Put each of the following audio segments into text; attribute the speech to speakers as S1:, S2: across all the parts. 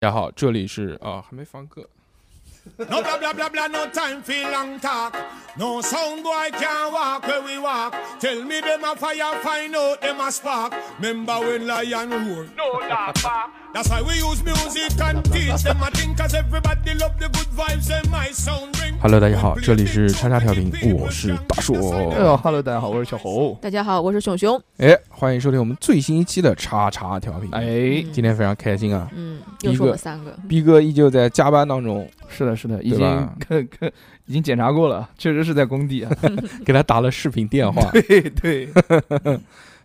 S1: 大家好，这里是啊，还没放歌。
S2: No blah blah blah blah, no time for long talk. No sound boy can walk where we walk. Tell me them a fire, find out them a spark. Remember when lion roar? No laugh. ah. That's why we use music and teach them a thing, cause everybody love the good vibes and my sound bring.
S1: Hello，大家好，这里是叉叉调频，我是大
S3: 哎呦
S1: 硕。
S3: 哈喽，大家好，我是小侯。
S4: 大家好，我是熊熊。
S1: 哎，欢迎收听我们最新一期的叉叉调频。，
S3: 哎，
S1: 今天非常开心啊！
S4: 嗯，
S1: 一
S4: 又是
S1: 个
S4: 我们三个。
S1: 逼哥依旧在加班当中，
S3: 是的，是的，已
S1: 对
S3: 经
S1: 吧
S3: 跟跟已经检 查过了，确实是在工 地啊。
S1: 给他打了视频电话，
S3: 对对，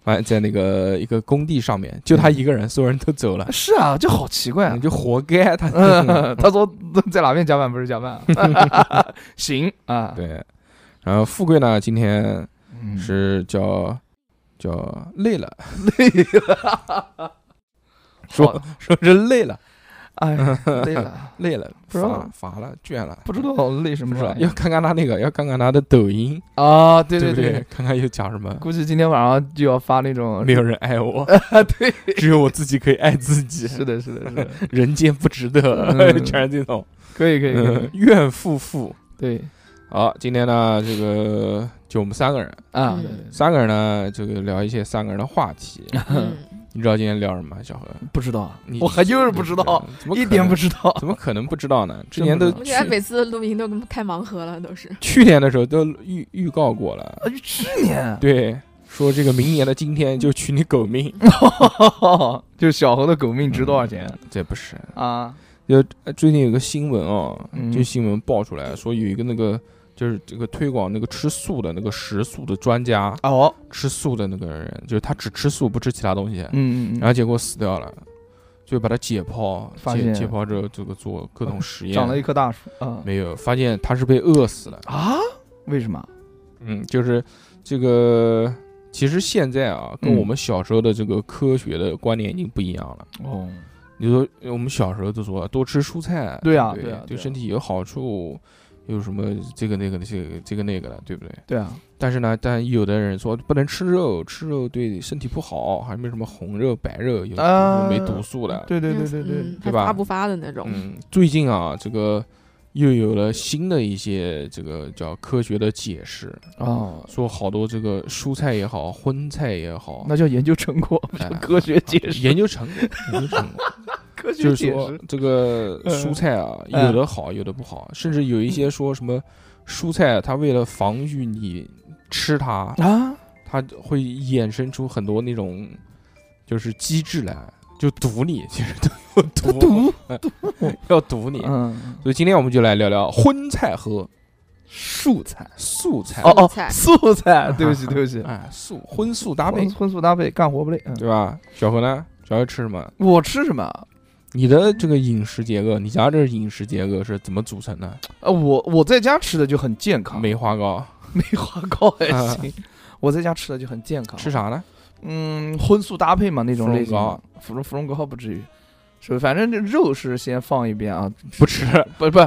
S1: 完在那个一个工地上面，就他一个人，所有人都走了，
S3: 是啊，这好奇怪啊
S1: 你。就活该他。
S3: 嗯， 他说在哪边加班不是加班 啊，行啊，
S1: 对，然后富贵呢，今天
S3: 嗯
S1: 是叫叫累了，
S3: 好
S1: 说说是累了，
S3: 哎，累了，
S1: 累了，
S3: 不知道
S1: 乏乏了，倦了，
S3: 不知道累什
S1: 不
S3: 么
S1: 知
S3: 了
S1: 道，要看看他那个，要看看他的抖音，
S3: 啊？对
S1: 对不
S3: 对，
S1: 看看又讲什么。
S3: 估计今天晚上就要发那 种
S1: 没有人爱我，
S3: 啊对，
S1: 只有我自己可以爱自己。
S3: 是的，是的，是的，
S1: 人间不值得，
S3: 嗯
S1: 全是这种。
S3: 可以可以可
S1: 嗯
S3: 以，，
S1: 怨妇妇。
S3: 对
S1: 好，今天呢，这个就我们三个人，
S3: 啊，
S4: 嗯
S3: 对对
S1: 三个人呢，这个聊一些三个人的话题。
S3: 嗯
S4: 嗯，
S1: 你知道今天聊什么吗，小何？
S3: 不知道
S1: 你，
S3: 我还就是不知道，，
S1: 怎么可能
S3: 一点不知道，
S1: 怎么可能不知道呢？之前
S3: 真不
S1: 都
S3: 知道
S1: 去
S4: 我觉得每次录音都跟开盲盒了，都是。
S1: 去年的时候都预预告过了，
S3: 啊，去年
S1: 对，说这个明年的今天就取你狗命。
S3: 就是小猴的狗命值多少钱
S1: 嗯这不是，
S3: 啊？
S1: 就呃最近有个新闻哦，
S3: 嗯
S1: 就新闻爆出来说有一个那个就是这个推广那个吃素的那个食素的专家，
S3: 哦，
S1: 吃素的那个人，就是他只吃素不吃其他东西，
S3: 嗯嗯
S1: 然后结果死掉了，就把他解剖，
S3: 发
S1: 解
S3: 现
S1: 解剖之后这个做各种实验，
S3: 长了一棵大树啊
S1: 没有发现他是被饿死的，
S3: 啊？为什么？
S1: 嗯，就是这个。其实现在啊，跟
S3: 嗯
S1: 我们小时候的这个科学的观念已经不一样了。
S3: 哦，
S1: 你说我们小时候就说多吃蔬菜，
S3: 对啊
S1: 不对
S3: 对啊
S1: 对
S3: 对啊
S1: 身体有好处，有什么这个那个的这个这个那个的，对不对？
S3: 对啊，
S1: 但是呢，但有的人说不能吃肉，吃肉对身体不好，还没什么红肉、白肉，有
S3: 啊
S1: 没毒素的。
S3: 对对对对对，
S4: 嗯
S1: 对
S4: 还
S1: 吧
S4: 发不发的那种。
S1: 嗯，最近啊，这个又有了新的一些这个叫科学的解释，
S3: 哦，
S1: 说好多这个蔬菜也好，荤菜也好，
S3: 那叫研究成 果，不叫
S1: 哎
S3: 科学解释，
S1: 研究成果，研究成果。
S3: 科学
S1: 就是
S3: 解
S1: 说
S3: 释。
S1: 这个
S3: 嗯
S1: 蔬菜啊，
S3: 嗯
S1: 有的好，有的不好，甚至有一些说什么蔬菜，它为了防御你吃它，
S3: 啊，
S1: 它会衍生出很多那种就是机制来，就毒你，其实都有毒，
S3: 毒，
S1: 要毒你。
S3: 嗯，
S1: 所以今天我们就来聊聊荤菜和
S3: 素菜，
S1: 素菜，
S3: 哦哦
S4: 素菜，
S3: 素菜，对不起，对不起，
S1: 哎，素荤素搭配
S3: 荤，荤素搭配，干活不累。嗯
S1: 对吧？小何呢？小何吃什么？
S3: 我吃什么？
S1: 你的这个饮食结构，你家这饮食结构是怎么组成的？
S3: 呃，我我在家吃的就很健康，
S1: 梅花糕
S3: 梅花糕还
S1: 啊
S3: 行。我在家吃的就很健康，
S1: 吃啥呢？
S3: 嗯，荤素搭配嘛，那种类型
S1: 芙蓉
S3: 的。芙蓉芙蓉糕不至于，是吧反正这肉是先放一边啊，
S1: 不吃。
S3: 不不，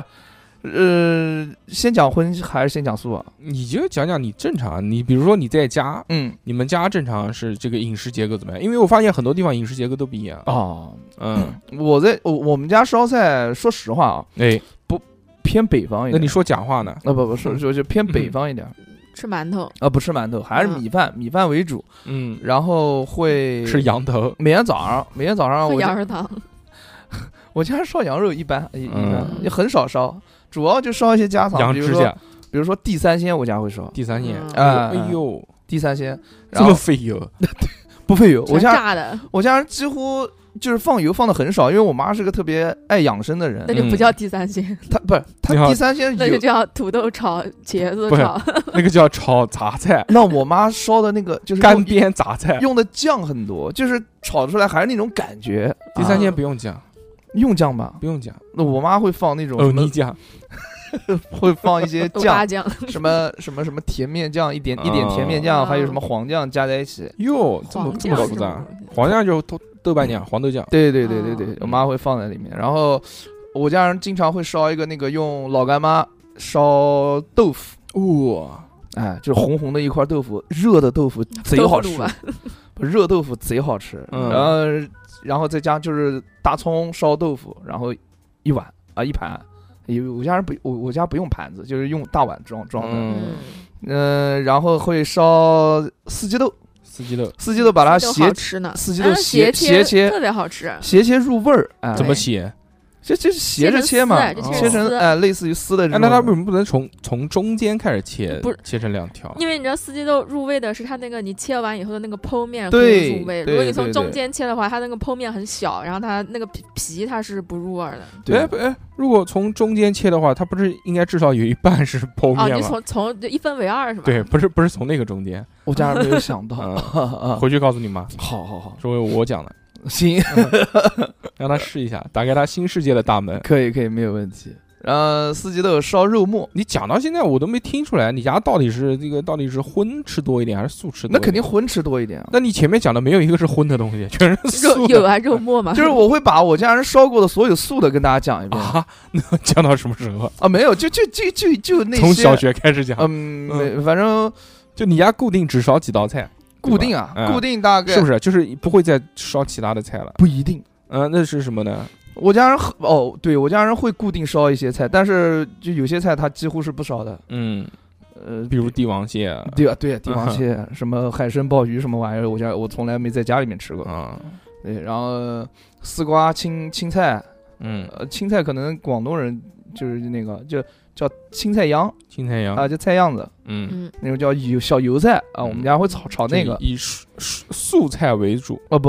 S3: 呃，先讲荤还是先讲素啊？
S1: 你就讲讲你正常，你比如说你在家，
S3: 嗯，
S1: 你们家正常是这个饮食结构怎么样？因为我发现很多地方饮食结构都不一样。
S3: 哦，
S1: 嗯，
S3: 我在我我们家烧菜，说实话啊，
S1: 哎，
S3: 偏北方一
S1: 那
S3: 点。
S1: 你嗯说假话呢？
S3: 啊不不是就就偏北方一点
S4: 吃馒头，
S3: 啊，不吃馒头，还是
S4: 嗯
S3: 米饭，米饭为主，
S1: 嗯，
S3: 然后会
S1: 吃。羊头，
S3: 每天早上，每天早上
S4: 喝
S3: 我
S4: 羊
S3: 家
S4: 肉汤。
S3: 我家烧羊肉一般一一般
S1: 嗯
S3: 也很少烧，主要就烧一些家常，
S1: 羊
S3: 比如
S1: 指
S3: 说
S1: 甲，
S3: 比如说地三鲜，我家会烧
S1: 第三年。
S4: 嗯
S3: 啊
S1: 哎呦，
S3: 地三鲜，
S1: 这
S3: 然
S1: 么
S3: 后
S1: 费油，
S3: 不费油，我
S4: 全
S3: 家嗯
S4: 炸的，
S3: 我家人几乎就是放油放的很少，因为我妈是个特别爱养生的人
S4: 那，
S1: 嗯
S4: 就不叫第三鲜，
S3: 她不是她
S1: 你好
S3: 地三鲜
S4: 那就
S3: 有，
S4: 叫土豆炒茄子
S1: 不是
S4: 炒。
S1: 那个叫炒杂 菜，
S3: 那我妈烧的那个就是
S1: 干
S3: 用
S1: 煸杂菜。
S3: 用的酱很多，就是炒出来还是那种感觉。
S1: 第三
S3: 啊
S1: 天不用讲，
S3: 用酱吧，
S1: 不用讲，哦
S3: 那我妈会放那种
S1: 欧
S3: 什
S1: 尼
S3: 么，
S1: 酱，
S3: 会放一 些
S4: 豆瓣
S3: 酱，
S4: 酱，
S3: 什么什么什么甜面酱，一点一点甜面
S4: 哦
S3: 酱，还有什么黄酱加在一起。
S1: 哟，这么
S4: 黄
S1: 这么
S4: 酱
S1: 复
S4: 是
S1: 杂
S4: 吗，
S1: 黄酱就是豆豆瓣酱、黄豆酱，
S3: 对对对对对
S4: 哦，
S3: 我妈会放在里面。然后我家人经常会烧一个那个用老干妈烧豆腐，
S1: 哇，
S3: 哎，就是红红的一块豆腐，热的豆腐贼好吃
S4: 豆腐乳，吧
S3: 不热豆腐贼好吃。
S1: 嗯
S3: 然后然后再加上就是大葱烧豆腐，然后一碗啊一盘，因为我家人不我我家不用盘子，就是用大碗装装的。
S1: 嗯，
S3: 嗯，然后会烧四季豆，
S1: 四季豆
S3: 四季豆把它
S4: 都
S3: 斜
S4: 好吃呢，
S3: 四季豆
S4: 嗯
S3: 斜
S4: 切
S3: 斜切
S4: 特别好吃，
S3: 斜切入味儿，哎，
S1: 怎么写？
S3: 这这是斜着切嘛
S1: 成
S4: 切，
S1: 丝
S3: 切
S1: 就切成
S3: 成
S4: 丝
S3: 哎类似于丝的这
S1: 哎，
S3: 种。
S1: 那它为什么不能从从中间开始切？
S4: 不是
S1: 切成两
S3: 啊
S1: 条？
S4: 因为你知道四季豆入味的是它那个你切完以后的那个剖面可
S3: 对
S4: 以入味，
S3: 对
S4: 如果你
S3: 对
S4: 从
S3: 对
S4: 中间切的话，它那个剖面很小，然后它那个皮皮它是不入味儿的。
S3: 对
S1: 哎不哎，如果从中间切的话，它不是应该至少有一半是剖
S4: 哦，
S1: 面
S4: 你
S1: 吗？
S4: 从从就一分为二是吧？
S1: 对，，不是不是从那个中间。
S3: 我家人没有想到？
S4: 哦
S1: 嗯
S3: 啊
S1: 回去告诉你妈，
S3: 好好好，
S1: 说我讲 的，
S3: 行，
S1: 让她试一下，打开她新世界的大门。
S3: 可以可以，没有问题。然后呃四季豆烧肉末，
S1: 你讲到现在，我都没听出来，你家到底是这个到底是荤吃多一点还是素吃多？
S3: 那肯定。荤吃多一点啊。
S1: 那你前面讲的没有一个是荤的东西，全是
S4: 肉
S1: 素
S4: 有
S1: 的
S4: 啊，肉末嘛，
S3: 就是我会把我家人烧过的所有素的跟大家讲一遍啊
S1: 啊！ 那讲到什么时候？
S3: 没有，就就就就就那些
S1: 从小学开始讲，
S4: 呃
S3: 嗯，
S1: 嗯
S3: 没反正
S1: 就你家固定只烧几道菜，
S3: 固定啊
S1: 对吧，嗯
S3: 固定大概
S1: 是不是？就是不会再烧其他的菜了。
S3: 不一定。
S1: 嗯，那是什么呢？
S3: 我家人很哦，对我家人会固定烧一些菜，但是就有些菜他几乎是不烧的，
S1: 嗯，
S3: 呃，
S1: 比如帝王蟹啊，
S3: 对啊，对啊，帝王
S1: 嗯
S3: 蟹、什么海参、鲍鱼什么玩意儿，我家我从来没在家里面吃过。
S1: 啊，
S3: 对，然后丝瓜、青青菜，
S1: 嗯，
S3: 呃，青菜可能广东人就是那个就叫青菜秧
S1: 金太阳，
S3: 啊，就菜样子，
S1: 嗯，
S4: 嗯，
S3: 那种叫油小油菜啊，我们
S1: 嗯
S3: 家会炒炒那个
S1: 就。以素素素菜为主，
S3: 哦不，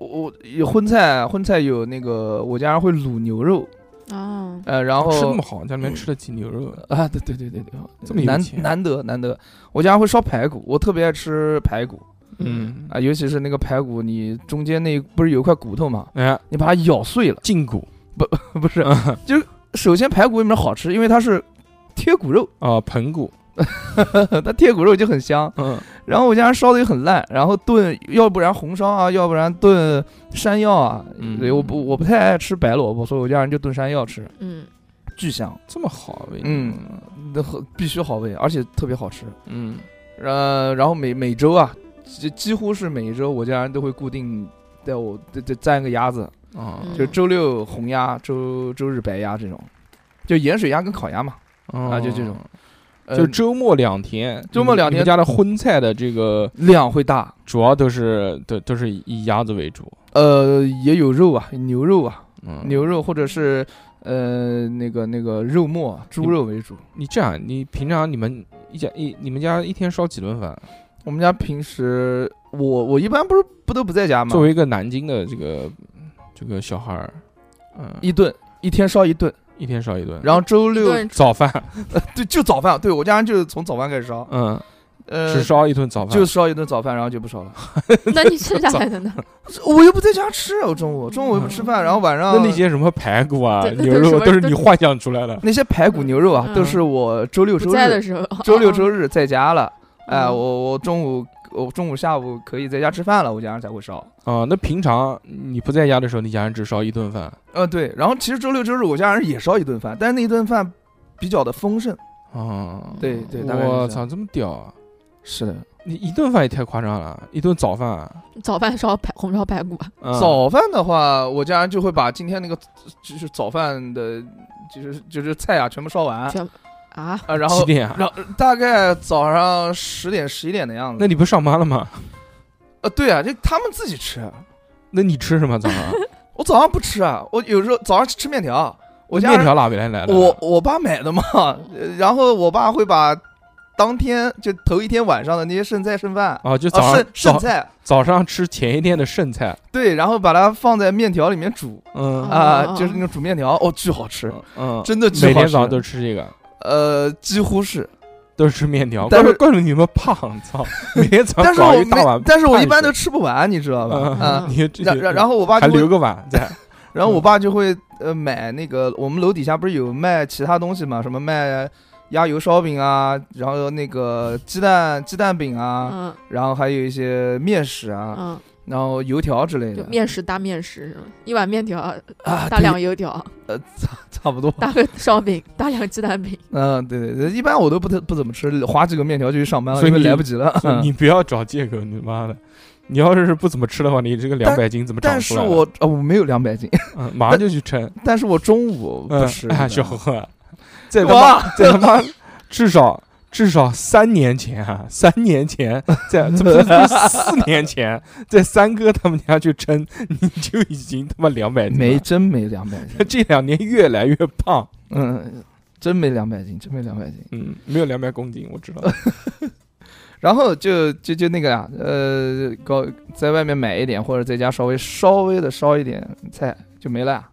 S3: 我我有荤菜，荤菜有那个我家人会卤牛肉，
S4: 哦，
S3: 呃，然后
S1: 吃那么好，家里面吃得起牛肉，
S3: 啊，对对对对对，
S1: 这么有
S3: 难
S1: 钱
S3: 难得难得，我家会烧排骨，我特别爱吃排骨
S1: 嗯，
S3: 啊，尤其是那个排骨，你中间那不是有一块骨头嘛，
S1: 哎，
S3: 你把它咬碎了，
S1: 胫骨
S3: 不是，就是首先排骨为什么好吃？因为它是贴骨肉，
S1: 啊，盆骨，
S3: 它贴骨肉就很香。
S1: 嗯，
S3: 然后我家人烧的也很烂，然后炖，要不然红烧啊，要不然炖山药啊。
S1: 嗯
S3: 对，我不我不太爱吃白萝卜，所以我家人就炖山药吃，
S4: 嗯，
S3: 巨香，
S1: 这么好，啊喂
S3: 嗯，那很必须好味，而且特别好吃。
S1: 嗯，
S3: 呃，然后每每周啊，几几乎是每周我家人都会固定带我再再蘸个鸭子，
S1: 啊，
S4: 嗯
S3: 就周六红鸭，周周日白鸭这种，就盐水鸭跟烤鸭嘛。
S1: 啊
S3: 就这种，呃
S1: 哦就周末两天，
S3: 周末两天
S1: 你们家的荤菜的这个
S3: 量会大，
S1: 主要都是都都是以鸭子为主，
S3: 呃，也有肉啊，牛肉啊，
S1: 嗯，
S3: 牛肉或者是呃那个那个肉末啊，猪肉为主。
S1: 你这样，你平常你们一家一你们家一天烧几顿饭？
S3: 我们家平时我我一般不是不都不在家吗？
S1: 作为一个南京的这个这个小孩儿，嗯，
S3: 一顿一天烧一顿，
S1: 一天烧一顿，
S3: 然后周
S4: 一
S3: 六
S4: 顿
S1: 早饭，
S3: 对就早饭，对我家人就是从早饭开始烧，
S1: 嗯，
S3: 呃，
S1: 只烧一顿早饭，
S3: 就烧一顿早饭，然后就不 烧了。
S4: 那你吃下来的 呢？
S3: 我又不在家吃，啊我中午中午又不吃饭，然后晚上
S1: 那那些什么排骨啊、
S4: 对对
S1: 牛
S4: 对
S1: 肉
S4: 什么
S1: 都是你幻想出来的。
S3: 那些排骨牛肉啊，
S4: 嗯
S3: 都是我周六
S4: 不
S3: 周
S4: 在的
S3: 日
S4: 时候，
S3: 周六
S4: 哦
S3: 周日在家了，哎，
S4: 嗯
S3: 我我中午我中午下午可以在家吃饭了，我家人才会烧。
S1: 啊、那平常你不在家的时候，你家人只烧一顿饭
S3: 呃，对，然后其实周六周日我家人也烧一顿饭，但是那一顿饭比较的丰盛。
S1: 啊？
S3: 对对，大概是这
S1: 我
S3: 样
S1: 操，这么屌啊！
S3: 是的，
S1: 你一顿饭也太夸张了，一顿早饭啊，
S4: 早饭烧排 红烧排骨啊吧，
S1: 嗯
S3: 早饭的话，我家人就会把今天那个就是早饭的，就是就是菜啊全部烧完
S4: 全啊，
S3: 啊，然
S1: 几
S3: 后
S1: 点啊？
S3: 然后大概早上十点十一点的样子。
S1: 那你不上班了吗？
S3: 啊，对啊，这他们自己吃，
S1: 那你吃什么早上？啊
S3: 我早上不吃啊，我有时候早上吃面条，我家
S1: 面
S3: 人
S1: 条哪边来的？
S3: 我我爸买的嘛， 呃然后我爸会把当天就头一天晚上的那些剩菜剩饭。
S1: 啊，就早上、
S3: 啊，剩剩
S1: 早
S3: 菜，
S1: 早上吃前一天的剩菜，
S3: 对，然后把它放在面条里面煮
S1: 嗯
S4: 哦
S3: 啊、就是那种煮面条，哦，巨好吃，
S1: 嗯，
S3: 真的巨好
S1: 每
S3: 吃。
S1: 天早上都吃这个，
S3: 呃，几乎是，
S1: 都吃面条。
S3: 但
S1: 怪
S3: 是
S1: 不怪不得你们胖， 操！每天早
S3: 但
S1: 上
S3: 是我
S1: 搞一大碗
S3: 没，，但是我一般都
S1: 都
S3: 吃不完，你知道吧？
S1: 嗯
S3: 啊、
S1: 你这
S3: 然然然后我爸
S1: 还
S3: 就会
S1: 留个碗 在，
S3: 然后我爸就会呃买那个，我们楼底下不是有卖其他东西嘛，什么卖鸭油烧饼啊，然后那个鸡蛋鸡蛋饼啊，
S4: 嗯
S3: 然后还有一些面食啊，
S4: 嗯，
S3: 然后油条之类
S4: 就
S3: 的，
S4: 面食搭面食是吗？一碗面条
S3: 啊
S4: 搭两油条，
S3: 对呃差差不多，
S4: 搭个烧饼，搭两鸡蛋饼，
S3: 嗯、对对对，一般我都不太不怎么吃，划几个面条就去上班了，
S1: 所以
S3: 因 为
S1: 你
S3: 来不及了，
S1: 你不要找借口，你妈的！你要是不怎么吃的话，你这个两百斤怎么长
S3: 但
S1: 出
S3: 是
S1: 来了？
S3: 我呃我没有两百斤，
S1: 嗯马上就去称，
S3: 但是我中午不
S1: 嗯
S3: 吃，
S1: 哎，
S3: 真的
S1: 小 何啊，在他妈
S3: 哇，
S1: 在他妈至少至少三年前啊， 三年前在 这不是不是四年前， 在三哥他们家去称，你就已经他妈两百斤了
S3: 没真没两百 斤，
S1: 这两年越来越胖，
S3: 嗯，真没两百斤，真没两百斤。
S1: 嗯，没有两百公斤，我 知道。
S3: 然后就就就那个呀，呃，搞在外面买一点，或者在家稍微稍微的烧一点菜就没了呀。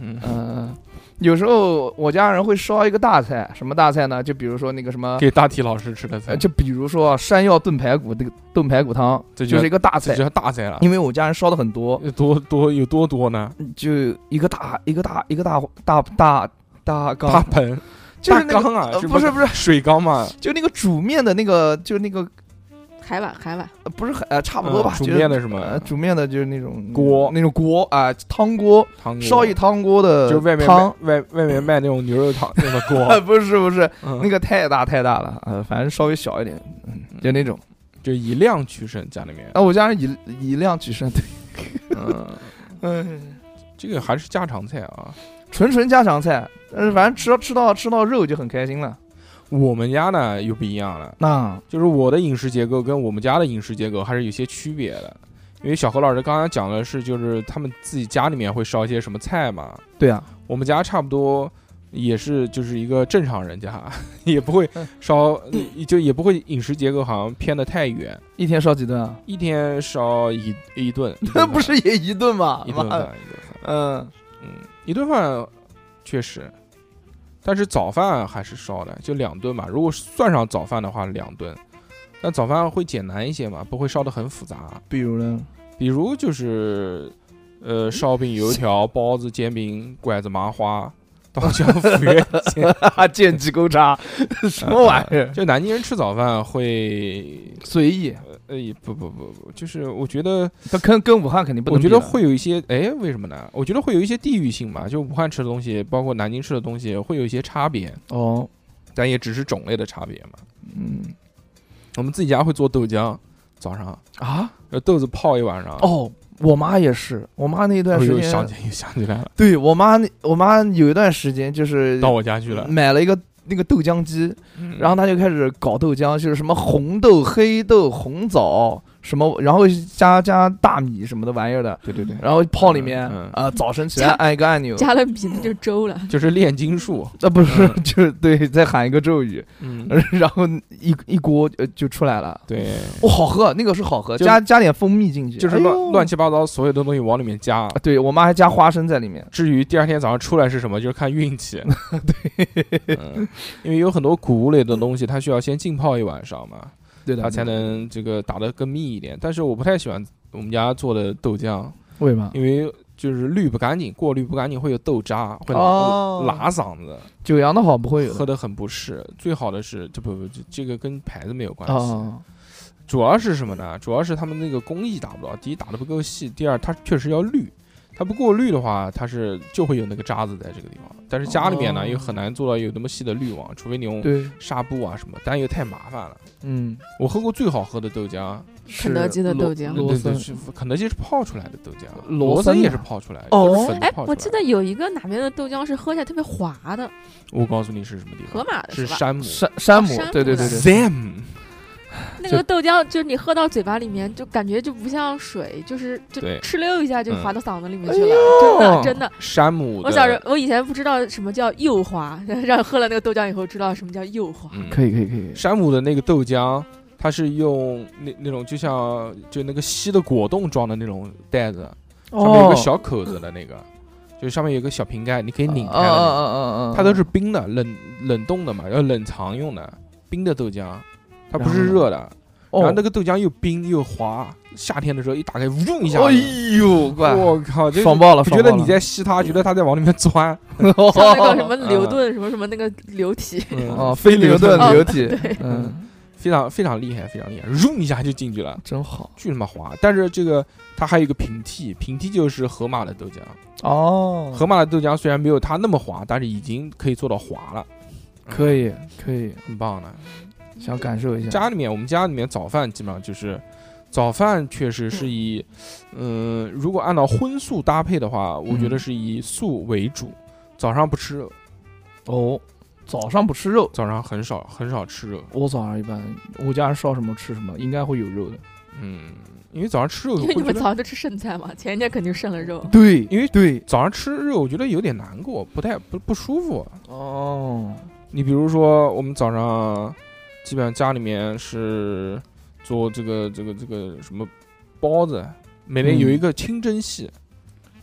S1: 嗯，
S3: 嗯，有时候我家人会烧一个大菜，什么大菜呢？就比如说那个什么，
S1: 给大体老师吃的菜
S3: 呃，，就比如说山药炖排骨，那个炖排骨汤，
S1: 这就
S3: 就是一个大
S1: 这
S3: 菜
S1: 就，叫大菜了。
S3: 因为我家人烧的很多，
S1: 多多有多多呢？
S3: 就一个大一个大一个大大大大
S1: 大
S3: 缸，
S1: 盆、
S3: 就是那
S1: 大
S3: 个
S1: 缸啊
S3: 呃
S1: 是
S3: 不
S1: 不
S3: 是不是，
S1: 水缸嘛，
S3: 就那个煮面的那个，就那个
S4: 海碗海碗，
S3: 呃不是很呃差不多吧，
S1: 嗯煮
S3: 就是
S1: 面的什么
S3: 呃煮面的就是那种
S1: 锅
S3: 那种锅啊汤锅，
S1: 汤锅
S3: 烧一汤锅的
S1: 就外面卖
S3: 汤，
S1: 外外面卖那种牛肉汤那个
S3: 呃
S1: 锅，
S3: 不是不是 那
S1: 嗯，
S3: 个太大太大了，呃反正稍微小一点，嗯就那种。
S1: 就以量取胜，家里面。
S3: 啊，我家人以以量取胜，对，
S1: 嗯，
S3: 嗯，
S1: 这个还是家常菜啊。
S3: 纯纯家常菜，但是反正吃到吃到吃到肉就很开心了。
S1: 我们家呢又不一样了，
S3: 那
S1: 就是我的饮食结构跟我们家的饮食结构还是有些区别的。因为小何老师刚刚讲的是，就是他们自己家里面会烧一些什么菜嘛，
S3: 对啊，
S1: 我们家差不多也是就是一个正常人家， 也不会烧，就也不会饮食结构好像偏得太远，
S3: 一天烧几顿啊？
S1: 一天烧一一顿，一
S3: 那
S1: 顿
S3: 不是也一顿吗
S1: 饭？一顿
S3: 妈
S1: 饭，一顿饭，
S3: 嗯，
S1: 嗯，一顿饭确实，但是早饭还是烧的，就两顿嘛。如果算上早饭的话，两顿，但早饭会简单一些嘛，不会烧得很复杂。
S3: 比如 呢？
S1: 比如就是，呃，烧饼、油条、包子、煎饼、拐子、麻花、稻香腐月煎
S3: 哈哈，剑戟钩 叉，什么玩意儿？
S1: 就南京人吃早饭会，
S3: 随意，
S1: 呃，也不不不不，就是我觉得，
S3: 它跟跟武汉肯定不
S1: 我
S3: 能比
S1: 觉
S3: 了。
S1: 得会有一些，哎，为什么呢？我觉得会有一些地域性吧，就武汉吃的东西，包括南京吃的东西，会有一些差别，
S3: 哦，
S1: 但也只是种类的差别嘛。
S3: 嗯
S1: 我们自己家会做豆浆，早上
S3: 啊，
S1: 呃豆子泡一晚上，
S3: 哦，我妈也是，我妈那一
S1: 哎
S3: 段
S1: 呦，
S3: 时
S1: 又想
S3: 间，
S1: 起又想起来了，
S3: 对我妈那我妈有一段时间就是
S1: 到我家去了，
S3: 买了一个那个豆浆机，
S1: 嗯
S3: 然后他就开始搞豆浆，就是什么红豆、黑豆、红枣什么，然后加加大米什么的玩意儿的，
S1: 对对对，
S3: 然后泡里面，
S1: 嗯嗯
S3: 呃，早晨起来按一个按钮，
S4: 加了米那就粥了。
S1: 就是炼金术，
S3: 呃，不是， 就是对，再喊一个咒语，
S1: 嗯，
S3: 然后一一锅呃就出来了，
S1: 对，
S3: 哇、好喝，那个是好喝，
S1: 就
S3: 加加点蜂蜜进去，
S1: 就是
S3: 哎呦
S1: 乱乱七八糟所有的东西往里面加
S3: 啊。对我妈还加花生在里面，
S1: 至于第二天早上出来是什么，就是看运 气。对、嗯，因为有很多谷物类的东西，它需要先浸泡一晚上嘛，
S3: 对的，
S1: 它才能这个打得更密一点。但是我不太喜欢我们家做的豆浆，
S3: 为嘛？
S1: 因为就是滤不干净，过滤不干净会有豆渣，会拉、
S3: 哦
S1: 拉嗓子，
S3: 九阳的好不会有
S1: 喝
S3: 的
S1: 得很不适。最好的是，这不不这这个跟牌子没有关系，
S3: 哦，
S1: 主要是什么呢？主要是他们那个工艺达不到，第一打得不够细，第二它确实要滤，它不过滤的话，它是就会有那个渣子在这个地方。但是家里面呢、
S3: 哦
S1: 又很难做到有那么细的滤网，除非你用
S3: 对，
S1: 纱布啊什么，但又太麻烦了。
S3: 嗯，
S1: 我喝过最好喝的豆浆，
S3: 是
S4: 肯德基的豆浆
S3: 罗罗
S1: 对对
S3: 森
S1: 是肯德基是泡出来的豆浆，
S3: 罗
S1: 罗
S3: 森
S1: 森也
S3: 啊
S1: 是泡出来的，
S3: 哦
S1: 都是粉
S4: 哎
S1: 泡出来，的。
S4: 我记得有一个哪边的豆浆是喝起来特别滑的，
S1: 我告诉你是什么地
S4: 河
S1: 方，
S4: 马的
S1: 是
S4: 吧？
S1: 山姆。
S3: 山山姆
S4: 哦山，姆
S3: 对对对
S4: 的
S3: 对，
S1: Zam，
S4: 那个豆浆就是你喝到嘴巴里面，就感觉就不像水，就是就
S1: 对
S4: 哧溜一下就
S1: 嗯
S4: 滑到嗓子里面
S3: 哎
S4: 去了，真
S3: 呦
S4: 的真的。
S1: 山姆的。
S4: 我小时候我以前不知道什么叫幼 滑，让喝了那个豆浆以后知道什么叫幼滑。
S1: 嗯
S3: 可以可以可以，
S1: 山姆的那个豆浆，它是用那那种就像就那个吸的果冻装的那种袋子，
S3: 上
S1: 上面有个小口子的那个，就上面有个小瓶盖，你
S3: 哦
S1: 可以拧开的那个。
S3: 嗯嗯嗯嗯，
S1: 它都是冰的，冷冷冻的嘛，要冷藏用的冰的豆浆，它不
S3: 然
S1: 是
S3: 后呢
S1: 热的。然后
S3: 哦
S1: 那个豆浆又冰又滑，夏天的时候一打开，嗡一下
S3: 哎
S1: 子，
S3: 呦，乖，
S1: 我靠，这
S3: 爽爆了！
S1: 我觉得你在吸它，觉得它在往里面钻。
S4: 像那个 什么
S1: 嗯
S4: 牛顿什么什么那个流体，
S3: 哦，非牛顿流体，嗯，
S1: 非常非常厉害，非常厉害，嗡一下就进去了。
S3: 真好
S1: 巨他妈滑。但是这个它还有一个平替，平替就是河马的豆浆。
S3: 哦
S4: 嗯
S1: 河马的豆浆虽然没有它那么滑，但是已经可以做到滑了，
S3: 可以可以，
S1: 很棒的。
S3: 想感受一下。
S1: 家里面我们家里面早饭基本上就是早饭确实是以，嗯、如果按照荤素搭配的话，我觉得
S3: 嗯
S1: 是以素为主。早上不吃肉，
S5: 哦，早上不吃肉，
S1: 早上很少很少吃肉。
S5: 我早上一般我家人烧什么吃什么，应该会有肉的。
S1: 嗯，因为早上吃肉
S4: 因为
S1: 会
S4: 你
S1: 觉
S4: 们
S1: 得
S4: 早上都吃剩菜嘛，前一天肯定剩了肉。
S5: 对，
S1: 因为
S5: 对
S1: 早上吃肉，我觉得有点难过，不太不不舒服。
S5: 哦，
S1: 你比如说，我们早上基本上家里面是做这个这个这个什么包子，每天有一个清蒸戏，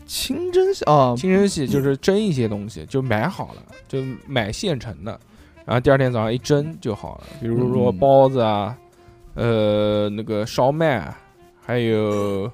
S3: 清蒸蟹啊，
S1: 清蒸戏就是蒸一些东西，就买好了，就买现成的，然后第二天早上一蒸就好了。比如说
S5: 嗯
S1: 包子啊，呃，那个烧麦啊，还有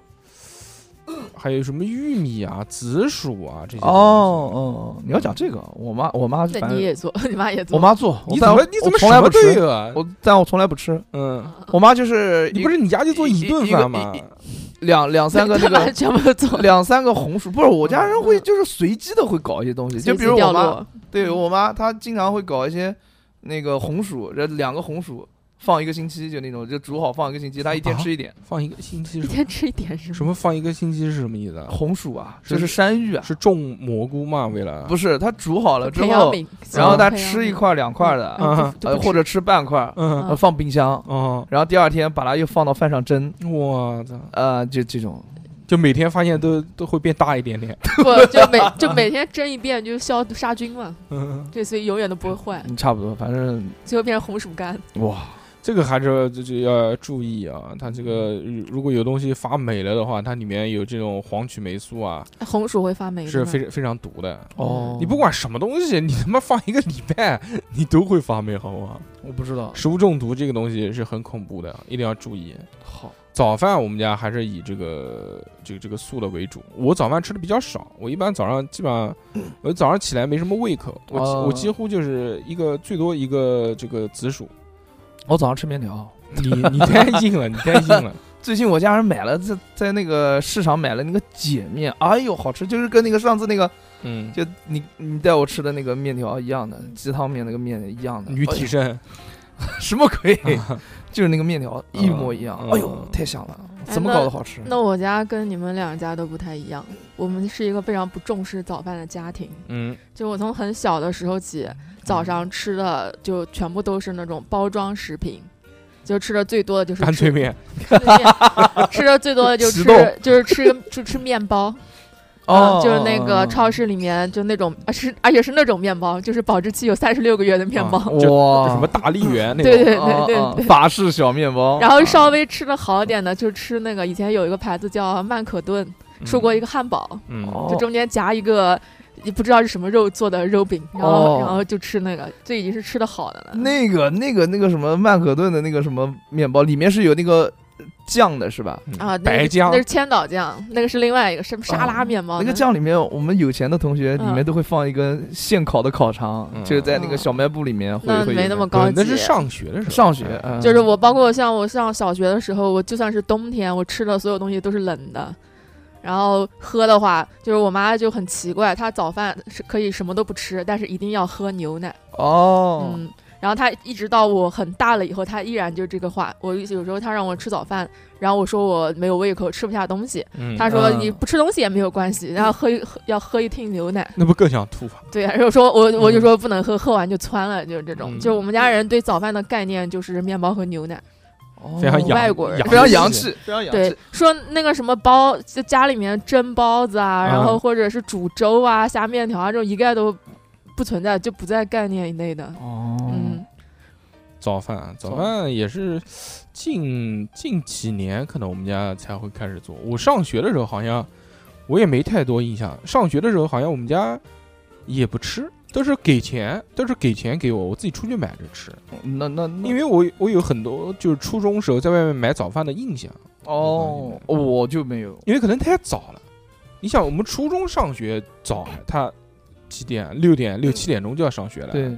S1: 还有什么玉米啊、紫薯啊这些。
S5: 哦，哦，你要讲这个，我妈我妈
S4: 对
S5: 反，
S4: 你
S5: 正
S4: 也做，你妈也做。
S5: 我妈做，
S1: 你
S5: 我
S1: 怎
S5: 但
S1: 么
S5: 我
S1: 你怎么
S5: 我
S1: 什
S5: 从来
S1: 么
S5: 不
S1: 都
S5: 吃？
S1: 有啊？
S3: 我但我从来不吃。
S1: 嗯，
S3: 我妈就是
S1: 你
S3: 一
S1: 不是你家就做一顿饭吗
S3: 一？两两三个那
S4: 她把
S3: 个
S4: 全部都做了，
S3: 两三个红薯，不是我家人会就是随机的会搞一些东西，就比如
S4: 嗯随机
S3: 我
S4: 掉
S3: 妈，
S4: 落，嗯
S3: 对我妈她经常会搞一些那个红薯，这两个红薯放一个星期就那种，就煮好放一个星期，她一天
S1: 啊
S3: 吃一点
S1: 放一个星期
S4: 一
S1: 是什
S4: 天吃一点是
S1: 么
S4: 吗？
S1: 什么？放一个星期是什么意思啊？
S3: 红薯啊，
S1: 是
S3: 就是山芋啊，
S1: 是种蘑菇吗？为了
S3: 不是她煮好了之
S4: 培嗯养
S3: 后，
S4: 皿，
S3: 然后
S4: 她
S3: 她吃一块儿两块儿的，
S1: 啊
S3: 呃或者吃半块儿，
S1: 嗯
S3: 呃放冰箱，
S1: 哦，
S3: 然后第二天把它又放到饭上蒸，
S1: 我操！
S3: 呃，就这种
S1: 就每天发现都都会变大一点点。
S4: 不就每就每天蒸一遍，就是消毒杀菌嘛。
S1: 嗯，
S4: 对，所以永远都不会坏，
S3: 嗯差不多，反正
S4: 最后变成红薯干。
S3: 哇，
S1: 这个还是就就要注意啊，它这个如果有东西发霉了的话，它里面有这种黄曲霉素啊，
S4: 哎 红薯会发霉的嗯
S1: 是
S4: 吗
S1: 非常非常毒的。
S5: 哦，
S1: 你不管什么东西， 你他妈放一个礼拜， 你都会发霉，好不好？
S5: 我不知道，
S1: 食物中毒这个东西是很恐怖的，一定要注意。
S5: 好，
S1: 早饭我们家还是以这个这个这个素的为主。我早饭吃的比较少，我一般早上基本上，我早上起来没什么胃口，我几
S5: 哦
S1: 我几乎就是一个最多一个这个紫薯。
S5: 我早上吃面条，
S1: 你你太硬了，你太硬了。
S3: 最近我家人买了在在那个市场买了那个碱面，哎呦，好吃，就是跟那个上次那个
S1: 嗯，
S3: 就你你带我吃的那个面条一样的，鸡汤面那个面一样的，
S1: 女体盛，
S3: 哎呦什 么鬼，就是那个面条一模一样
S1: 嗯，
S3: 哎呦
S1: 嗯，
S3: 太香了，
S4: 哎
S3: 怎么搞的好吃？
S4: 那我家跟你们两家都不太一样，我们是一个非常不重视早饭的家庭。
S1: 嗯，
S4: 就我从很小的时候起，早上吃的就全部都是那种包装食品，就吃的最多的就是
S1: 干
S4: 吃
S1: 脆面，
S4: 吃面吃的最多的就
S3: 石
S4: 吃
S3: 头
S4: 就是吃就吃面包，
S3: 哦
S4: 嗯，就是那个超
S3: 市
S4: 市里面就那种啊是而且是那种面包，就是保质期有三十六个月的
S3: 哦
S4: 面包，
S1: 啊就
S3: 哇，
S1: 什么大力圆 那种。
S4: 对对
S3: 啊
S4: 对对
S3: 啊
S4: 对。
S3: 法式小面包，
S4: 然后稍微吃的好一点的，就吃那个以前有一个牌子叫曼可顿，
S1: 嗯
S4: 出过一个汉堡，
S1: 嗯，
S3: 哦
S4: 就中间夹一个也不知道是什么肉做的肉饼，然后、
S3: 哦
S4: 然后就吃那个，这已经是吃的好的了。
S3: 那个那个那个什么曼可顿的那个什么面包，里面是有那个酱的是吧？
S1: 嗯
S4: 啊，那
S1: 白
S4: 个
S1: 酱
S4: 那是千岛酱，那个是另外一个什么沙拉面
S3: 哦
S4: 包，
S3: 那个酱里面，我们有钱的同学里面
S4: 哦嗯
S3: 都会放一根现烤的烤肠，
S1: 嗯
S3: 就是在那个小卖部里面会
S4: 那
S3: 会有
S4: 没那
S3: 的
S4: 么
S1: 对
S4: 高级。
S1: 那是上学的时候，
S3: 上学，
S1: 哎
S3: 嗯
S4: 就是我，包括像我上小学的时候，我就算是冬天，我吃的所有东西都是冷的。然后喝的话，就是我妈就很奇怪，她早饭是可以什么都不吃，但是一定要喝牛奶。
S3: 哦，
S4: 嗯，然后他一直到我很大了以后，他依然就这个话。我有时候他让我吃早饭，然后我说我没有胃口，吃不下东西。
S1: 嗯
S4: 他说
S3: 嗯
S4: 你不吃东西也没有关系，然后喝一喝要喝一听牛奶。
S1: 那不更想吐吗？
S4: 对啊，然后说
S3: 嗯
S4: 我我就说不能喝，喝完就窜了，就是这种。
S1: 嗯
S4: 就我们家人对早饭的概念就是面包和牛奶。
S3: 哦
S1: 非常洋，
S4: 外国人
S3: 非常洋
S1: 洋
S3: 气，非常洋
S4: 嗯对
S3: 气。，
S4: 说那个什么包，就家里面蒸包子啊，然后
S1: 嗯
S4: 或者是煮粥啊、下面条啊这种一概都不存在，就不在概念以内的。
S3: 哦，
S4: 嗯，
S1: 早饭，啊早
S3: 早
S1: 饭也是近近几年可能我们家才会开始做。我上学的时候好像我也没太多印象，上学的时候好像我们家也不吃，都是给钱，都是给钱给我，我自己出去买着吃。
S3: 那那那
S1: 因为我我有很多就是初中时候在外面买早饭的印象，
S3: 哦，我就没有，
S1: 因为可能太早了。你想，我们初中上学早，他几点？啊六点六七点钟就要上学了，，
S5: 对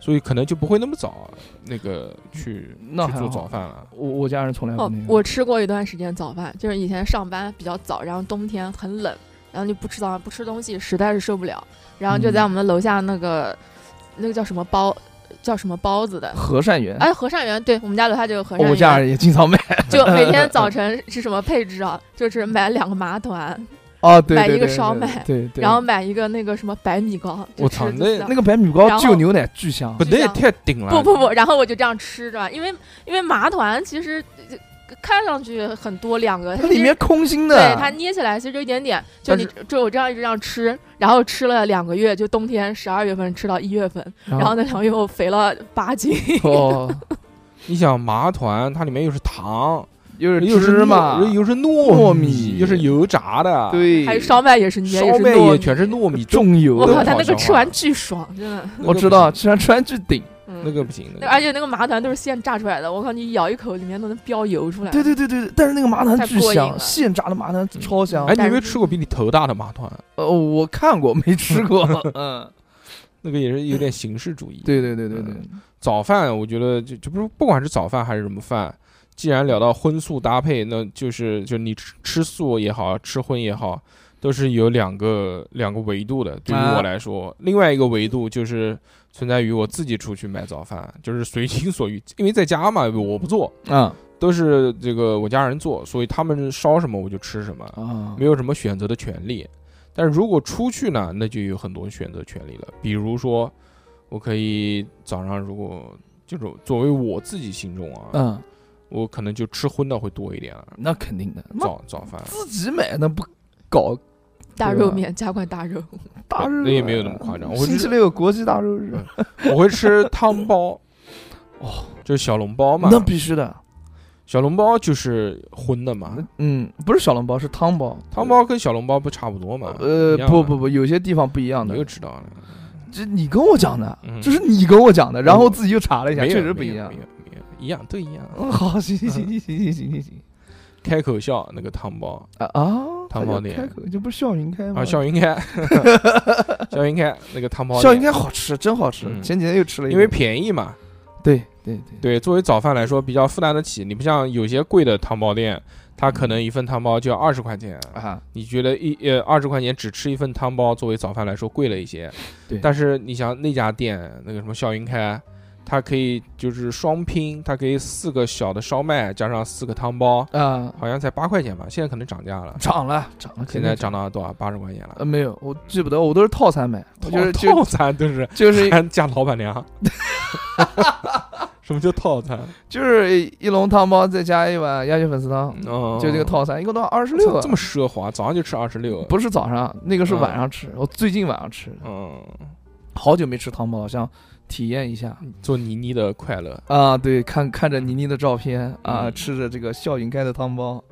S1: 所以可能就不会那么早那个去
S3: 那
S1: 去
S3: 还
S1: 做
S3: 好
S1: 早饭了。
S5: 我我家人从来不
S4: 哦
S5: 那，个，
S4: 我吃过一段时间早饭，就是以前上班比较早，然后冬天很冷，然后就不吃早饭，不吃东西，实在是受不了，然后就在我们楼下那个、那个叫什么包，叫什么包子的。
S3: 和善园，哦
S4: 哎，和善园，对我们家楼下就有和
S3: 嗯我
S4: 善
S3: 家
S4: 园，
S3: 人也经常买。
S4: 就每天早晨是什么配置啊？就是买两个麻团，
S3: 哦，对
S4: 买
S3: 对
S4: 一个
S3: 对
S4: 烧
S3: 对
S4: 麦
S5: 对对。
S4: 然后买一个那个什么白米糕。就
S1: 我
S4: 吃
S1: 操
S4: 这
S1: 那
S4: 四样
S5: 那个白米糕
S4: 然后
S5: 就牛奶巨香
S1: 不，
S4: 就
S1: 那也
S4: 像
S1: 太顶了。
S4: 不不不，然后我就这样吃着，因为因为麻团其实呃看上去很多两个，
S3: 它里
S4: 其实
S3: 面空心
S1: 啊
S3: 的，
S4: 对它捏起来其实就一点点，就
S5: 但
S4: 你就我这样一直这样吃，然后吃了两个月，就冬天十二月份吃到一月份，
S5: 然
S1: 啊
S4: 然后那两个月我肥了八斤，
S5: 哦，
S1: 你想麻团，它里面又是糖，
S3: 又是
S1: 又是
S3: 芝麻，
S1: 糯又是
S3: 糯
S1: 糯
S3: 米
S1: 又是油炸的，，
S3: 对，
S4: 还有烧麦也是捏，
S1: 烧
S4: 是
S1: 麦
S4: 糯
S1: 也
S4: 米
S1: 全是糯米重。
S5: 重油
S4: 我
S1: 都
S4: 靠，
S1: 好啊
S4: 他那个
S1: 消
S4: 吃
S1: 化
S4: 完巨爽，真的。
S1: 那个
S3: 我知道，吃完吃完巨顶。
S4: 嗯
S1: 不行，那个不行，那
S4: 那
S1: 个
S4: 而且那个麻团都是现炸出来的，我靠，你咬一口里面都能飙油出来。
S3: 对对对对，对但是那个麻团
S4: 太
S3: 巨
S4: 过瘾
S3: 香，
S4: 了嗯
S3: 现炸的麻团超香
S1: 哎，。你
S4: 但
S1: 有没有
S4: 是
S1: 吃过比你头大的麻团？
S3: 呃，我看过没吃 过，嗯，
S1: 那个也是有点形式主义。，
S3: 对对对对对，
S1: 早饭我觉得就就不不管是早饭还是什么饭，既然聊到荤素搭配，那就是就你吃吃素也好，吃荤也好，都是有两个两个维度的。对于
S3: 啊
S1: 我来说，另外一个维度就是存在于我自己出去买早饭，就是随心所欲，因为在家嘛，我不做，
S3: 嗯
S1: 都是这个我家人做，所以他们烧什么我就吃什么。
S3: 啊
S1: 没有什么选择的权利。但如果出去呢，那就有很多选择权利了。比如说，我可以早上如果就是作为我自己心中啊，
S3: 嗯，
S1: 我可能就吃荤的会多一点了。
S3: 那肯定的，妈
S1: 早早饭
S3: 自己买那不搞
S4: 大
S3: 对
S4: 肉
S3: 吧
S4: 面加块大肉，
S3: 大肉，
S1: 那也没有那么夸张我
S3: 星
S1: 就
S3: 期
S1: 是嗯
S3: 六有国际大肉日，
S1: 我会吃汤包，
S3: 哦，
S1: 就是小笼包嘛。
S3: 那必须的。
S1: 小笼包就是荤的嘛，
S3: 嗯，不是小笼包，是汤包。
S1: 汤包跟小笼包不差不多嘛？
S3: 呃
S1: 一，样
S3: 不
S1: 嘛
S3: 不，不，有些地方不一样
S1: 你
S3: 的
S1: 又。知道了，
S3: 这你跟我讲的，
S1: 嗯
S3: 这是你跟我讲的，然后
S1: 我
S3: 自己又查了一下，
S1: 没有
S3: 确实不
S1: 没有
S3: 一样
S1: 没。有没有一样都一样。
S3: 嗯，好，行行行行行行行行行
S1: 开口笑那个汤包，
S3: 啊啊！
S1: 汤
S3: 它
S1: 包
S3: 叫
S1: 店
S3: 开口这不是笑云开吗？
S1: 啊，笑云 开，笑云开那个汤包，
S3: 笑云开，好吃，真好吃。
S1: 嗯
S3: 前几天又吃了一个，
S1: 因为便宜嘛，
S3: 对对对
S1: 对，作为早饭来说比较负担得起。你不像有些贵的汤包店，它可能一份汤包就要二十块钱，
S3: 啊，
S1: 你觉得一呃二十块钱只吃一份汤包，作为早饭来说贵了一些。
S3: 对
S1: 但是你想那家店那个什么笑云开，它可以就是双拼，它可以四个小的烧麦加上四个汤包，
S3: 啊，
S1: 好像才八块钱吧，现在可能涨价 了，
S3: 涨了涨了，
S1: 现
S3: 肯定
S1: 在涨到多少？八十块钱了
S3: 呃。没有，我记不得，我都是套餐买，我呃就是
S1: 哦套
S3: 就
S1: 餐都是
S3: 就是
S1: 还加老板 娘。 什么叫套餐？
S3: 就是一笼汤包再加一碗鸭血粉丝汤，
S1: 哦
S3: 嗯就这个套餐，一共多少？二十六
S1: 这
S3: 啊
S1: 这么奢华，早上就吃二十六。啊
S3: 不是早上，那个是
S1: 嗯
S3: 晚上吃，我最近晚上吃的，
S1: 嗯，
S3: 好久没吃汤包了，想体验一下。
S1: 做倪妮的快乐
S3: 啊，对，看看着倪妮的照片啊，
S1: 嗯
S3: 吃着这个笑云开的汤包，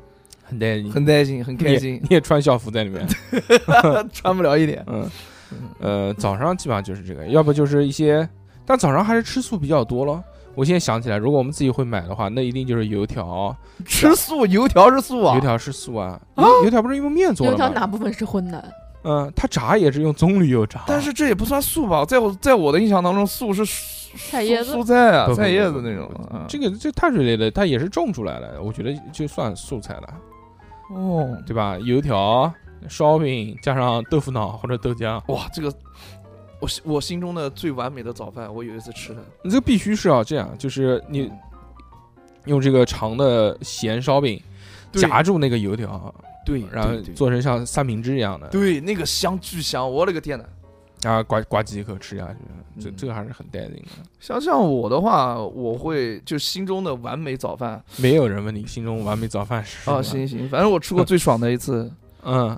S1: 很带劲，
S3: 很带劲，很
S1: 你也
S3: 开心
S1: 你，也穿校服在里面。
S3: 穿不了 一点。
S1: 嗯
S3: 嗯，
S1: 呃，早上基本上就是这个，要不就是一些，但早上还是吃素比较多咯。我现在想起来，如果我们自己会买的话，那一定就是油条，
S3: 吃素，油条是素啊，
S1: 油条是素啊，油油条不是用面做
S4: 油
S1: 的
S4: 条哪
S1: 吗？
S4: 部分是荤的？
S1: 嗯，它炸也是用棕榈油炸，
S3: 但是这也不算素吧？在我在我的印象当中，素是菜
S4: 菜叶子
S3: 蔬菜啊
S1: 不，不
S3: 菜叶
S1: 不
S3: 子
S1: 不
S3: 那种
S1: 不不。
S3: 嗯
S1: 这个这碳水类的，它也是种出来的，我觉得就算素菜了，
S3: 哦，
S1: 对吧？油条、烧饼加上豆腐脑或者豆浆，
S3: 哇，这个我心我心中的最完美的早饭，我有一次吃的，
S1: 你这必须是要这样，就是你
S3: 嗯
S1: 用这个长的咸烧饼
S3: 对
S1: 夹住那个油条，
S3: 对，
S1: 然后
S3: 对对
S1: 做成像三明治一样的，
S3: 对那个香巨香，我勒个天呐！
S1: 然后呱呱几口吃下去，这
S3: 嗯
S1: 这个还是很带劲的。
S3: 像像我的话，我会就心中的完美早饭
S1: 没有人问你心中完美早饭是什么
S3: 啊，行行，反正我吃过最爽的一次，
S1: 嗯，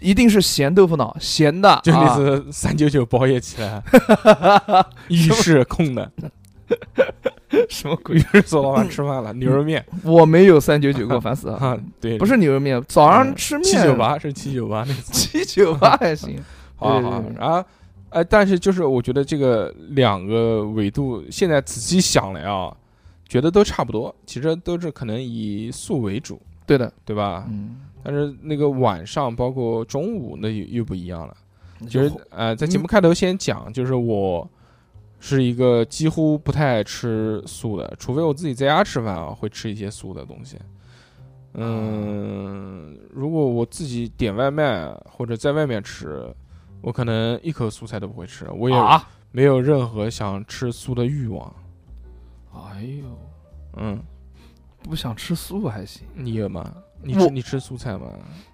S3: 一定是咸豆腐脑，咸的，
S1: 就那
S3: 啊
S1: 次三九九包夜起 来，浴室空的，
S3: 什么鬼？
S1: 浴室走老板吃饭了，牛肉面
S3: 我没有三九九过，烦死
S1: 啊
S3: 了。，
S1: 对，
S3: 嗯不是牛肉面，早上
S1: 嗯
S3: 吃面
S1: 七九，八是七九八那 次，
S3: 七九八还行。
S1: 好
S3: 对对
S1: 好
S3: 对，
S1: 然后。呃，但是就是我觉得这个两个维度，现在仔细想来啊，觉得都差不多，其实都是可能以素为主，
S3: 对的，
S1: 对吧？
S3: 嗯，
S1: 但是那个晚上包括中午那又又不一样了。
S3: 就嗯
S1: 就是
S3: 是
S1: 呃，在节目开头先讲，就是我是一个几乎不太吃素的，除非我自己在家吃饭啊，会吃一些素的东西。
S3: 啊
S1: 嗯，如果我自己点外卖或者在外面吃，我可能一口素菜都不会吃，我也
S5: 啊，
S1: 没有任何想吃素的欲望。
S5: 哎呦，
S1: 嗯，
S3: 不想吃素还行，
S1: 你有吗？你
S3: 我
S1: 吃你吃素菜吗？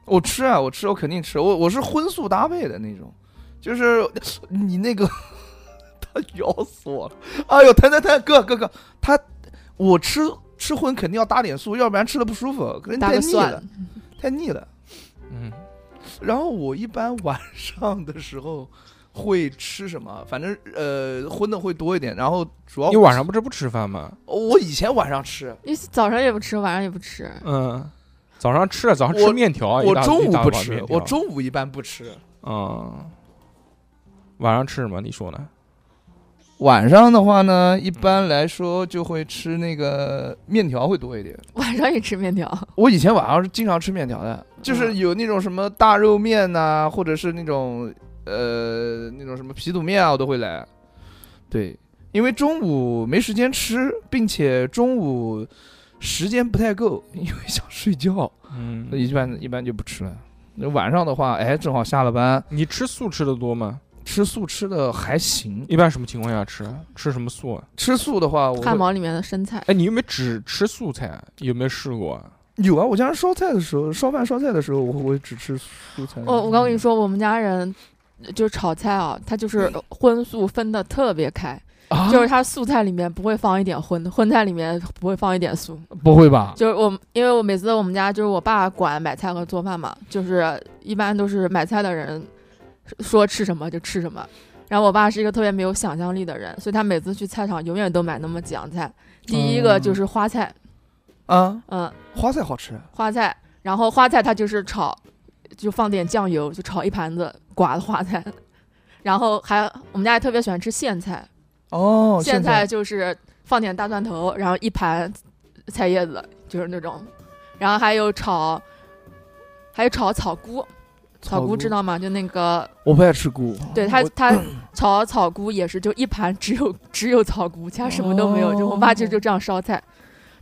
S3: 我吃啊，我吃，我肯定吃，我我是荤素搭配的那种，就是你那个， 他咬死我了，哎呦，疼疼疼，哥哥哥，他我吃吃荤肯定要搭点素，要不然吃了不舒服，可能
S4: 搭
S3: 太
S4: 个
S3: 腻
S4: 蒜
S3: 了，，太腻了。
S1: 嗯，
S3: 然后我一般晚上的时候会吃什么？反正呃，荤的会多一点。然后主要
S1: 你晚上不是不吃饭吗？
S3: 我以前晚上吃，
S4: 你早上也不吃，晚上也不吃，
S1: 嗯，早上吃啊了，早上吃
S3: 我
S1: 面条，哦一
S3: 我
S1: 大
S3: 中
S1: 一
S3: 午
S1: 大
S3: 不
S1: 碗
S3: 吃
S1: 面，条
S3: 我中午一般不吃。
S1: 嗯，晚上吃什么？你说呢？
S3: 晚上的话呢，
S1: 嗯
S3: 一般来说就会吃那个面条会多一点。
S4: 晚上也吃面条。
S3: 我以前晚上是经常吃面条的，就是
S4: 嗯
S3: 有那种什么大肉面呐、或者是那种呃那种什么皮肚面啊，我都会来。对，因为中午没时间吃，并且中午时间不太够， 因为想睡觉，
S1: 嗯
S3: 所以一般一般就不吃了。那晚上的话，哎，正好下了班，
S1: 你吃素吃的多吗？
S3: 吃素吃的还行。
S1: 一般什么情况下吃？吃什么素啊？
S3: 吃素的话，我会
S4: 汉堡里面的生菜，
S1: 哎，你有没有只吃素菜啊？有没有试过啊？
S3: 有啊，我家人烧菜的时候，烧饭烧菜的时候，我会我会只吃蔬菜。
S4: 哦我我刚跟你说，我们家人就是炒菜啊，他就是荤素分的特别开，
S5: 啊
S4: 就是他素菜里面不会放一点荤，荤菜里面不会放一点素。
S5: 不会吧？
S4: 就是我们，因为我每次我们家就是我爸管买菜和做饭嘛，就是一般都是买菜的人说吃什么就吃什么。然后我爸是一个特别没有想象力的人，所以他每次去菜场永远都买那么几样菜。第一个就是花菜，
S3: 啊，
S4: 嗯，
S3: 花菜好吃，
S4: 花菜，然后花菜它就是炒，就放点酱油，就炒一盘子刮的花菜。然后还我们家还特别喜欢吃苋菜，
S3: 哦，
S4: 苋菜就是放点大蒜头，然后一盘菜叶子，就是那种，然后还有炒，还有炒草菇，草菇哦知道吗？就那个，
S5: 我不爱吃菇，
S4: 对他 他炒草菇也是，就一盘只有只有草菇，其他什么都没有。就我爸就就这样烧菜，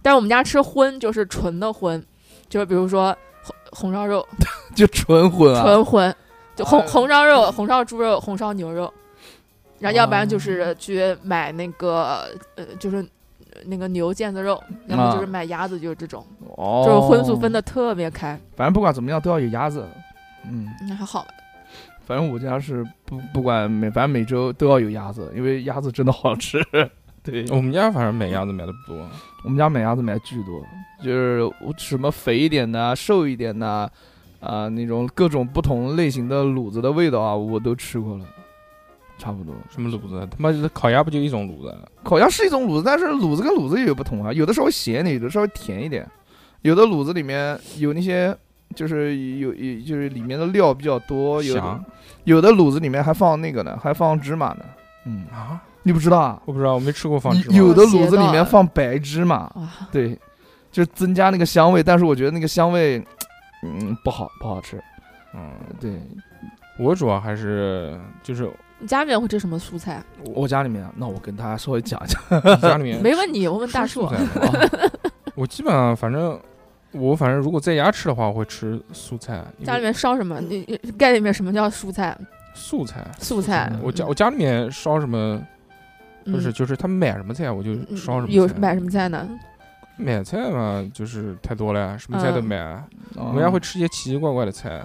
S4: 但是我们家吃荤就是纯的荤，就是比如说红红烧肉
S3: 就纯荤啊，
S4: 纯荤，就红红烧肉、红烧猪肉、红烧牛肉，然后要不然
S1: 哦
S4: 就是去买那个呃，就是那个牛腱子肉，要么
S1: 啊
S4: 就是买鸭子，就是这种，
S3: 哦
S4: 就是荤素分，的特别开，
S3: 反正不管怎么样都要有鸭子，嗯，
S4: 那还好吧。
S3: 反正我家是不不管每反正每周都要有鸭子，因为鸭子真的好吃。 对，
S1: 我们家反正买鸭子买的不多，
S3: 我们家买鸭子买巨多，就是我什么肥一点的、瘦一点的，啊、那种各种不同类型的卤子的味道啊，我都吃过了，差不多。
S1: 什么卤子？他妈的烤鸭不就一种卤子？
S3: 烤鸭是一种卤子，但是卤子跟卤子也有不同啊，有的稍微咸一点，有的稍微甜一点，有的卤子里面有那些就是有有就是里面的料比较多，有的
S1: 翔
S3: 有的卤子里面还放那个呢，还放芝麻呢，嗯，
S1: 啊？
S3: 你不知道啊？
S1: 我不知道，我没吃过放芝麻。
S3: 有的
S4: 我学
S3: 卤子里
S4: 到
S3: 面
S4: 了
S3: 放白芝麻，
S4: 哇，
S3: 对，就增加那个香味，但是我觉得那个香味，嗯，不好不好吃，
S1: 嗯，
S3: 对
S1: 我主要还是 就是
S4: 你家里面会吃什么蔬菜？
S3: 我家里面啊，那我跟大家稍微讲一讲，
S1: 家里面
S4: 没问你，我问
S1: 吃
S4: 大
S1: 素
S4: 树啊
S1: 菜。吗。 我基本上反正我反正如果在家吃的话，我会吃素菜。因为
S4: 家里面烧什么？你你概念里面什么叫蔬菜？
S1: 素菜，
S4: 素菜啊
S1: 我家我家里面烧什么
S4: 嗯
S1: 不是，就是他们买什么菜我就
S4: 嗯
S1: 烧什么菜。
S4: 有买什么菜呢？
S1: 买菜嘛，就是太多了，什么菜都
S4: 嗯
S1: 买。啊我
S3: 我
S1: 们家会吃一些奇奇怪怪的菜，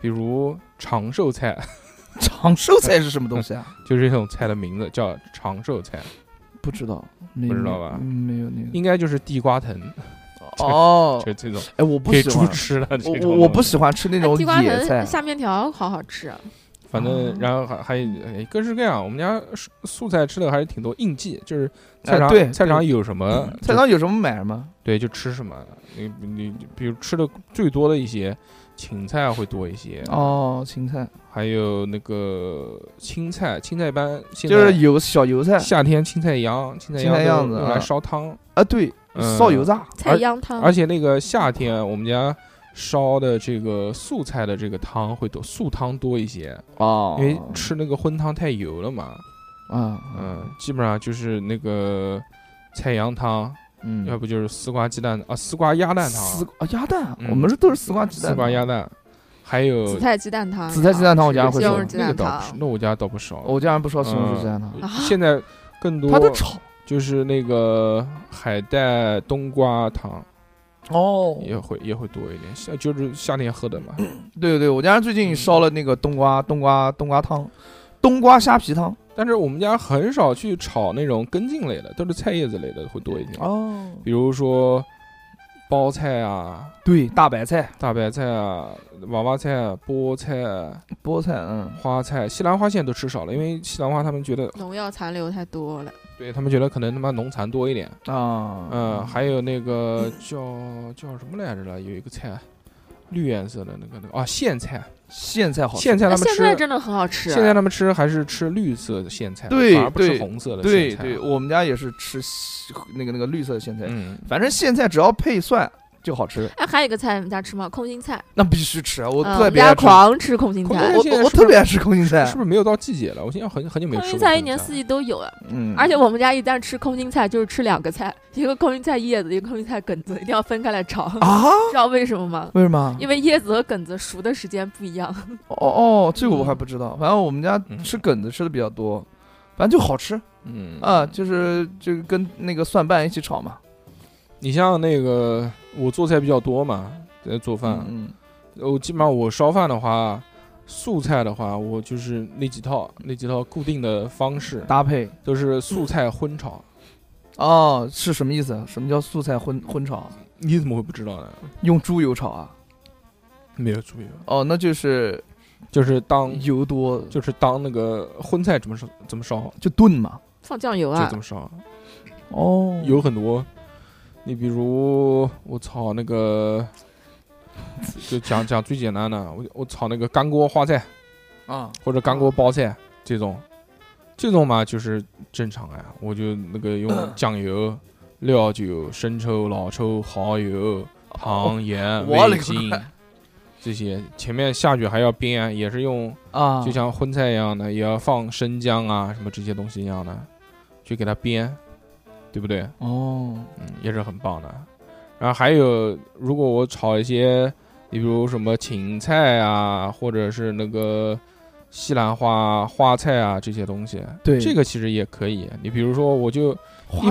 S1: 比如长寿菜，
S3: 嗯长寿菜是什么东西啊？
S1: 就是这种菜的名字叫长寿菜，
S4: 嗯
S3: 不知道，没
S1: 不知
S3: 有
S1: 道吧
S3: 没有那个
S1: 应该就是地瓜藤，
S3: 哦，
S1: 就这种
S3: 哎，我不
S1: 给
S3: 喜
S1: 猪
S3: 欢，
S1: 吃的这
S3: 我
S1: 种东
S3: 我
S1: 西。
S3: 我不喜欢吃那
S4: 哎
S3: 种
S4: 地瓜
S3: 野
S4: 藤
S3: 菜。
S4: 下面条好好吃，啊
S1: 反正然后还还有哎各式各样，我们家素素菜吃的还是挺多，应季就是菜
S3: 哎
S1: 场、
S3: 对
S1: 菜
S3: 对嗯
S1: 场有什么就
S3: 菜场有什么买什么？
S1: 对就吃什么，你你比如吃的最多的一些芹菜会多一些，
S3: 哦，芹菜
S1: 还有那个青菜，青菜一般现在
S3: 就是油小油菜
S1: 夏天青菜秧，青菜
S3: 青菜
S1: 秧
S3: 秧
S1: 都
S3: 子
S1: 用来
S3: 啊
S1: 烧汤，
S3: 啊，对，
S1: 嗯
S3: 烧油炸
S4: 菜秧汤
S1: 而且那个夏天我们家烧的这个素菜的这个汤会多，素汤多一些，
S3: 哦
S1: 因为吃那个荤汤太油了嘛，
S3: 啊，
S1: 嗯，基本上就是那个菜羊汤，
S3: 嗯
S1: 要不就是丝瓜鸡蛋啊，丝瓜鸭蛋汤，
S3: 丝啊鸭蛋，
S1: 嗯
S3: 我们这都是丝瓜鸡蛋，
S1: 丝瓜鸭蛋，还有
S4: 紫菜鸡蛋汤，
S3: 紫菜鸡蛋汤我家人会
S4: 西
S3: 烧
S4: 红柿，鸡
S1: 那个
S4: 蛋
S1: 倒不是，
S4: 汤，
S1: 那我家倒不少。
S3: 我家人不烧
S1: 嗯
S3: 西红柿鸡蛋汤，
S1: 现在更多
S3: 啊 他都炒
S1: 就是那个海带冬瓜汤
S3: 哦
S1: 也会也会多一点，夏就是夏天喝的嘛。
S3: 对对，我家人最
S1: 嗯
S3: 近烧了那个冬瓜冬瓜冬瓜汤，冬瓜虾皮汤
S1: 但是我们家很少去炒那种根茎类的，都是菜叶子类的会多一点，
S3: 哦，
S1: 比如说包菜啊、
S3: 对，大白菜、
S1: 大白菜啊、娃娃菜啊、菠菜啊、
S3: 菠菜，嗯，
S1: 花菜、西兰花现在都吃少了，因为西兰花他们觉得，
S4: 农药残留太多了。
S1: 对他们觉得可能他妈农残多一点。
S3: 啊，
S1: 嗯，还有那个叫叫什么来着了？有一个菜，绿颜色的那个那个啊，苋菜，
S3: 苋菜好吃，
S1: 苋菜他
S4: 那
S1: 们
S4: 啊苋菜
S1: 吃，
S4: 真的很好吃，
S1: 苋菜他们吃还是吃绿色的苋菜，
S3: 对
S1: 反而不吃
S3: 对
S1: 红色的
S3: 对
S1: 苋菜。啊
S3: 对，我们家也是吃西那个那个绿色的苋菜，
S1: 嗯，
S3: 反正苋菜只要配蒜就好吃，
S4: 哎，还有一个菜你们家吃吗？空心菜，
S3: 那必须吃，啊我
S4: 嗯
S3: 特别
S4: 我
S3: 爱
S4: 们家
S3: 吃，
S4: 狂吃空心
S1: 空
S4: 菜，
S1: 心
S4: 我
S3: 我
S1: 现在
S3: 我
S1: 是不
S3: 特别
S1: 是
S3: 爱吃空心菜
S1: 是，不是没有到季节了？我现在很很久没有
S4: 空
S1: 吃
S4: 心
S1: 过
S4: 菜
S1: 空
S4: 一年四季都有啊。
S3: 嗯，
S4: 而且我们家一旦吃空心菜，就是吃两个菜，一个空心菜叶子，一个空心菜梗子，一定要分开来炒。
S3: 啊，
S4: 知道为什么吗？
S3: 为什么？
S4: 因为叶子和梗子熟的时间不一样。
S3: 哦哦，这个我还不知道，反正我们家
S1: 嗯
S3: 吃梗子吃的比较多，反正就好吃
S1: 嗯
S3: 啊，就是就是跟那个蒜瓣一起炒嘛，
S1: 你像那个我做菜比较多嘛，在做饭，
S3: 嗯，
S1: 我基本上我烧饭的话，素菜的话，我就是那几套那几套固定的方式，
S3: 搭配
S1: 都是素菜荤炒。
S3: 哦，是什么意思？什么叫素菜荤荤炒？啊
S1: 你怎么会不知道呢？
S3: 用猪油炒啊？
S1: 没有注意，
S3: 哦，那就是
S1: 就是当
S3: 油多
S1: 就是当那个荤菜怎么烧怎么烧
S3: 就炖嘛。
S4: 放酱油
S1: 就
S4: 啊
S1: 怎，么烧，
S3: 哦
S1: 有很多。你比如我炒那个，就讲讲最简单的，我我炒那个干锅花菜
S3: 啊，
S1: 或者干锅包菜这种，这种嘛就是正常呀、我就那个用酱油、料酒、生抽、老抽、蚝油、糖、盐、
S3: 我勒
S1: 味
S3: 个
S1: 精这些，前面下去还要煸，也是用
S3: 啊，
S1: 就像荤菜一样的，也要放生姜啊，什么这些东西一样的，去给它煸，对不对？
S3: 哦，
S1: 嗯，也是很棒的。然后还有，如果我炒一些，你比如什么芹菜啊，或者是那个西兰花、花菜啊这些东西，
S3: 对
S1: 这个其实也可以。你比如说，我就
S3: 花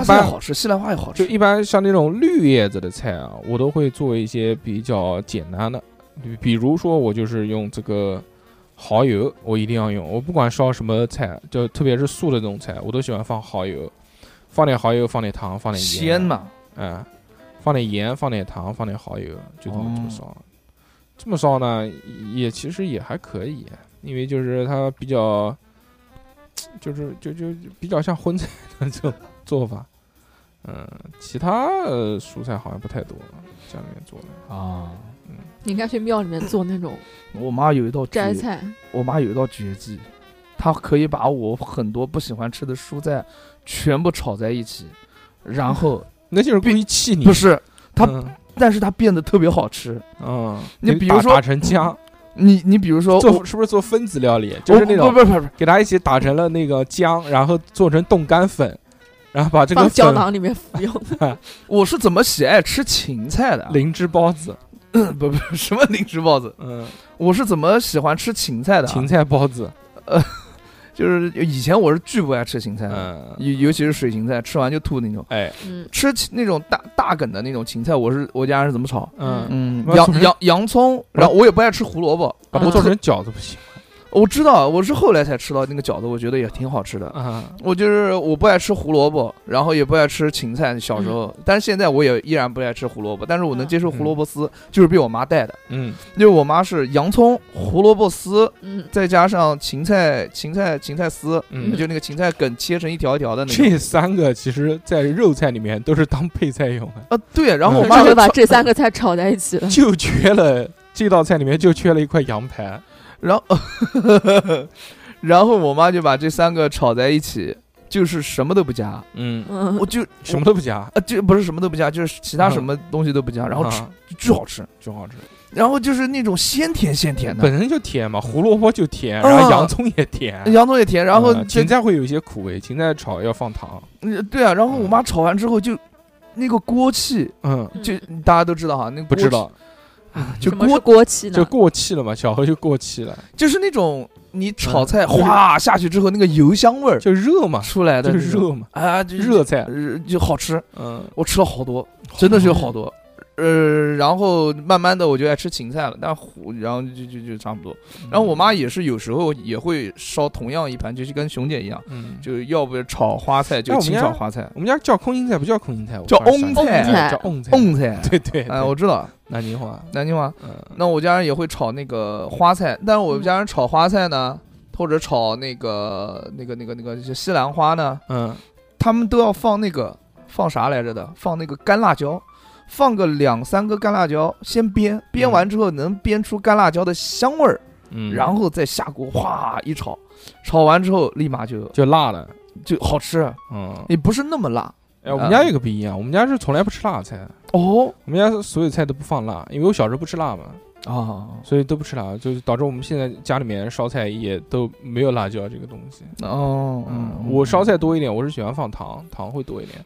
S1: 一
S3: 菜
S1: 般
S3: 好吃，西兰花也好
S1: 就
S3: 吃。
S1: 一般像那种绿叶子的菜啊，我都会做一些比较简单的，比比如说我就是用这个蚝油，我一定要用，我不管烧什么菜，就特别是素的这种菜，我都喜欢放蚝油，放点蚝油，放点糖，放点盐，
S3: 鲜嘛，
S1: 嗯，放点盐，放点糖，放点蚝油，就这么这么
S3: 哦
S1: 烧。这么烧呢，也其实也还可以，因为就是它比较，就是就就就比较像荤菜的这种做法。嗯，其他呃蔬菜好像不太多，家里面做的。
S5: 啊，
S4: 你应该去庙里面做那种
S3: 我妈有一道
S4: 摘
S3: 绝
S4: 菜，
S3: 我妈有一道绝技，她可以把我很多不喜欢吃的蔬菜全部炒在一起，然后
S1: 那就是故意气 你，
S3: 不是，它
S1: 嗯，
S3: 但是它变得特别好吃。
S1: 嗯，
S3: 你
S1: 给
S3: 比
S1: 打
S3: 如说
S1: 打成浆，
S3: 你你比如说
S1: 做
S3: 我
S1: 是不是做分子料理？就是那
S3: 我
S1: 种
S3: 哦不不不不，
S1: 给它一起打成了那个浆，然后做成冻干粉，然后把这个
S4: 放胶
S1: 粉
S4: 囊里面服用。
S3: 我是怎么喜爱吃芹菜的啊？
S1: 灵芝包子，
S3: 不不 什么灵芝包子，
S1: 嗯，
S3: 我是怎么喜欢吃芹菜的、啊？
S1: 芹菜包子，
S3: 就是以前我是巨不爱吃芹菜的，
S1: 嗯，
S3: 尤、尤其是水芹菜，吃完就吐那种。
S1: 哎，
S4: 嗯，
S3: 吃芹那种大大梗的那种芹菜，我是我家人是怎么炒？
S1: 嗯，
S3: 嗯
S1: 那做
S3: 洋
S1: 成
S3: 洋洋葱，然后我也不爱吃胡萝卜，
S1: 把它做成饺子不行
S3: 我知道，我是后来才吃到那个饺子，我觉得也挺好吃的。
S1: 啊？
S3: 我就是我不爱吃胡萝卜，然后也不爱吃芹菜，小时候，但是现在我也依然不爱吃胡萝卜，但是我能接受胡萝卜丝，就是被我妈带的，
S1: 嗯，
S3: 因为我妈是洋葱、胡萝卜丝，
S4: 嗯，
S3: 再加上芹菜、芹菜、芹菜丝，
S1: 嗯
S3: 就那个芹菜梗切成一条一条的那种。
S1: 这三个其实在肉菜里面都是当配菜用的，
S3: 啊，对，然后我
S1: 嗯
S3: 妈
S4: 就
S3: 就
S4: 会把
S3: 炒
S4: 这三个菜炒在一起了。
S1: 就缺了这道菜里面就缺了一块羊排，
S3: 然后，然后我妈就把这三个炒在一起，就是什么都不加，
S1: 嗯，
S4: 嗯
S3: 我，就
S1: 什么都不加，
S3: 啊，就不是什么都不加，就是其他
S1: 嗯
S3: 什么东西都不加，然后吃
S1: 啊
S3: 巨好吃，
S1: 就好吃，
S3: 然后就是那种鲜甜鲜甜的，
S1: 本身就甜嘛，胡萝卜就甜，然后
S3: 啊
S1: 洋葱也甜，
S3: 洋葱也甜，然后
S1: 嗯
S3: 这
S1: 芹菜会有一些苦味，芹菜炒要放糖，
S3: 嗯对啊，然后我妈炒完之后就那个锅气，
S1: 嗯，
S4: 嗯
S3: 就大家都知道哈，那个
S1: 不
S3: 锅气
S1: 知道，
S3: 就
S4: 什么是
S3: 锅
S4: 锅气
S1: 就
S4: 呢？
S1: 过气了嘛，小何就过气了，
S3: 就是那种你炒菜
S1: 嗯就是
S3: 哗下去之后那个油香味儿
S1: 就热嘛，
S3: 出来的
S1: 就
S3: 那
S1: 是
S3: 种，
S1: 热嘛，
S3: 啊，就
S1: 热菜，
S3: 呃就好吃，
S1: 嗯，
S3: 我吃了好多，真的是有好多。呃，然后慢慢的我就爱吃芹菜了，但胡，然后就就就差不多。
S1: 嗯
S3: 然后我妈也是有时候也会烧同样一盘，就是跟熊姐一样，
S1: 嗯，嗯，
S3: 就要不炒花菜，就
S1: 哎我们
S3: 清
S1: 家
S3: 炒花菜，
S1: 我们家叫空心菜不叫空心菜，我
S3: 叫
S1: 突然想
S3: 翁
S1: 起来
S4: 菜
S1: 哎叫翁菜，
S3: 蕹菜。
S1: 对对，
S3: 哎，
S1: 对
S3: 我知道
S1: 南京话，
S3: 南京话。
S1: 嗯，
S3: 那我家人也会炒那个花菜，但是我们家人炒花菜呢，或者炒那个那个那个那个就是西兰花呢，
S1: 嗯，
S3: 他们都要放那个放啥来着的？放那个干辣椒，放个两三个干辣椒，先煸，煸
S1: 嗯
S3: 完之后能煸出干辣椒的香味儿，
S1: 嗯，
S3: 然后再下锅哗一炒，炒完之后立马就
S1: 就辣了，
S3: 就好吃，
S1: 嗯，
S3: 也不是那么辣
S1: 哎，我们家有个不一样，我们家是从来不吃辣菜，
S3: 哦
S1: 我们家所有菜都不放辣，因为我小时候不吃辣嘛，
S3: 啊
S1: 所以都不吃辣，就是导致我们现在家里面烧菜也都没有辣椒这个东西。
S3: 哦，
S1: 嗯，我烧菜多一点，我是喜欢放糖，糖会多一点，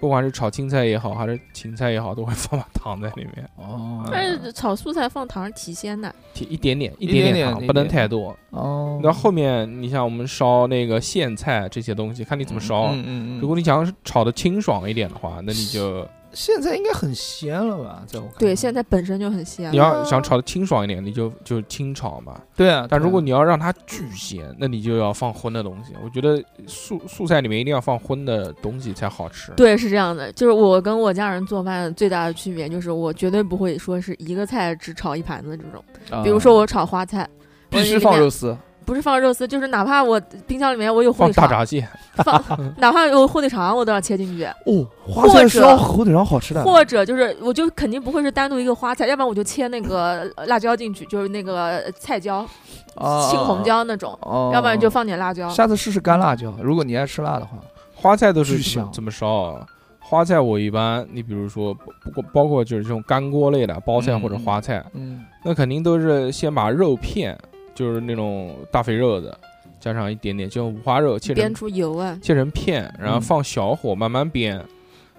S1: 不管是炒青菜也好，还是芹菜也好，都会放把糖在里面，
S3: 哦
S4: 但是炒素菜放糖是提鲜的，
S1: 提一点点，一
S3: 点
S1: 点
S3: 点
S1: 糖，
S3: 一
S1: 不能
S3: 点
S1: 太多。
S3: 哦，
S1: 那后面你像我们烧那个苋菜这些东西，看你怎么烧。啊
S3: 嗯嗯嗯，
S1: 如果你想要炒的清爽一点的话，那你就
S3: 现在应该很鲜了吧？在我看来，
S4: 对，
S1: 啊
S4: 苋菜本身就很鲜
S1: 你。要想炒的清爽一点，你就就清炒嘛。
S3: 对啊。
S1: 但
S3: 对啊
S1: 如果你要让它巨咸，那你就要放荤的东西。我觉得素素菜里面一定要放荤的东西才好吃。
S4: 对，是这样的，就是我跟我家人做饭最大的区别就是，我绝对不会说是一个菜只炒一盘子这种。
S1: 呃
S4: 比如说我炒花菜，
S3: 必须
S4: 我
S3: 啊放
S4: 里面
S3: 肉丝，
S4: 不是放肉丝，就是哪怕我冰箱里面我有火
S1: 放
S4: 腿
S1: 大
S4: 肠，
S1: 闸蟹，
S4: 放哪怕有火腿肠我都要切进 去，
S3: 哦，花
S4: 或
S3: 菜
S4: 者
S3: 烧火腿肠好吃的，
S4: 或者就是我就肯定不会是单独一个花菜，要不然我就切那个呃辣椒进去，就是那个菜椒、
S3: 啊
S4: 青红，椒那种，
S3: 哦
S4: 要不然就。放点辣椒。
S3: 下次试试干辣椒，如果你爱吃辣的话，
S1: 花菜都
S3: 巨
S1: 是怎么
S3: 香
S1: 怎么烧啊？花菜我一般，你比如说不过包括就是这种干锅类的包菜
S3: 嗯
S1: 或者花菜，
S3: 嗯，
S1: 那肯定都是先把肉片，就是那种大肥肉的，加上一点点就五花肉切
S4: 煸
S1: 成
S4: 出油啊，
S1: 切成片，然后
S3: 嗯
S1: 放小火慢慢煸，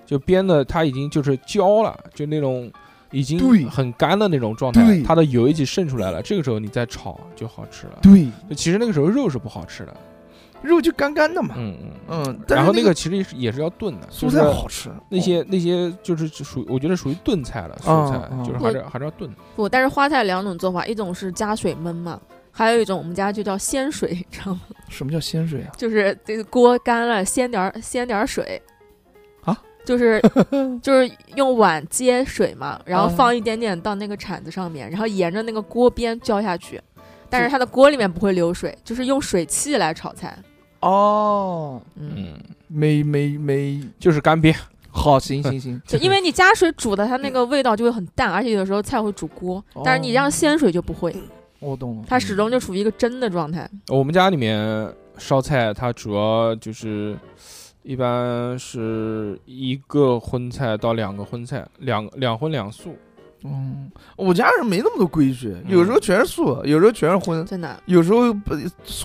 S1: 就煸的它已经就是焦了，就那种已
S3: 对
S1: 经很干的那种状态
S3: 对，
S1: 它的油已经渗出来了。这个时候你再炒就好吃了。
S3: 对，
S1: 其实那个时候肉是不好吃的，
S3: 肉就干干的嘛，
S1: 嗯嗯。
S3: 嗯，但
S1: 然
S3: 是
S1: 后
S3: 那
S1: 那个其实也是也是要炖的，
S3: 蔬
S1: 就是
S3: 菜好吃，哦
S1: 那些那些就是属我觉得属于炖菜了，蔬菜
S3: 嗯嗯
S1: 就是还是还是要炖。
S4: 不，但是花菜两种做法，一种是加水焖嘛，还有一种我们家就叫鲜水， 你知道吗？
S3: 哦什么叫鲜水啊？
S4: 就是这个锅干了，鲜点儿鲜点儿水，
S3: 啊，
S4: 就是就是用碗接水嘛，然后
S3: 啊
S4: 放一点点到那个铲子上面，然后沿着那个锅边浇下去，但是它的锅里面不会流水，就是用水汽来炒菜。
S3: 哦，
S4: 嗯，
S1: 嗯，
S3: 没 没没，
S1: 就是干煸。
S3: 好，行行 行，
S4: 就因为你加水煮的，它那个味道就会很淡，而且有时候菜会煮锅，但是你让鲜水就不会，
S3: 我懂了，
S4: 它始终就处于一个蒸的状态。
S1: 我们家里面烧菜，它主要就是一般是一个荤菜到两个荤菜，两两荤两素。
S3: 嗯，我家人没那么多规矩，
S1: 嗯
S3: 有时候全是素，有时候全是荤，
S4: 真的，
S3: 有时候不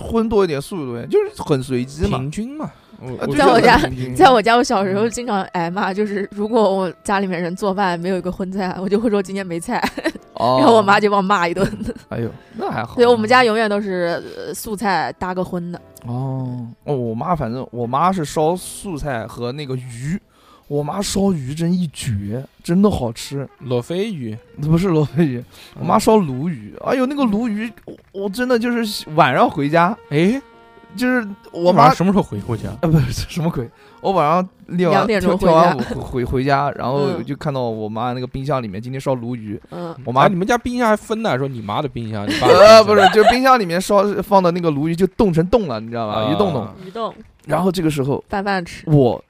S3: 荤多一点，素多一点，就是很随机嘛。
S1: 平均嘛。我
S3: 啊
S1: 我
S3: 对
S4: 在我
S3: 这
S4: 家
S3: 样很平，
S4: 在我家，我小时候经常挨骂，就是如果我家里面人做饭没有一个荤菜，我就会说今天没菜，
S3: 哦
S4: 然后我妈，就把我骂一顿。
S3: 哎呦，那还好。
S4: 所以我们家永远都是呃素菜搭个荤的，
S3: 哦，哦，我妈反正我妈是烧素菜和那个鱼，我妈烧鱼真一绝，真的好吃。
S1: 裸飞鱼，
S3: 不是罗非鱼，我
S4: 嗯
S3: 妈烧鲈鱼，哎呦那个鲈鱼，我我真的就是晚上回家，
S1: 哎，
S3: 就是我
S1: 我
S3: 妈
S1: 妈什么时候回过家？
S3: 啊，不是什么鬼？我晚上练完
S4: 两点钟
S3: 跳跳
S4: 回
S3: 完
S4: 家
S3: 舞回回回家，然后
S4: 嗯
S3: 就看到我妈那个冰箱里面今天烧鲈 鱼，
S4: 嗯，
S3: 我妈
S1: 啊你们家冰箱还分呢，说你妈的冰箱，你爸的冰箱
S3: 呃不是，就是冰箱里面烧放的那个鲈鱼就冻成冻了，你知道吧？
S1: 啊
S3: 鱼冻冻。
S4: 嗯鱼冻
S3: 然后这个时候
S4: 拌饭吃，
S3: 我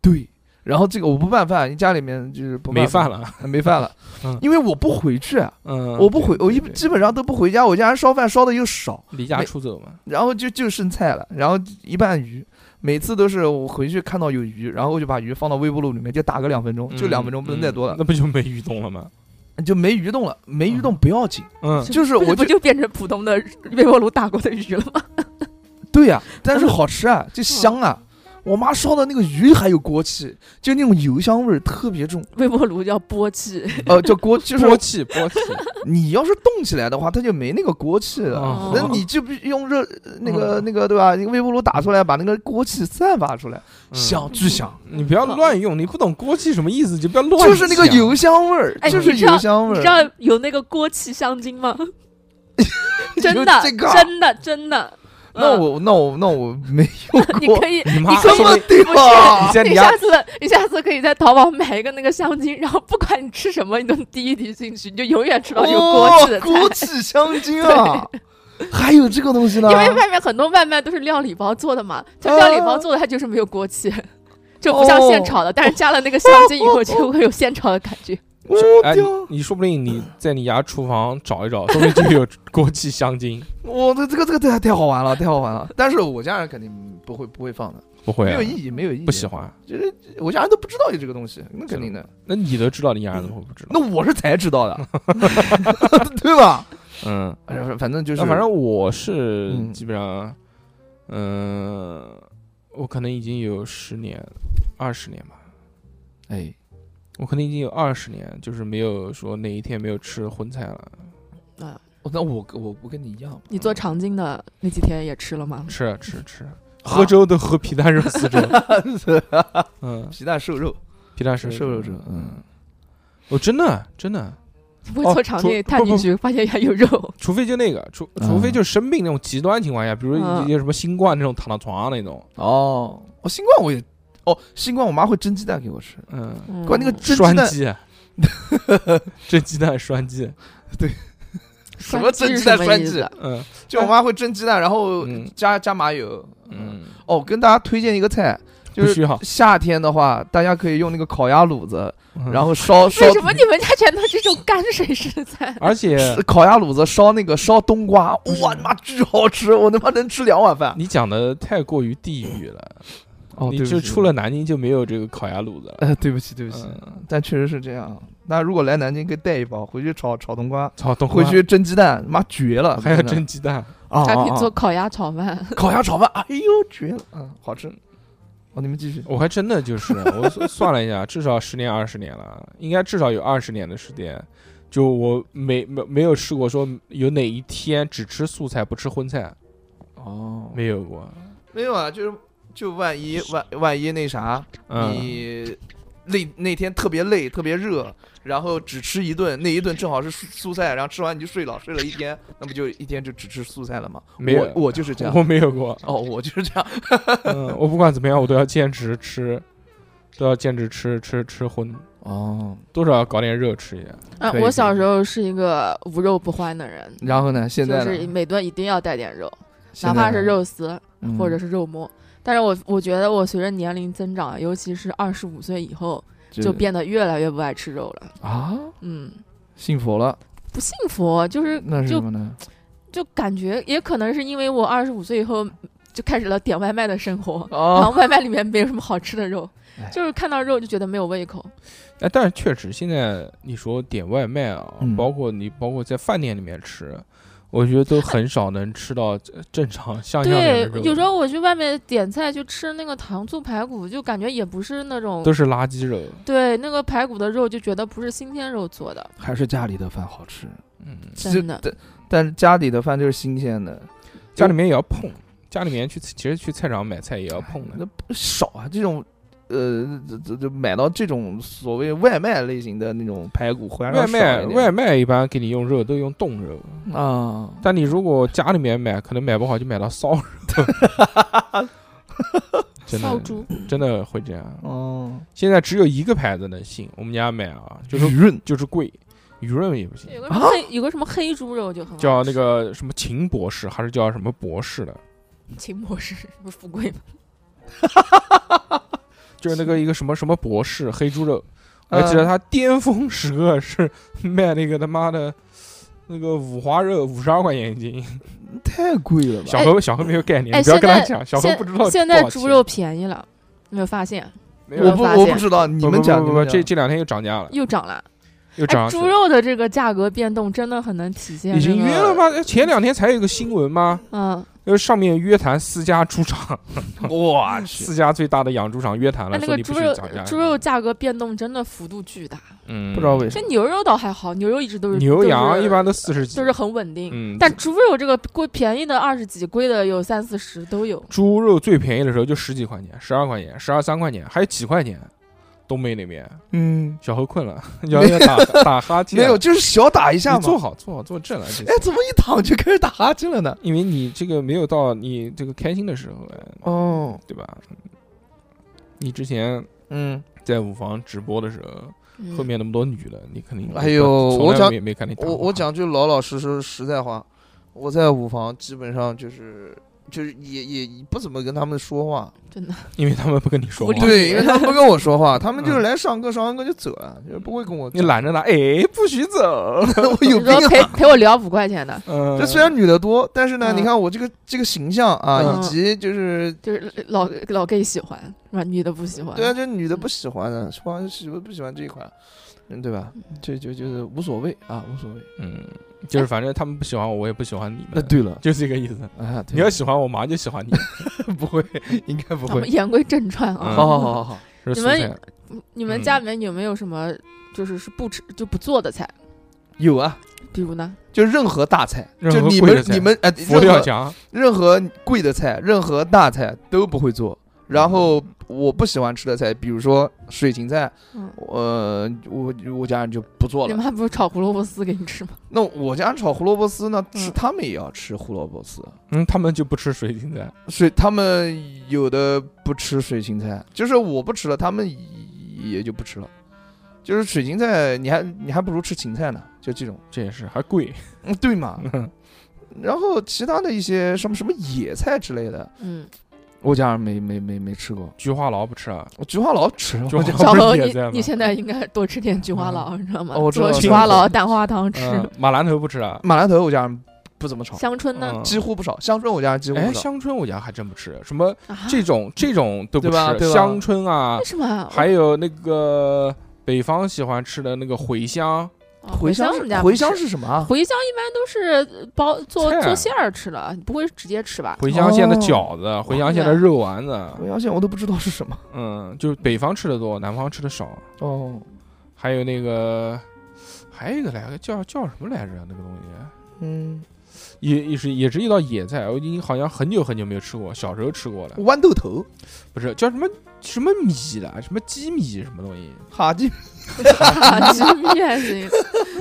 S3: 对，然后这个我不拌饭，家里面就是不
S1: 没饭
S3: 了，
S1: 了。
S3: 没饭了
S1: 嗯，
S3: 因为我不回去啊，
S1: 嗯，
S3: 我不回，我一
S1: 对对
S3: 基本上都不回家，我家人烧饭烧的又少，
S1: 离家
S3: 没
S1: 出走嘛。
S3: 然后就就剩菜了，然后一拌鱼。每次都是我回去看到有鱼，然后我就把鱼放到微波炉里面，就打个两分钟，就两分钟，不能再多了
S1: 嗯。那不就没鱼冻了吗？
S3: 就没鱼冻了，没鱼冻不要紧，
S1: 嗯，
S3: 就是
S4: 不
S3: 我
S4: 不
S3: 就
S4: 就变成普通的微波炉打过的鱼了吗？
S3: 对呀、但是好吃啊，就香啊。我妈烧的那个鱼还有锅气，就那种油香味儿特别重，
S4: 微波炉叫波气，
S3: 呃，叫锅，就是
S1: 波气波气，
S3: 你要是动起来的话，它就没那个锅气了。
S1: 哦
S3: 那你就必须用热那个那个对吧？那个微波炉打出来，把那个锅气散发出来，
S1: 嗯
S3: 香巨香，
S1: 你不要乱用，你不懂锅气什么意思，就不要乱。
S3: 就是那个，油香味儿，
S4: 哎
S3: 就是
S4: 你知道
S3: 油香
S4: 你
S3: 味
S4: 知
S3: 儿。
S4: 道有那个锅气香精吗？ 真
S3: 有
S4: 的，
S3: 这个啊
S4: 真的，真的。
S3: 那
S4: 嗯
S3: 我那我那我没用
S4: 你
S3: 过，
S4: 可以，
S1: 你
S4: 你
S1: 妈
S4: 可以
S3: 这么地
S4: 不是
S3: 方
S1: 你在
S4: 你
S1: 你
S4: 下
S1: 家
S4: 次你下次可以在淘宝买一个那个香精，然后不管你吃什么，你都滴一滴进去，你就永远吃到有锅气的
S3: 哦
S4: 菜。
S3: 锅气香精啊， 还有这个东西呢
S4: 因？为外面很多外卖都是料理包做的嘛，就料理
S3: 啊
S4: 包做的它就是没有锅气，就不像
S3: 哦
S4: 现炒的。但是加了那个香精以后，就会有现炒的感觉。
S1: 哎
S3: 我天，，
S1: 你说不定你在你家厨房找一找，说不定就有锅气香精。
S3: 我的这个这个太太好玩了，太好玩了。但是我家人肯定不会不会放的，
S1: 不会
S3: 没
S1: 啊
S3: 有，意义，没有意义，
S1: 不喜。欢。
S3: 就是我家人都不知道有这个东西，那肯定的。
S1: 那你都知道，你家人怎么会不知道？
S3: 那我是才知道的， 对吧？
S1: 嗯，
S3: 哎呀反正就是，
S1: 那反正我是
S3: 嗯
S1: 基本上，嗯、我可能已经有十年、二十年吧，
S3: 哎，
S1: 我可能已经有二十年，就是没有说哪一天没有吃荤菜了。
S3: 哦那我我我跟你一样，啊
S4: 你做肠镜的那几天也吃了 吗？
S1: 吃啊吃啊吃啊，喝粥都喝皮蛋肉丝粥， 嗯，
S3: 皮蛋瘦肉，
S1: 皮蛋瘦
S3: 瘦肉粥嗯，
S1: 我哦真的啊真的，
S4: 我
S1: 哦
S4: 做肠
S1: 除
S4: 镜探进去，发现还有肉。
S1: 除非就那个，除除
S3: 嗯
S1: 非就生病那种极端情况下，比如
S4: 嗯
S1: 一些什么新冠那种躺到床上那种，
S3: 哦，我新冠我也，哦，新冠我妈会蒸鸡蛋给我吃，
S1: 嗯，
S4: 嗯
S3: 关那个蒸
S1: 栓
S3: 鸡蛋
S1: 鸡，啊 这鸡蛋栓鸡，
S3: 什
S4: 什
S3: 么蒸鸡蛋
S4: 么
S3: 栓
S4: 意
S3: 鸡
S4: 思，
S1: 嗯
S3: 就我妈会蒸鸡蛋，然后
S1: 嗯
S3: 加加麻油。
S1: 嗯，
S3: 哦，跟大家推荐一个菜，就
S1: 不
S3: 是
S1: 需要，
S3: 夏天的话，大家可以用那个烤鸭卤子，
S1: 嗯
S3: 然后烧烧
S4: 为什 么你们家全都是这种泔水食材？
S1: 而且
S3: 是烤鸭卤子烧那个烧冬瓜，
S1: 是
S3: 哇，他妈巨好吃，我他妈能吃两碗饭。
S1: 你讲的太过于地域了，
S3: 啊哦
S1: 你就出了，南京就没有这个烤鸭卤子了。
S3: 呃，对不起，对不起，
S1: 嗯，
S3: 但确实是这样。那如果来南京，可以带一包回去炒炒冬瓜，
S1: 炒冬
S3: 回
S1: 瓜
S3: 去蒸鸡蛋，妈绝了！
S1: 还要
S3: 真的
S1: 蒸鸡蛋，
S3: 啊，
S4: 还可以做
S3: 啊
S4: 烤鸭炒饭
S3: 啊，烤鸭炒饭，哎呦绝了，嗯，好吃。哦，你们继续。
S1: 我还真的就是 我算算了一下，至少十年二十年了，应该至少有二十年的时间。就我没没没有试过说有哪一天只吃素菜不吃荤菜，
S3: 哦，
S1: 没有过。
S3: 没有啊，就是就万一万万一那啥，
S1: 嗯，
S3: 你那那天特别累，特别热，然后只吃一顿，那一顿正好是蔬蔬菜，然后吃完你就睡了，睡了一天，那不就一天就只吃蔬菜了吗？
S1: 没有
S3: 我我就是这样。
S1: 我没有过。
S3: 哦，我就是这样。
S1: 嗯，我不管怎么样，我都要坚持吃，都要坚持吃吃吃荤，
S3: 哦，
S1: 多少要搞点肉吃一点。
S4: 啊
S3: 可！以
S4: 我小时候是一个无肉不欢的人，
S3: 然后呢？现
S4: 就
S3: 在呢
S4: 是每顿一定要带点肉，哪
S3: 现在
S4: 怕
S3: 呢
S4: 是肉丝，
S3: 嗯
S4: 或者是肉末。但是我我觉得我随着年龄增长，尤其是二十五岁以后，
S3: 就
S4: 就变得越来越不爱吃肉了。
S3: 啊，
S4: 嗯，
S3: 信佛了。
S4: 不幸福，就是
S3: 那是什
S4: 就
S3: 么呢？
S4: 就感觉也可能是因为我二十五岁以后就开始了点外卖的生活，然后
S3: 啊，
S4: 外卖里面没有什么好吃的肉
S3: 哎，
S4: 就是看到肉就觉得没有胃口。
S1: 哎，但是确实，现在你说点外卖啊，
S3: 嗯
S1: 包括你包括在饭店里面吃，我觉得都很少能吃到呃正常像样
S4: 对
S1: 的肉，，
S4: 有时候我去外面点菜去吃那个糖醋排骨，就感觉也不是那种
S1: 都是垃圾肉。
S4: 对那个排骨的肉，就觉得不是新鲜肉做的，
S3: 还是家里的饭好吃。
S1: 嗯，
S4: 真的
S3: 就但但是家里的饭就是新鲜的，
S1: 家里面也要碰，
S4: 嗯
S1: 家里面去其实去菜场买菜也要碰的
S3: 那。不少啊，这种。呃，这这这买到这种所谓外卖类型的那种排骨，回来
S1: 外卖外卖一般给你用肉都用冻肉，
S3: 啊，
S1: 但你如果家里面买，可能买不好就买到烧肉。 真
S4: 烧
S1: 的
S4: 猪。
S1: 真的会这样。
S3: 哦，
S1: 现在只有一个牌子能信，我们家买啊，就是
S3: 鱼润
S1: 就是贵，鱼润也不行
S4: 有，个什么黑、有个什么黑猪肉就很好吃，
S1: 啊叫那个什么秦博士还是叫什么博士的，
S4: 秦博士不是富贵吗？
S1: 就是那个一个什么什么博士黑猪肉，我还记
S3: 啊
S4: 嗯
S1: 得他巅峰时刻是 卖那个他妈的。那个五花肉五十二块钱一斤，
S3: 太贵了吧？
S1: 小何小何没有概念，
S4: 哎
S1: 你不要
S4: 现
S1: 跟他
S4: 在
S1: 讲，小何
S4: 现
S1: 不知道
S4: 现
S1: 多
S4: 在
S1: 少
S4: 猪
S1: 钱
S4: 肉便宜了，有没有发现？
S1: 没有
S3: 我不
S4: 发
S3: 我
S4: 现
S3: 不知道，你
S1: 不
S3: 们
S1: 不
S3: 讲
S1: 不
S3: 你
S1: 不
S3: 们
S1: 这
S3: 讲，
S1: 这两天又涨价了，
S4: 又涨了。
S1: 又涨上
S4: 哎，
S1: 去
S4: 猪
S1: 了，
S4: 肉的这个价格变动真的很能体现、
S1: 呃已经约了？吗？前两天才有个新闻吗？
S4: 嗯，
S1: 因为上面约谈四家猪场，
S3: 我去，
S1: 四家最大的养猪场约谈了，，
S4: 哎那
S1: 说
S4: 个
S1: 你不
S4: 猪
S1: 许
S4: 肉
S1: 涨价。
S4: 猪肉，价格变动真的幅度巨大，
S1: 嗯，
S5: 不知道为什
S4: 这
S5: 么。
S4: 牛肉倒还好，牛肉一直都是
S1: 牛羊一般
S4: 都
S1: 都四十
S4: 是
S1: 几，
S4: 就是很稳定。
S1: 嗯，
S4: 但猪肉这个贵便宜的二十几，贵的有三四十都有。
S1: 猪肉最便宜的时候就十几块钱、十二块钱、十二三块钱，还有几块钱。东北那边
S3: 嗯，
S1: 小何困 了，要要打打哈欠。
S3: 没有，就是小打一下
S1: 啊你
S3: 嘛
S1: 坐。好坐好坐正了，这
S3: 哎，怎么一躺就开始打哈欠了呢？
S1: 因为你这个没有到你这个开心的时候，哎
S3: 哦，
S1: 对吧？你之前
S3: 嗯，
S1: 在舞房直播的时候，
S4: 嗯
S1: 后面那么多女的，你肯定
S3: 哎呦
S1: 从
S3: 我
S1: 来
S3: 讲
S1: 没没看你打
S3: 我
S1: 过
S3: 我讲句老老实实实在话，我在舞房基本上就是就是也也不怎么跟他们说话，
S4: 真的，
S1: 因为他们不跟你说
S4: 福
S1: 话
S4: 利，
S3: 对，因为他们不跟我说话，他们就是来上课上完课就走了，就是不会跟我
S1: 嗯你
S3: 讲，
S1: 懒着呢，哎，不许走。
S3: 我有
S4: 你
S3: 病
S4: 说
S3: 啊。
S4: 陪陪我聊五块钱的，
S1: 嗯，
S3: 这虽然女的多，但是呢，
S4: 嗯
S3: 你看我这个这个形象啊，
S4: 嗯
S3: 以及就是
S4: 就是老老 gay 喜欢，是吧？女的不喜欢。
S3: 对啊，这女的
S1: 嗯
S3: 不喜欢的，是吧？喜欢不喜欢这一款，嗯，对吧？这就就是无所谓啊，无所谓。
S1: 嗯，就是反正他们不喜欢我，我也不喜欢你
S3: 那
S1: 们，
S3: 对了，
S1: 就这个意思。
S3: 啊，对
S1: 你要喜欢我，马上就喜欢你。
S3: 不会，应该不
S4: 咱
S3: 会
S4: 们。言归正传啊，
S1: 嗯
S3: 好好好好好，
S1: 是
S4: 你
S1: 素
S4: 们
S1: 菜，
S4: 你们家里面有没有什么就是是不吃就不做的菜？
S3: 有啊，
S4: 比如呢？
S3: 就任何大菜，
S1: 任
S3: 就
S1: 何
S3: 你
S1: 贵的
S3: 们
S1: 菜
S3: 你们哎，
S1: 佛跳
S3: 任何
S1: 墙，
S3: 任何贵的菜，任何大菜都不会做。然后我不喜欢吃的菜，比如说水芹菜，
S4: 嗯，
S3: 呃，我我家人就不做
S4: 你
S3: 了。
S4: 妈不是炒胡萝卜丝给你吃吗？
S3: 那我家人炒胡萝卜丝呢，是
S4: 嗯
S3: 他们也要吃胡萝卜丝，
S1: 嗯，他们就不吃水芹菜，
S3: 水他们有的不吃水芹菜，就是我不吃了，他们也就不吃了。就是水芹菜，你还你还不如吃芹菜呢，就这种。
S1: 这也是还贵。
S3: 嗯，对嘛。然后其他的一些什么什么野菜之类的，
S4: 嗯，
S3: 我家人没没没没吃过。
S1: 菊花劳不吃 啊，
S3: 我菊花老吃，
S1: 菊
S3: 我
S1: 花
S3: 家
S4: 小
S1: 劳不
S4: 何，
S1: 是野
S4: 你
S1: 菜吗？
S4: 你现在应该多吃点菊花老，你知道吗？
S3: 哦我知道
S4: 做菊
S1: 青
S4: 花
S1: 红
S4: 老蛋花汤吃。
S1: 嗯，马兰头不吃 啊。
S3: 马兰头我家人不怎么炒，
S4: 香椿呢？
S1: 嗯
S3: 几乎不炒。啊香椿我家人几乎
S1: 哎，
S3: 不炒。
S1: 香椿我家还真不吃，什么
S3: 嗯
S4: 啊，
S1: 这种这种都不
S3: 对吧
S1: 吃，
S3: 对吧
S1: 香椿啊
S4: 为，什么啊？
S1: 还有那个北方喜欢吃的那个茴香，
S4: 哦
S3: 茴香
S4: 香我们
S3: 是
S4: 家不
S3: 茴香
S4: 吃
S3: 是什么啊？
S4: 茴香一般都是包做
S1: 菜啊
S4: 做馅儿吃的，你不会直接 吃吧？
S1: 茴香馅的
S3: 哦
S1: 饺子，茴香馅的
S4: 对
S1: 肉丸子，
S3: 茴香馅我都不知道是什么。
S1: 嗯，就是北方吃的多，南方吃的少。
S3: 哦，
S1: 还有那个，还有一个来个叫叫什么来着？啊那个东西
S3: 嗯，
S1: 也也是也是一道野菜，我已经好像很久很久没有吃过，小时候吃过了，
S3: 豌豆头，
S1: 不是叫什么什么米的，什么鸡米什么东西，
S3: 哈鸡
S4: 啊，鸡面行。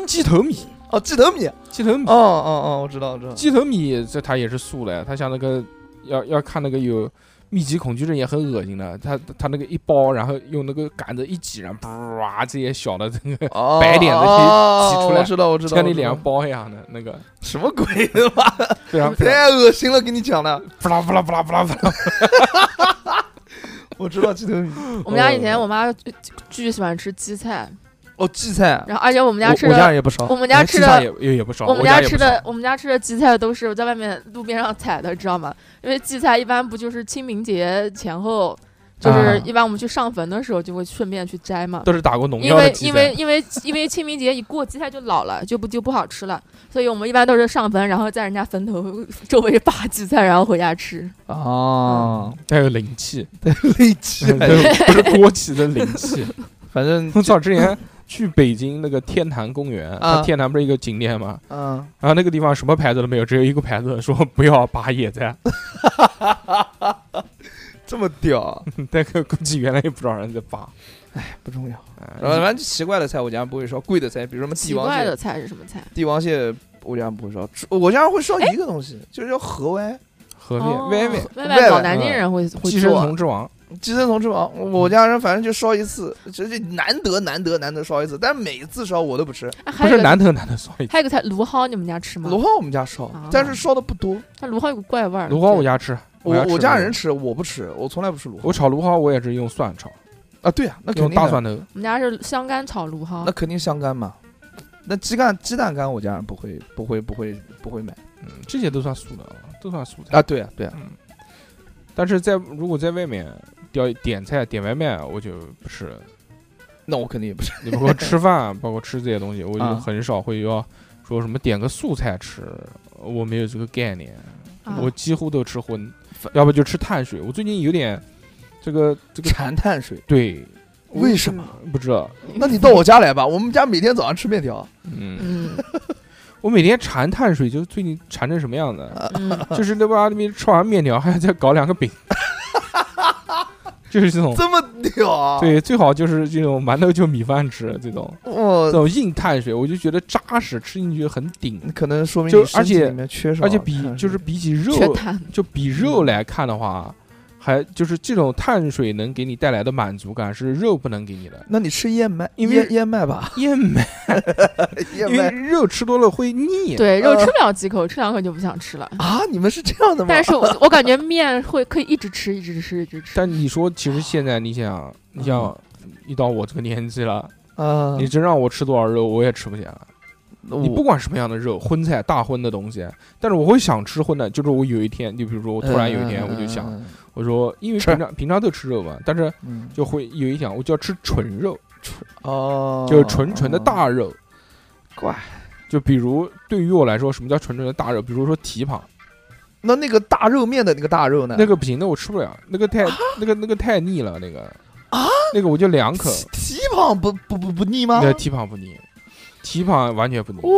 S1: 鸡头米，
S3: 哦， 鸡头米。
S1: 鸡头米，
S3: 哦哦哦，我知道，我知道。
S1: 鸡头米这它也是素的，它像那个要要看那个有密集恐惧症也很恶心的，它它那个一包，然后用那个杆子一挤，然后啪这些小的这个
S3: 哦
S1: 白点子可以挤出来
S3: 我知道，我知道。
S1: 像你
S3: 我知
S1: 脸
S3: 道
S1: 上包一样的那个，
S3: 什么鬼他 妈的
S1: 非常非常
S3: 太恶心了，跟你讲的。
S1: 扑啦扑啦扑啦扑啦扑啦，
S3: 我知道鸡头米。
S4: 我们家以
S1: 哦
S4: 前我妈就就巨喜欢吃鸡菜，
S3: 哦，荠菜。
S4: 然后而且我们家
S3: 我
S4: 吃
S3: 我家
S4: 的，
S3: 人也不少。
S4: 我们家吃
S1: 哎鸡
S4: 的
S1: 蛋也也也不少，
S4: 我们
S1: 家也
S4: 吃
S1: 不
S4: 的
S1: 少，
S4: 我们家吃的荠菜都是我在外面路边上采的，知道吗？因为荠菜一般不就是清明节前后，就是
S3: 啊
S4: 一般我们去上坟的时候就会顺便去摘嘛。
S1: 都是打过农
S4: 因
S1: 药的
S4: 为
S1: 鸡
S4: 因
S1: 蛋
S4: 为因为因为清明节一过，荠菜就老了，就不就不好吃了，所以我们一般都是上坟，然后在人家坟头周围拔荠菜，然后回家吃。
S3: 啊，
S1: 带有灵 气，
S3: 类荠
S1: 不是锅气的灵气。
S3: 反正
S1: 我操，之前 去北京那个天坛公园，
S3: 啊
S1: 它天坛不是一个景点嘛，
S3: 嗯，
S1: 然后那个地方什么牌子都没有，只有一个牌子说不要拔野菜，
S3: 这么屌，啊
S1: 那个估计原来也不少人在拔。
S3: 不重要。
S1: 哎
S3: 然后反正奇怪的菜我家人不会烧，贵的菜比如什么
S4: 奇
S3: 帝
S4: 怪
S3: 王
S4: 的
S3: 蟹，
S4: 菜是什么菜？
S3: 帝王蟹我家人不会烧，只我家人会烧
S4: 哎
S3: 一个东西，就是叫河歪
S1: 河边歪歪，
S4: 歪
S3: 歪歪
S4: 哦老南京人会会
S1: 寄生
S4: 做
S1: 虫。之王，
S3: 寄生虫之王。我家人反正就烧一次，就是难得难得难得烧一次，但每次烧我都不吃。
S4: 哎还
S1: 不
S4: 有
S1: 是
S4: 一个
S1: 南头南头烧一次。
S4: 还有一个菜芦蒿，你们家吃吗？
S3: 芦蒿我们家烧
S4: 啊，
S3: 但是烧的不多。
S4: 它芦蒿有股怪味儿。
S1: 芦蒿我家吃，
S3: 我
S1: 吃
S3: 我家
S1: 那个
S3: 人吃，我不吃，我从来不吃芦蒿
S1: 我炒芦蒿我也是用蒜炒，
S3: 啊。对呀、那肯
S1: 用
S3: 定
S1: 大
S3: 的
S1: 蒜头。
S4: 我们家是香干炒芦蒿
S3: 那。肯定香干嘛。那鸡蛋鸡蛋干，我家人不会不会不会不会买
S1: 嗯，这些都算素的，啊，都算素菜。
S3: 啊。对啊对啊，
S1: 但是在如果在外面要点菜点外卖，我就不吃了。
S3: 那我肯定也不是。
S1: 你包括吃饭，包括吃这些东西，我就
S3: 啊
S1: 很少会要说什么点个素菜吃，我没有这个概念。
S4: 啊
S1: 我几乎都吃荤
S3: 反，
S1: 要不就吃碳水。我最近有点这个这个
S3: 馋碳水。
S1: 对，
S3: 为什
S4: 嗯
S3: 么
S1: 不知道？
S3: 那你到我家来吧，我们家每天早上吃面条。
S1: 嗯，
S4: 嗯
S1: 我每天馋碳水，就是最近馋成什么样
S3: 啊
S1: 子？
S4: 嗯，
S1: 就是他妈那边吃完面条还要再搞两个 饼，就是这种。
S3: 这么屌
S1: 哦
S3: 啊！，
S1: 对，最好就是这种馒头就米饭吃这种这
S3: 我
S1: 种硬碳水，我就觉得扎实，吃进去很顶，
S3: 可能说明
S1: 就
S3: 呃你身体
S1: 而且
S3: 里面缺少，啊
S1: 而且比 就是比起肉
S4: 全碳，嗯
S1: 就比肉来看的话，还就是这种碳水能给你带来的满足感是肉不能给你 的。
S3: 那你吃燕麦，
S1: 因为
S3: 燕燕麦吧，
S1: 燕麦，
S3: 燕
S1: 因为
S3: 麦
S1: 肉吃多了会腻。
S4: 对肉
S3: 呃
S4: 吃不了几口，吃两口就不想吃了。
S3: 啊，你们是这样的吗？
S4: 但是我我感觉面会可以一直吃，一直吃，一直吃。
S1: 但你说，其实现在你想，你
S4: 嗯
S1: 想一到我这个年纪了，
S3: 啊，
S1: 你真让我吃多少肉，我也吃不下来。你
S3: 你
S1: 不管什么样的肉，荤菜、大荤的东西，但是我会想吃荤的。就是我有一天，就比如说我突然有一
S4: 嗯
S1: 天，我就想，，我说，因为
S3: 吃
S1: 平常平常都吃肉嘛，但是
S3: 嗯
S1: 就会有一想，我就要吃纯肉，
S3: 哦，
S1: 嗯就是纯纯的大肉。
S3: 怪。
S1: 就比如对于我来说，什么叫纯纯的大肉？比如说蹄膀，
S3: 那那个大肉面的那个大肉呢？
S1: 那个不行，那我吃不了，那个太那个那个太腻了，那个
S3: 啊，
S1: 那个我就两口，
S3: 蹄膀不不不不腻吗？
S1: 那蹄膀不腻，蹄膀完全不腻，
S3: 哦，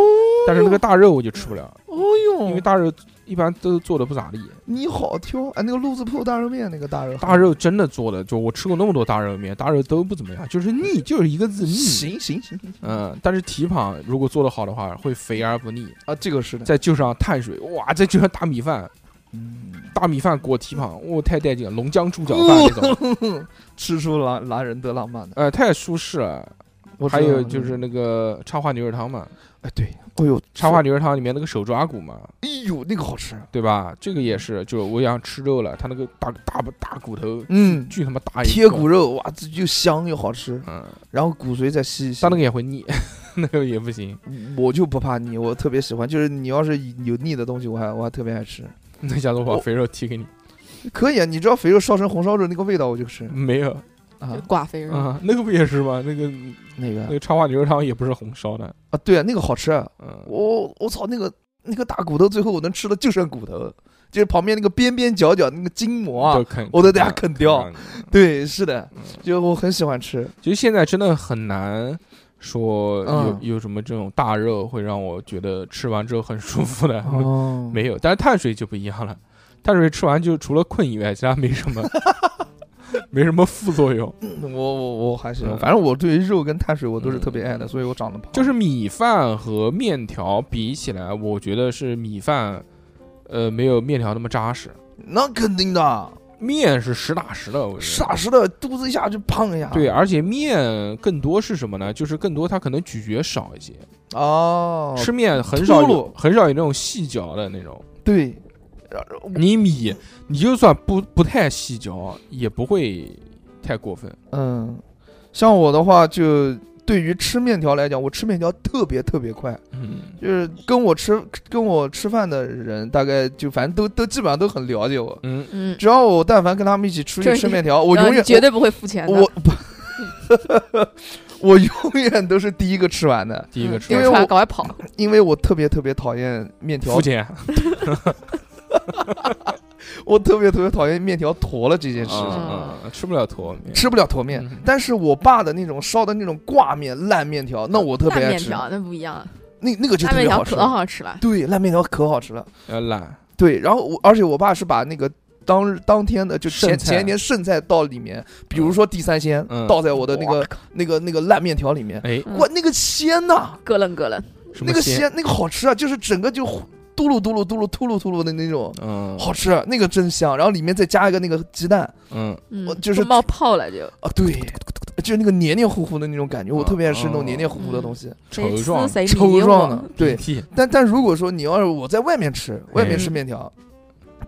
S1: 但是那个大肉我就吃不了，
S3: 哦哟，
S1: 因为大肉一般都做的不咋地，
S3: 你好挑哎，那个路子铺大肉面那个大肉，
S1: 大肉真的做的，就我吃过那么多大肉面，大肉都不怎么样，就是腻，就是一个字腻。
S3: 行行行行
S1: 嗯，但是蹄膀如果做的好的话，会肥而不腻，
S3: 啊，这个是的，
S1: 再就上碳水，哇，再就上大米饭，
S3: 嗯，哦
S1: 大米饭裹蹄膀，哇，太带劲了，龙江猪脚饭那种，
S3: 吃出狼狼人的浪漫的。
S1: 呃，太舒适 了。
S3: 我
S1: 还
S3: 知道嗯
S1: 有就是，那个插花牛肉汤嘛，
S3: 哎对，哎呦，
S1: 插花，牛肉汤里面那个手抓骨嘛，
S3: 哎呦，那个好吃，
S1: 对吧？这个也是，就是我想吃肉了，它那个大大大骨头，
S3: 嗯，
S1: 巨他妈大一
S3: 贴
S1: 个
S3: 骨，肉哇，这又香又好吃，
S1: 嗯，
S3: 然后骨髓再吸一吸
S1: 它那。个也会腻， 那个也不行，
S3: 我就不怕腻，我特别喜欢，就是你要是有腻的东西，我还我还特别爱吃。
S1: 那下次我
S3: 我
S1: 把肥肉踢给你，
S3: 可以啊，你知道肥肉烧成红烧肉那个味道，我就吃
S1: 没有
S3: 啊
S4: 就。寡肥肉，
S3: 嗯
S1: 啊，那个不也是吗？那个
S3: 那个
S1: 那个插花牛肉汤也不是红烧的，
S3: 啊，对啊，那个好吃啊。
S1: 嗯，
S3: 我我操，那个那个大骨头，最后我能吃的就剩骨头，就是旁边那个边边角角那个筋膜
S1: 就
S3: 啊。
S1: 啃，
S3: 我都得给它啃掉。对，是的
S1: 嗯，
S3: 就我很喜欢吃。
S1: 其实现在真的很难说有
S3: 嗯
S1: 有什么这种大肉会让我觉得吃完之后很舒服的，
S3: 哦
S1: 没有，但是碳水就不一样了，碳水吃完就除了困以外，其他没什么， 没什么副作用。
S3: 我我我还是
S1: 嗯，
S3: 反正我对于肉跟碳水我都是
S1: 嗯
S3: 特别爱的，所以我长得胖。
S1: 就是米饭和面条比起来，我觉得是米饭，呃，没有面条那么扎实，
S3: 那肯定的，
S1: 面是实打实的，我觉得。
S3: 傻实的，肚子一下就胖一下。
S1: 对，而且面更多是什么呢？就是更多它可能咀嚼少一些，
S3: 哦，
S1: 吃面很少
S3: 秃
S1: 有
S3: 噜
S1: 很少有那种细嚼的那种。
S3: 对，
S1: 你米，你就算不不太细嚼，也不会太过分。
S3: 嗯，像我的话，就对于吃面条来讲，我吃面条特别特别快，
S1: 嗯，
S3: 就是跟我吃跟我吃饭的人，大概就反正都都基本上都很了解我。
S1: 嗯，
S4: 嗯，
S3: 只要我但凡跟他们一起出去
S4: 就是
S3: 吃
S4: 你
S3: 面条，我
S4: 然后
S3: 永
S4: 你
S3: 远
S4: 绝对不会付钱的嗯
S3: 我。我不， 我永远都是第一个吃完的，
S1: 第一个
S4: 嗯
S1: 吃
S4: 丢
S1: 完
S3: 因为
S4: 出来
S3: 我
S4: 赶快跑，
S3: 因为我特别特别讨厌面条
S1: 付，钱，
S3: 我特别特别讨厌面条坨了这件事情。
S1: 啊，嗯吃不了坨面。
S3: 吃不了坨面，
S1: 嗯
S3: 但是我爸的那种烧的那种挂面、烂面条，那我特
S4: 烂
S3: 别爱
S4: 面
S3: 吃。
S4: 条那不一样，
S3: 那那个就
S4: 烂
S3: 特
S4: 面
S3: 别
S4: 条
S3: 好吃
S4: 可，好吃了。
S3: 对，烂面条可好吃了。
S1: 呃，懒，
S3: 对，然后我而且我爸是把那个当当天的就前
S1: 剩菜
S3: 前一天剩菜倒里面，比如说地三鲜、
S1: 嗯
S3: 倒在我的那
S4: 哇
S3: 个那个那个烂面条里面，
S1: 哎，
S4: 嗯
S3: 哇，那个鲜呐、
S4: 咯楞咯楞，
S1: 什么
S3: 嗯那个
S1: 鲜
S3: 鲜那个好吃啊，就是整个就嘟噜嘟噜嘟噜嘟噜嘟噜的那种。
S1: 嗯
S3: 好吃，啊那个真香。然后里面再加一个那个鸡蛋
S1: 嗯，
S4: 嗯
S3: 我，就是
S4: 都冒泡了就，
S3: 啊，对，就是那个黏黏糊糊的那种感觉，我特别爱吃那种黏黏糊糊的东西，
S1: 稠
S4: 谁
S1: 状
S4: 撕谁迷
S3: 稠
S4: 糊
S3: 状的。对，
S1: 鼻涕
S3: 但但如果说你要是我在外面吃，外面吃
S4: 嗯
S3: 面条，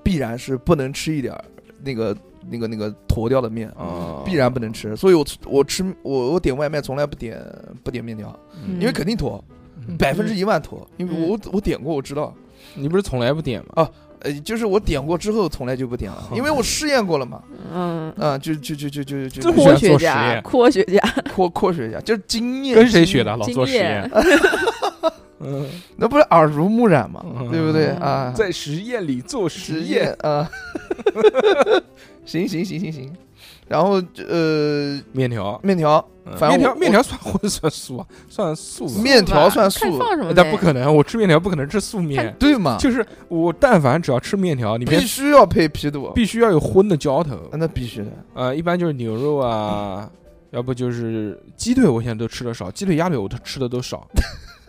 S3: 必然是不能吃一点儿那个那个那个坨掉的面，
S1: 啊，
S3: 必然不能吃。所以我我吃我我点外卖从来不点不点面条，
S1: 嗯，
S3: 因为肯定坨，
S1: 嗯
S3: 百分之一万坨，因为我我点过我知道。
S1: 你不是从来不点吗？
S3: 呃，就是我点过之后从来就不点了，因为我试验过了嘛，
S4: 嗯，
S3: 啊，就就就就就就
S1: 这么
S3: 就
S1: 我喜
S4: 科
S1: 欢
S4: 学
S1: 做实
S4: 家，
S1: 验
S4: 科学家，
S3: 科科学一下，就是经 验。
S1: 跟谁学的？老
S4: 经
S1: 做实验
S4: 验，，
S1: 嗯，
S3: 那不是耳濡目染嘛，
S1: 嗯
S3: 对不对啊？
S1: 在实验里做实
S3: 职
S1: 验
S3: 业，啊， 行行行行行，然后呃，
S1: 面条，
S3: 面条，反
S1: 面
S3: 正
S1: 条
S3: 我
S1: 面条算荤算素啊？算素吧。
S3: 面条算
S4: 看
S3: 素，
S4: 放什么
S1: 那
S4: 呗
S1: 不可能，我吃面条不可能吃素面，
S3: 对嘛？
S1: 就是我但凡只要吃面条，里面
S3: 啊必须要配皮肚，
S1: 必须要有荤的浇头
S3: 啊。那必须的。
S1: 呃，一般就是牛肉啊，要不就是鸡腿，我现在都吃的少，鸡腿、鸭腿我都吃的都少，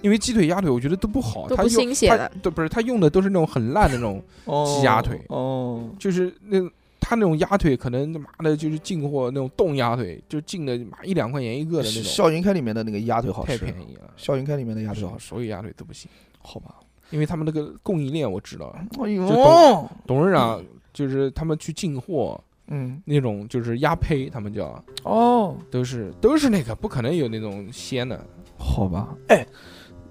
S1: 因为鸡腿、鸭腿我觉得都不好，
S4: 都
S1: 它
S4: 不
S1: 用
S4: 新鲜
S1: 它
S4: 的
S1: 对，不是它用的都是那种很烂的那种，鸡鸭腿
S3: 哦，
S1: 就是那它那种鸭腿可能他妈的就是进货那种冻鸭腿，就进的妈一两块钱一个的那种，
S3: 笑云开里面的那个鸭腿好
S1: 太
S3: 吃，
S1: 便宜了，
S3: 笑云开里面的鸭腿好
S1: 所
S3: 吃，
S1: 所有鸭腿都不行，
S3: 好吧？
S1: 因为他们那个供应链我知道，
S3: 哎
S1: 懂
S3: 呦，
S1: 董事长就是他们去进货
S3: 嗯，
S1: 那种就是鸭胚，他们叫
S3: 哦，
S1: 都是都是那个，不可能有那种鲜的，
S3: 好吧，哎，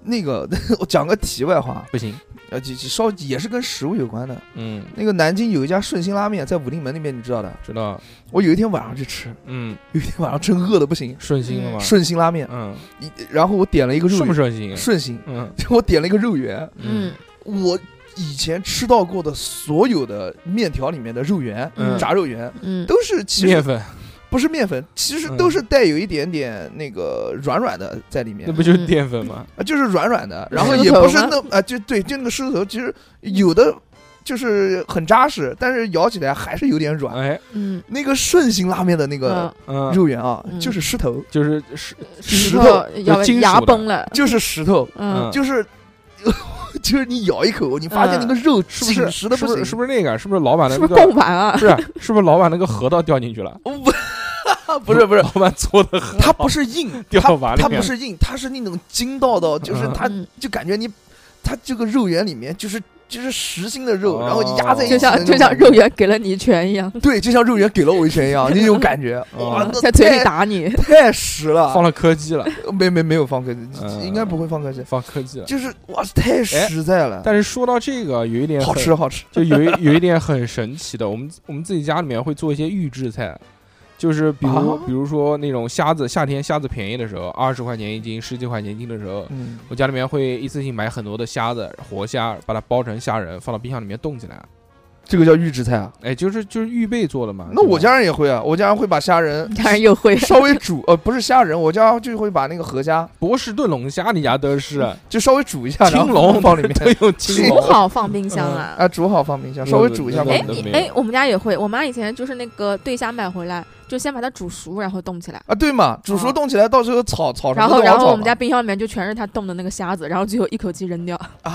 S3: 那个 我讲个题外话，
S1: 不行，
S3: 呃，就就稍也是跟食物有关的。
S1: 嗯。
S3: 那个南京有一家顺心拉面，在武定门那边，你知道的。
S1: 知道，
S3: 我有一天晚上去吃，
S1: 嗯，
S3: 有一天晚上真饿的不行，
S1: 顺心了吗？
S3: 顺心拉面，
S1: 嗯，
S3: 一然后我点了一个肉
S1: 顺不
S3: 圆，
S1: 顺心？
S3: 顺心，
S1: 嗯
S3: 我点了一个肉圆，
S4: 嗯，
S3: 我以前吃到过的所有的面条里面的肉圆，
S1: 嗯
S3: 炸肉圆
S4: 嗯，
S3: 都是其
S1: 面
S3: 实
S1: 粉，
S3: 不是面粉，其实
S1: 嗯
S3: 都是带有一点点那个软软的在里面
S1: 那，不就是淀粉吗？
S3: 啊就是软软的，然后
S4: 狮子
S3: 也不
S4: 头
S3: 是
S4: 吗
S3: 那啊，就对，就那个狮子头，其实有的就是很扎实，但是咬起来还是有点软。
S1: 哎，
S4: 嗯，
S3: 那个顺心拉面的那个
S4: 嗯，
S1: 嗯，
S3: 肉圆啊，
S4: 嗯
S3: 就是狮头，
S1: 就是是
S4: 石
S3: 头
S1: 有
S4: 咬
S1: 金属
S4: 牙
S1: 的
S4: 崩了，
S3: 就是石头，
S1: 嗯
S4: 嗯，
S3: 就是 就是你咬一口，你发现那个肉
S1: 嗯是不是
S3: 紧实的
S1: 是不
S3: 行，
S1: 是是不是那个？是不是老板的
S4: 是
S1: 那
S4: 不是
S1: 个？
S4: 爆丸啊？
S1: 是是不是老板那个核桃掉进去了？
S3: 哦 不不是不是
S1: 老，板搓的核
S3: 它
S1: 桃
S3: 不是硬，
S1: 掉
S3: 它
S1: 碗里
S3: 它
S1: 面
S3: 不是硬，它是那种筋道道，就是
S1: 嗯
S3: 它
S4: 嗯
S3: 就感觉你它这个肉圆里面就是就是实心的肉，
S1: 哦
S3: 然后压在一起
S4: 就
S3: 的那
S4: 像
S3: 种，
S4: 就像肉圆给了你一拳一样，
S3: 对，就像肉圆给了我一拳一 样，那种感觉，哇
S1: 嗯，
S3: 那
S4: 在嘴里
S3: 太
S4: 打你，
S3: 太实了，
S1: 放了柯基了，
S3: 没没没有放鸽子，
S1: 嗯
S3: 应该不会放鸽子，
S1: 放柯基了。
S3: 就是哇太实在了，
S1: 但是说到这个，有一点
S3: 好
S1: 很
S3: 吃好吃，
S1: 就有一有一点很神奇的，我们我们自己家里面会做一些预制菜，就是比如、
S3: 啊
S1: 比如说那种虾子，夏天虾子便宜的时候，二十块钱一斤、十几块钱一斤的时候，
S3: 嗯，
S1: 我家里面会一次性买很多的虾子，活虾，把它包成虾仁，放到冰箱里面冻起来。
S3: 这个叫预制菜啊。
S1: 哎，就是就是预备做的嘛。
S3: 那
S1: 对
S3: 我
S1: 吧
S3: 家人也会啊，我家人会把虾仁
S4: 当然又会
S3: 稍微煮，呃，不是虾仁，我家就会把那个河虾
S1: 波士顿龙虾，你家都 是
S3: 就稍微煮一下，然
S1: 青
S3: 后
S1: 龙
S3: 放里 面
S1: 都用青
S4: 煮
S1: 龙。
S4: 好放冰箱啊。
S3: 啊，煮好放冰箱，稍微煮一下
S1: 那
S3: 放
S1: 个
S4: 哎
S1: 那
S3: 冰箱
S1: 个没有
S4: 你哎，我们家也会，我妈以前就是那个对虾买回来，就先把它煮熟，然后冻起来。
S3: 啊，对嘛，煮熟
S4: 啊
S3: 冻起来，到时候炒炒哦什
S4: 然
S3: 么
S4: 后，
S3: 都
S4: 然
S3: 好
S4: 后我
S3: 炒
S4: 们
S3: 嘛
S4: 家冰箱里面就全是她冻的那个虾子，然后最后一口气扔掉。
S3: 啊，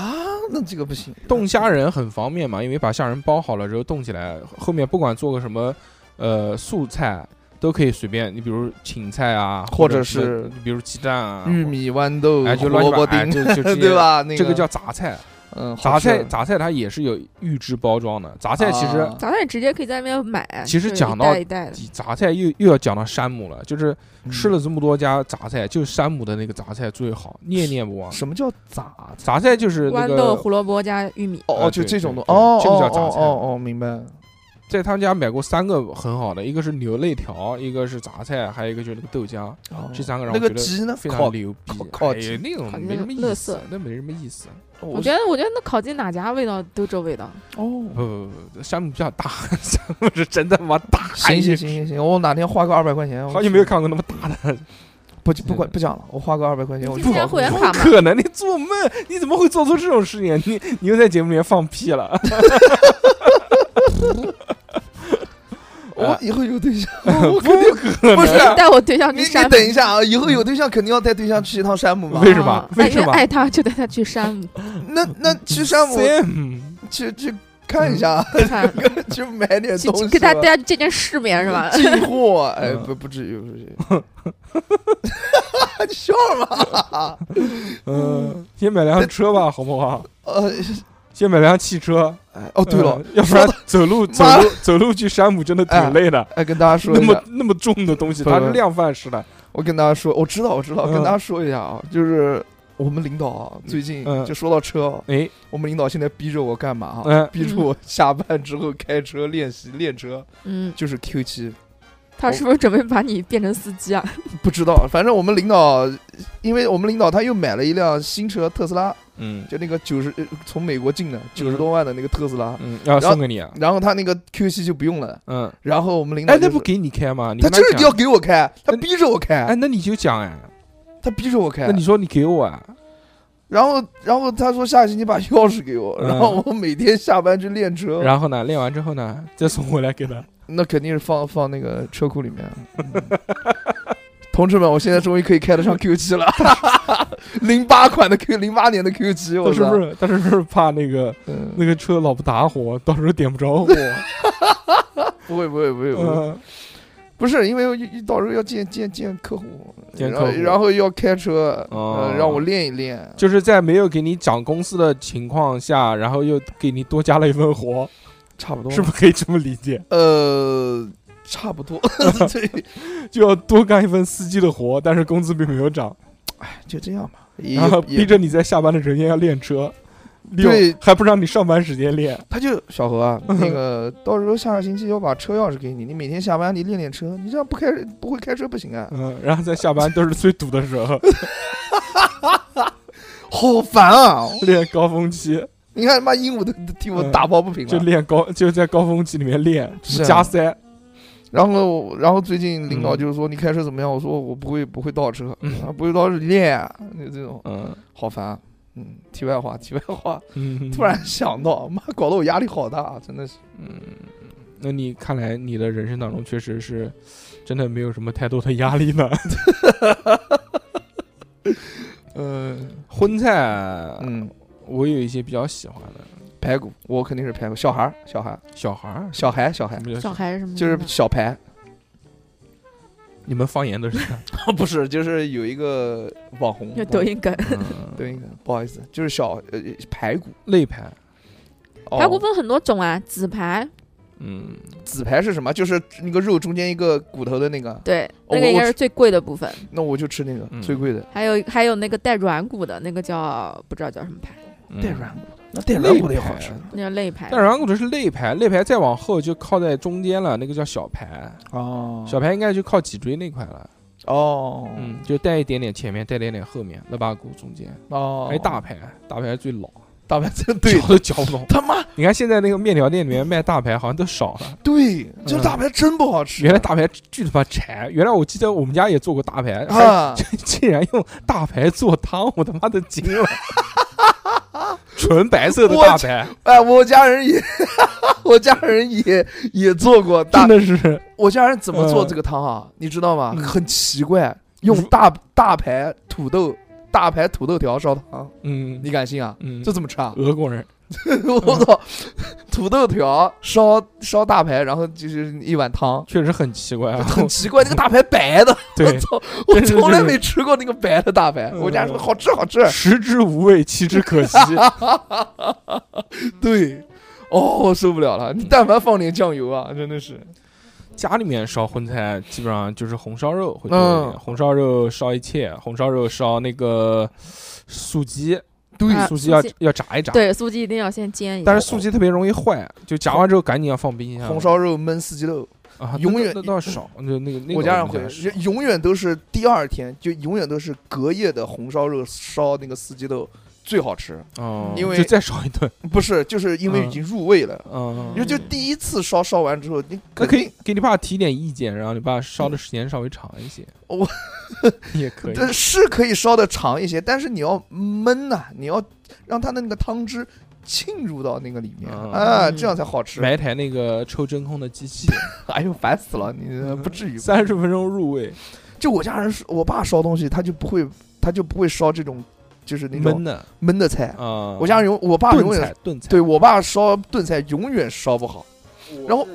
S3: 那这个不行，
S1: 冻虾仁很方便嘛，因为把虾仁包好了之后冻起来，后面不管做个什么，呃，素菜都可以随便。你比如芹菜啊，
S3: 或
S1: 者
S3: 者
S1: 什么
S3: 是
S1: 你比如鸡蛋啊，
S3: 玉米、豌豆、
S1: 哎，就乱
S3: 胡
S1: 七
S3: 萝卜
S1: 八哎
S3: 丁，
S1: 就 就直接
S3: 对？吧？那
S1: 这个叫杂菜，
S3: 嗯，好
S1: 杂菜
S3: 吃
S1: 杂菜它也是有预制包装的。杂菜其实
S3: 啊
S4: 早上也直接可以在那边买。
S1: 其实
S4: 就是
S1: 讲
S4: 一
S1: 到
S4: 袋一袋的，
S1: 杂菜又又要讲到山姆了，就是吃
S3: 嗯
S1: 了这么多家杂菜，就山姆的那个杂菜最好，念念不忘。
S3: 什么叫杂
S1: 杂菜就是那
S4: 豌豆、
S1: 个
S4: 胡萝卜加玉米。
S3: 哦
S1: 啊
S3: 哦，就
S1: 对
S3: 这
S1: 对
S3: 种东
S1: 对
S3: 哦，
S1: 这个
S3: 哦
S1: 叫杂菜
S3: 哦哦哦，明白。
S1: 在他们家买过三个很好的，一个是牛肋条，一个是杂菜，还有一个就是那个豆浆，
S3: 哦
S1: 这三个让
S3: 那
S1: 我
S3: 个
S1: 觉得
S3: 鸡呢？
S1: 非
S3: 烤
S1: 常牛逼
S3: 烤。烤
S1: 哎
S3: 鸡
S1: 呀，那种
S4: 烤鸡
S1: 没什么
S4: 乐
S1: 意思
S4: 色，
S1: 那没什么意思。
S4: 我
S3: 我
S4: 觉得，我觉得那烤鸡哪家味道都这味道。
S3: 哦
S1: 不，不不不，山姆比较大， 山姆是真的他妈大。
S3: 行行行行行，我哪天花个二百块钱，我
S1: 哎好久没有看过那么大的
S3: 不不管不讲了，我花个二百块钱，我
S4: 你
S3: 去
S4: 今天
S3: 搞
S4: 会啊员
S3: 个
S4: 卡嘛，
S1: 可能你做梦，你怎么会做出这种事情？你你又在节目里面放屁了。
S3: 我以后有对 象，
S1: 不
S4: 哦
S3: 我肯定
S1: 可
S3: 不是
S1: 能
S4: 带我对象
S3: 你
S4: 去
S3: 你
S4: 山。
S3: 等一下啊，以后有对象肯定要带对象去一趟山 姆嘛
S1: 为。什么
S4: 哦那
S1: 为什
S4: 因
S1: 么
S4: 爱他就带他去山姆
S3: 那那去山姆
S1: Sam 嗯
S3: 去去看一下，
S4: 看，
S3: 去买点
S4: 去
S3: 东西
S4: 去
S3: 吧，
S4: 给他带他去见见世面 是吧？
S3: 进货，哎，
S1: 嗯
S3: 不不至于不至于。 你笑什么？
S1: 嗯，先买辆车吧，好不好？
S3: 呃，
S1: 先买辆汽车。
S3: 哎哦对了
S1: 嗯，要不然走路走
S3: 妈
S1: 路走路去山姆真的挺累的。
S3: 哎，跟大家说
S1: 那
S3: 一
S1: 么
S3: 下，
S1: 那么重的东西，
S3: 不
S1: 它
S3: 不
S1: 是量贩式的。
S3: 我跟大家说，我知道，我知道，
S1: 嗯
S3: 跟大家说一下啊，就是我们领导啊，最近
S1: 嗯
S3: 就说到车啊，
S1: 哎，
S3: 我们领导现在逼着我干嘛啊？
S1: 嗯，
S3: 逼着我下班之后开车练习练车，
S4: 嗯，
S3: 就是 Q 七，
S4: 他是不是准备把你变成司机啊？
S3: 不知道，反正我们领导，因为我们领导他又买了一辆新车特斯拉，
S1: 嗯
S3: 就那个九十呃从美国进的九十多万的那个特斯拉，
S1: 嗯，要
S3: 后
S1: 送给你啊，
S3: 然后他那个 Q7 就不用了，
S1: 嗯，
S3: 然后我们领导
S1: 哎，
S3: 就
S1: 那
S3: 是
S1: 不给你开吗？你
S3: 他
S1: 跟
S3: 就是
S1: 讲
S3: 要给我开，他
S1: 那
S3: 逼着我
S1: 哎
S3: 开，，
S1: 那你就讲哎，
S3: 他逼着我开
S1: 那。你说你给我啊，
S3: 然后，然后他说下个星期把钥匙给我，
S1: 嗯
S3: 然后我每天下班去练车，
S1: 然后呢，练完之后呢，再送回来给他。
S3: 那肯定是放放那个车库里面。嗯同志们，我现在终于可以开得上 Q 7了，零八款的 Q，零八年的 Q 7
S1: 他
S3: 我
S1: 是不
S3: 操！
S1: 是他是不是怕那个
S3: 嗯
S1: 那个车老不打火，到时候点不着火？
S3: 不会不会不会不会，
S1: 嗯
S3: 不是因为我一到时候要见见见客户，
S1: 见
S3: 然后
S1: 客户
S3: 然后要开车，
S1: 哦
S3: 呃让我练一练。
S1: 就是在没有给你讲公司的情况下，然后又给你多加了一份活，
S3: 差不多
S1: 是不是可以这么理解？
S3: 呃，差 不多， 对，
S1: 就要多干一份司机的活，但是工资并没有涨，
S3: 就这样吧。也
S1: 然后
S3: 也
S1: 逼着你在下班的时间要练车，利用
S3: 对
S1: 还不让你上班时间练。
S3: 他就小何啊，那个到时候下个星期要把车钥匙给你，你每天下班你练练车，你这样不开不会开车不行啊，
S1: 嗯，然后在下班都是最堵的时 候，
S3: 好烦啊！嗯
S1: 练高峰期。
S3: 你看妈鹦鹉都都替我打抱不平啊
S1: 就
S3: 了。
S1: 练高，就在高峰期里面练，什
S3: 是
S1: 么
S3: 啊
S1: 加塞，
S3: 然后然后最近领导
S1: 嗯
S3: 就是说你开车怎么样？我说我不会不会倒车，
S1: 嗯
S3: 啊不会倒车你练啊，就这种
S1: 嗯
S3: 好烦啊。嗯，题外话，题外话，
S1: 嗯，
S3: 突然想到，妈搞得我压力好大，啊真的是。
S1: 嗯，那你看来你的人生当中确实是真的没有什么太多的压力呢。
S3: 嗯
S1: 荤菜，
S3: 嗯，
S1: 我有一些比较喜欢的
S3: 排骨，我肯定是排骨。小孩儿，小孩儿，
S1: 小孩儿，
S3: 小孩，小孩
S1: 什，么叫
S4: 小孩是什么意
S3: 就是
S4: 思呢？
S3: 小排，
S1: 你们方言都是 这样，
S3: 不是，就是有一个网红，
S4: 就抖音梗，
S1: 嗯
S3: 抖音的，不好意思，就是小呃排骨，
S1: 肋排，
S3: 哦
S4: 排骨分很多种啊，紫排，
S1: 嗯，
S3: 紫排是什么？就是那个肉中间一个骨头的那个，
S4: 对，
S3: 哦
S4: 那个
S3: 我
S4: 应
S3: 我
S4: 该是最贵的部分。
S3: 那我就吃那个、
S1: 嗯
S3: 最贵的，
S4: 还有还有那个带软骨的那个叫不知道叫什么排，
S1: 嗯
S3: 带软骨的，那带
S1: 软骨的也好吃
S4: 那叫肋排。
S1: 但软骨头是肋排，肋排再往后就靠在中间了，那个叫小排，
S3: 哦
S1: 小排应该就靠脊椎那块了，
S3: 哦，
S1: 嗯，就带一点点前面，带一点点后面，肋巴骨中间，
S3: 哦，
S1: 还有大排，大排最老，
S3: 大白菜， 对
S1: 嚼，都嚼不 动。
S3: 他妈
S1: 你看现在那个面条店里面卖大排好像都少了，
S3: 对，这大排真不好吃，
S1: 嗯原来大排巨他妈柴。原来我记得我们家也做过大排，还
S3: 啊，
S1: 竟然用大排做汤，我他妈的惊 了。纯白色的大排，
S3: 哎，我家人也， 我家人也也做过大
S1: 真的是
S3: 我家人怎么做
S1: 嗯
S3: 这个汤啊？你知道吗？
S1: 嗯
S3: 很奇怪，用
S1: 如
S3: 大大排土豆、大排土豆条烧汤，
S1: 嗯
S3: 你敢信啊？
S1: 嗯
S3: 这，怎么吃啊？
S1: 俄国人，
S3: 我操！ 土豆条烧烧大排，然后就是一碗汤，
S1: 确实很奇怪啊。
S3: 很奇怪，那个大排白的，我
S1: 对，
S3: 操！我
S1: 真是
S3: 从来
S1: 这个
S3: 没吃过那个白的大排。
S1: 嗯
S3: 我家人说好吃好吃，
S1: 食之无味，弃之可惜。
S3: 对。哦，我受不
S1: 嗯
S3: 了了！你但凡放点酱油啊，真的是，
S1: 家里面烧荤菜基本上就是红烧肉会多一点，
S3: 嗯
S1: 红烧肉烧一切，红烧肉烧那个素鸡，
S3: 对
S4: 啊
S1: 素鸡要
S4: 素鸡
S1: 要炸一炸。
S4: 对，素鸡一定要先煎一下。
S1: 但是素鸡特别容易坏，就夹完之后赶紧要放冰箱。
S3: 红烧肉焖四季豆，
S1: 啊，
S3: 永远
S1: 那那倒少，那那个那个
S3: 我家人
S1: 们
S3: 会
S1: 是，
S3: 永远都是第二天，就永远都是隔夜的红烧肉烧那个四季豆最好吃，
S1: 哦，
S3: 因为
S1: 就再少一顿，
S3: 不是，就是因为已
S1: 嗯
S3: 经入味了。
S1: 嗯
S3: 因，为就第一次烧烧完之后，你
S1: 那
S3: 肯
S1: 可以
S3: 定，嗯
S1: 给你爸提点意见，然后你爸烧的时间稍微长一些，
S3: 我
S1: 也可以，
S3: 这是可以烧的长一些，但是你要焖呐、你要让它的那个汤汁浸入到那个里面
S1: 嗯
S3: 啊，这样才好吃。
S1: 买一台那个抽真空的机器，
S3: 哎呦，烦死了，你 不至于吧。
S1: 三十分钟入味，
S3: 就我家人是，我爸烧东西，他就不会，他就不会烧这种，就是那
S1: 焖
S3: 种
S1: 的
S3: 焖的菜。
S1: 啊。
S3: 我家人永，我爸
S1: 炖
S3: 永远
S1: 菜，炖菜，
S3: 对我爸烧炖菜永远烧不好，然后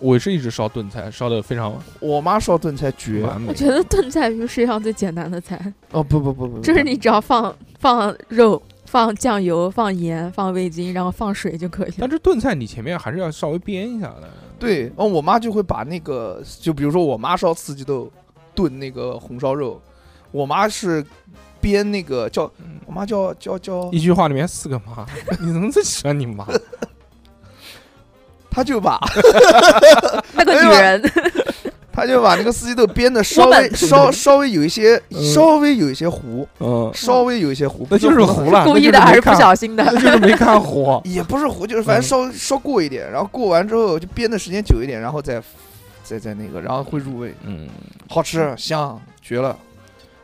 S1: 我是一直烧炖菜，烧的非常
S3: 我妈烧炖菜绝
S1: 完美
S4: 我。觉得炖菜鱼世界上最简单的菜，
S3: 哦不不不不，不
S4: 就是你只要放放肉、放酱油、放盐、放味精，然后放水就可以了
S1: 但。是炖菜你前面还是要稍微煸一下的，
S3: 对，哦我妈就会把那个，就比如说我妈烧四季豆炖那个红烧肉，我妈是煸那个叫
S1: 嗯
S3: 我妈叫叫叫
S1: 一，句话里面四个妈， 你怎么这么喜欢你妈？
S3: 她就把
S4: 那个
S3: 哎
S4: 女
S3: 呀
S4: 人，
S3: 她他就把那个四季豆煸的稍
S4: 我
S3: 微
S4: 本
S3: 稍稍微有一些
S1: 嗯
S3: 稍微有一些糊，
S1: 嗯，
S3: 稍微有一些糊，
S1: 那就是糊了，
S4: 故意的
S1: 啊那就
S4: 还
S1: 是是
S4: 不小心的
S1: 没 看？？那就是没看
S3: ，
S1: 火
S3: 也不是糊，就是反正
S1: 嗯
S3: 稍稍过一点，然后过完之后就煸的时间久一点，然后再再再那个，然后会入味，
S1: 嗯，
S3: 好吃香绝了，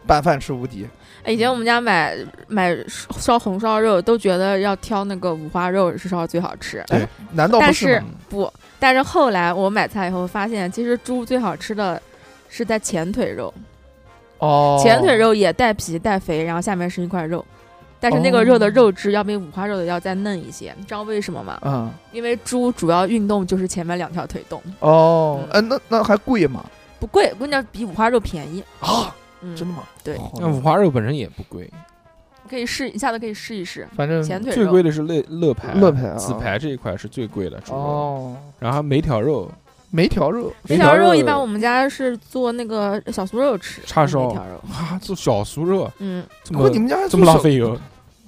S3: 拌饭吃无敌。
S4: 以前我们家买买烧红烧肉都觉得要挑那个五花肉是烧最好吃，
S1: 对
S3: 难道不
S4: 但
S3: 是
S4: 是
S3: 吗？
S4: 不，但是后来我买菜以后发现，其实猪最好吃的是在前腿肉，
S3: 哦
S4: 前腿肉也带皮带肥，然后下面是一块肉。但是那个肉
S1: 哦
S4: 的肉质要比五花肉的要再嫩一些，你知道为什么吗？
S3: 嗯，
S4: 因为猪主要运动就是前面两条腿动，
S3: 哦，
S4: 嗯
S3: 哎，那那还贵吗？
S4: 不贵，我跟你讲，比五花肉便宜。
S3: 啊，
S4: 嗯，
S3: 真的吗？
S4: 对
S3: 好的
S1: 那五花肉本身也不贵，
S4: 可以试，一下子可以试一试
S5: 反正
S4: 前腿
S1: 最
S4: 肉。
S1: 贵的是肋肋排，
S3: 肋排啊
S1: 子排这一块是最贵的猪肉，
S5: 哦，
S1: 然后每条 肉
S3: 梅条肉
S4: 那条肉一般我们家是做那个小酥肉吃，
S1: 叉烧哦
S4: 那条肉，
S1: 啊做小酥肉
S4: 嗯，
S1: 这
S3: 不过你
S1: 么
S3: 们家还
S1: 这
S3: 做
S1: 么浪
S3: 手
S1: 费油，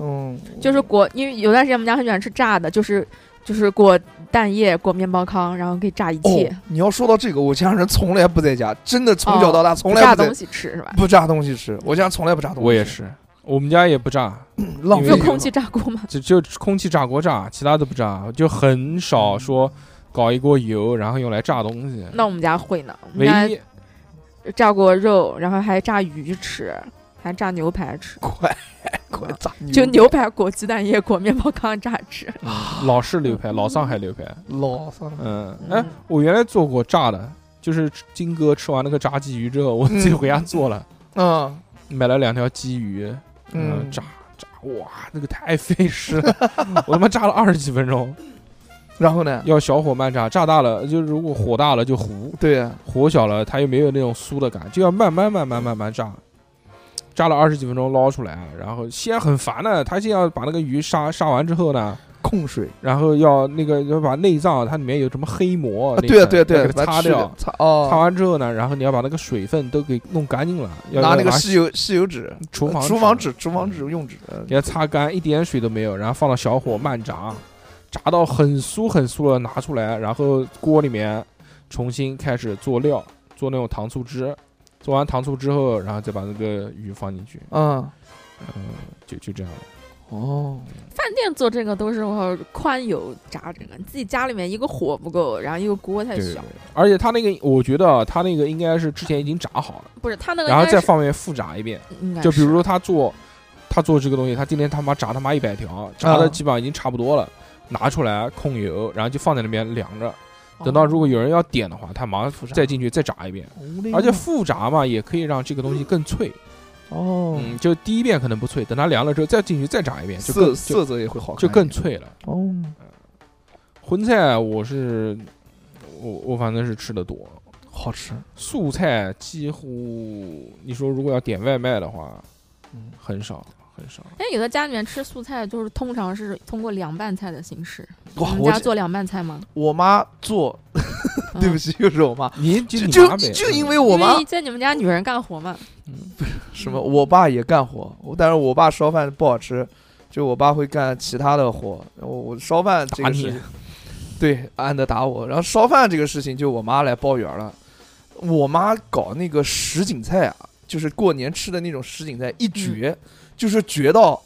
S3: 嗯，
S4: 就是裹，因为有段时间我们家很喜欢吃炸的，就是就是裹蛋液、裹面包糠，然后可以炸一切，
S3: 哦，你要说到这个，我家人从来不在家，真的从小到大从
S4: 不
S3: 来
S4: 哦炸
S3: 不在
S4: 东西吃是吧？
S3: 不炸东西吃，我家从来不炸东西，
S1: 我也，是，我们家也不炸，
S3: 浪费
S1: 因
S4: 有
S1: 为
S4: 空气
S3: 油
S4: 炸锅吗？
S1: 就就空气炸锅炸，其他都不炸，就很少说搞一锅油然后用来炸东西。
S4: 那我们家会呢，我
S1: 唯
S4: 们
S1: 一
S4: 家炸过肉，然后还炸鱼吃，还炸牛排吃，
S3: 快快炸牛
S4: 就牛排裹鸡蛋液、裹面包糠炸吃。
S1: 老式牛排，老上海牛排，
S3: 老三
S1: 嗯，
S4: 嗯
S1: 哎，我原来做过炸的，就是金哥吃完那个炸鲫鱼之后，我
S3: 嗯
S1: 自己回家做了，
S3: 嗯
S1: 买了两条鲫鱼，嗯，
S3: 嗯
S1: 炸炸，哇，那个太费时了， 我他妈炸了二十几分钟，
S3: 然后呢？
S1: 要小火慢炸，炸大了就如果火大了就糊，
S3: 对呀，
S1: 火小了，它又没有那种酥的感，就要慢慢慢慢慢慢炸，炸了二十几分钟捞出来，然后先很烦的，它先要把那个鱼杀杀完之后呢，
S3: 控水
S1: 然后要那个要把内脏它里面有什么黑膜，
S3: 啊，
S1: 那
S3: 对呀
S1: 个
S3: 对呀对呀，
S1: 那个
S3: 把它
S1: 擦
S3: 吃
S1: 掉，
S3: 擦
S1: 擦
S3: 哦，
S1: 完之后呢，然后你要把那个水分都给弄干净了，要
S3: 拿
S1: 要
S3: 那个
S1: 拿
S3: 吸油吸油纸、
S1: 厨房
S3: 厨房纸、厨房纸用纸，呃
S1: 给它擦干，一点水都没有，然后放到小火慢炸，炸到很酥很酥了，拿出来，然后锅里面重新开始做料，做那种糖醋汁。做完糖醋之后，然后再把那个鱼放进去，
S3: 嗯
S1: 嗯，就就这样了。
S3: 哦，
S4: 饭店做这个都是我宽油炸这个，自己家里面一个火不够，然后一个锅太
S1: 对对
S4: 小
S1: 对。，而且它那个，我觉得啊它那个应该是之前已经炸好了，
S4: 不是他那个
S1: 然后
S4: 应该
S1: 再
S4: 是，
S1: 放面复炸一遍。
S4: 应该
S1: 就比如
S4: 是
S1: 说他做，他做这个东西，他今天他妈炸他妈一百条，炸
S4: 嗯
S1: 的基本上已经差不多了，拿出来控油，然后就放在那边凉着。等到如果有人要点的话，他马上再进去再炸一遍。而且复炸嘛，也可以让这个东西更脆。
S3: 哦，
S1: 嗯，就第一遍可能不脆，等它凉了之后再进去再炸一遍，就
S3: 色
S1: 更就
S3: 色泽也会好看一
S1: 就
S3: 点，
S1: 更脆了。
S3: 哦，
S1: 荤菜我是我我反正是吃的多，
S3: 好吃，
S1: 素菜几乎你说如果要点外卖的话，
S3: 嗯
S1: 很少很 少。
S4: 但有的家里面吃素菜，就是通常是通过凉拌菜的形式。
S3: 哇
S4: 你，们
S3: 我
S4: 家
S3: 这
S4: 做凉拌菜吗？
S3: 我妈做，对不
S4: 起，
S3: 起，又是我妈，
S1: 你
S3: 嗯就
S1: 就
S3: 就就因为我
S4: 因
S3: 妈
S4: 为在你们家女人干活嘛，
S3: 什么，我爸也干活，我但是我爸烧饭不好吃，就我爸会干其他的活，我我烧饭这
S1: 打
S3: 个
S1: 你
S3: 事情，对，按的打我，然后烧饭这个事情就我妈来包圆儿了，我妈搞那个什锦菜啊，就是过年吃的那种什锦菜，
S1: 嗯
S3: 一绝，就是绝到。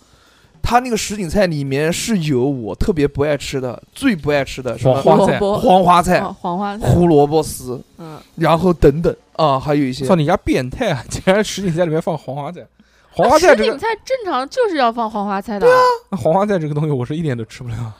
S3: 她那个什锦菜里面是有我特别不爱吃的，最不爱吃的什么
S1: 黄花
S4: 萝
S1: 菜
S4: 卜、
S3: 黄花菜
S4: 哦、黄花菜，
S3: 胡萝卜丝，
S4: 嗯，
S3: 然后等等啊，还有一些
S1: 嗯操你家变态啊！竟然什锦菜里面放黄花菜，黄
S4: 那
S1: 花菜
S4: 什
S1: 这
S4: 锦
S1: 个
S4: 菜正常就是要放黄花菜的，啊
S1: 黄花菜这个东西，我是一点都吃不了，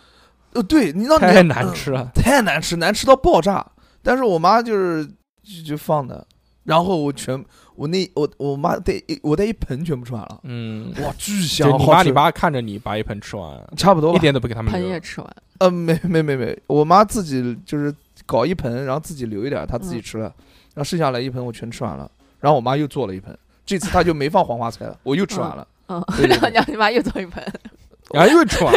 S3: 呃，对，你嗯让
S1: 太
S3: 你
S1: 难吃了。
S3: 太难吃，难吃到爆炸。但是我妈就是就就放的，然后我全我那我我妈带一我带一盆全部吃完了，
S1: 嗯，
S3: 哇，巨香，
S1: 就你
S3: 好
S1: 妈
S3: 吃
S1: 你爸看着你把一盆吃完，
S3: 差不
S1: 一
S3: 多吧，
S1: 点都不给他们
S4: 盆
S1: 留
S4: 也。吃完。
S3: 呃，没没没没，我妈自己就是搞一盆，然后自己留一点，她自己
S4: 嗯
S3: 吃了，然后剩下来一盆我全吃完了，然后我妈又做了一盆，这次她就没放黄花菜了，我又吃完了，
S4: 嗯，
S3: 对对
S4: 然后你妈又做一盆，
S1: 然后又哎吃完，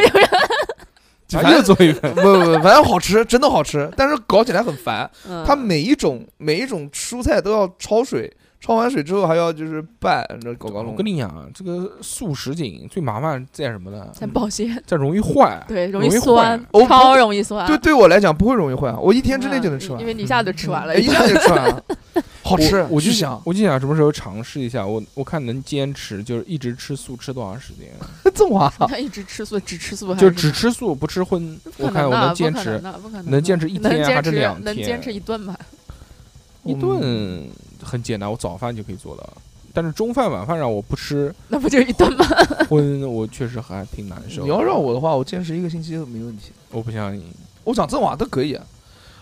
S1: 然后又做一盆。
S3: 不不不，反正好吃，真的好吃，但是搞起来很烦。
S4: 嗯，
S3: 它每一种每一种蔬菜都要焯水，焯完水之后还要就是拌，这搞搞
S1: 我
S3: 弄
S1: 跟。你讲啊，这个素食锦最麻烦在什么呢？
S4: 在保鲜，
S1: 在容易坏。
S4: 对，容
S1: 易坏
S4: 酸
S3: 哦，
S4: 超
S3: 不
S4: 容易酸。
S3: 对，对我来讲不会容易坏，我一天之内
S4: 啊嗯
S3: 就能吃完嗯哎
S4: 因，为你一下子吃完了
S3: 哎，一下就吃完了，好吃，
S1: 我我就
S3: 去想
S1: 我就想什么时候尝试一下，我我看能坚持，就是一直吃素吃多长时间，
S5: 这么啊？
S4: 他一直吃素，只吃素还
S1: 就是只吃素不吃荤，
S4: 不
S1: 我
S4: 可
S1: 看
S4: 能
S1: 我
S4: 的，
S1: 能
S4: 不可
S1: 坚
S4: 能
S1: 持
S4: 的，不可能
S1: 能
S4: 的
S1: 坚持一
S4: 能
S1: 天
S4: 坚
S1: 还是
S4: 持
S1: 两
S4: 能坚
S1: 天
S4: 持一顿吧？
S1: 一顿很简单，我早饭就可以做到。但是中饭晚饭让我不 吃
S4: 那不就一顿吗？
S1: 荤，我确实还挺难受。
S3: 你要让，我的话，我坚持一个星期都没问题。
S1: 我不相信。
S3: 我讲这话都可以啊，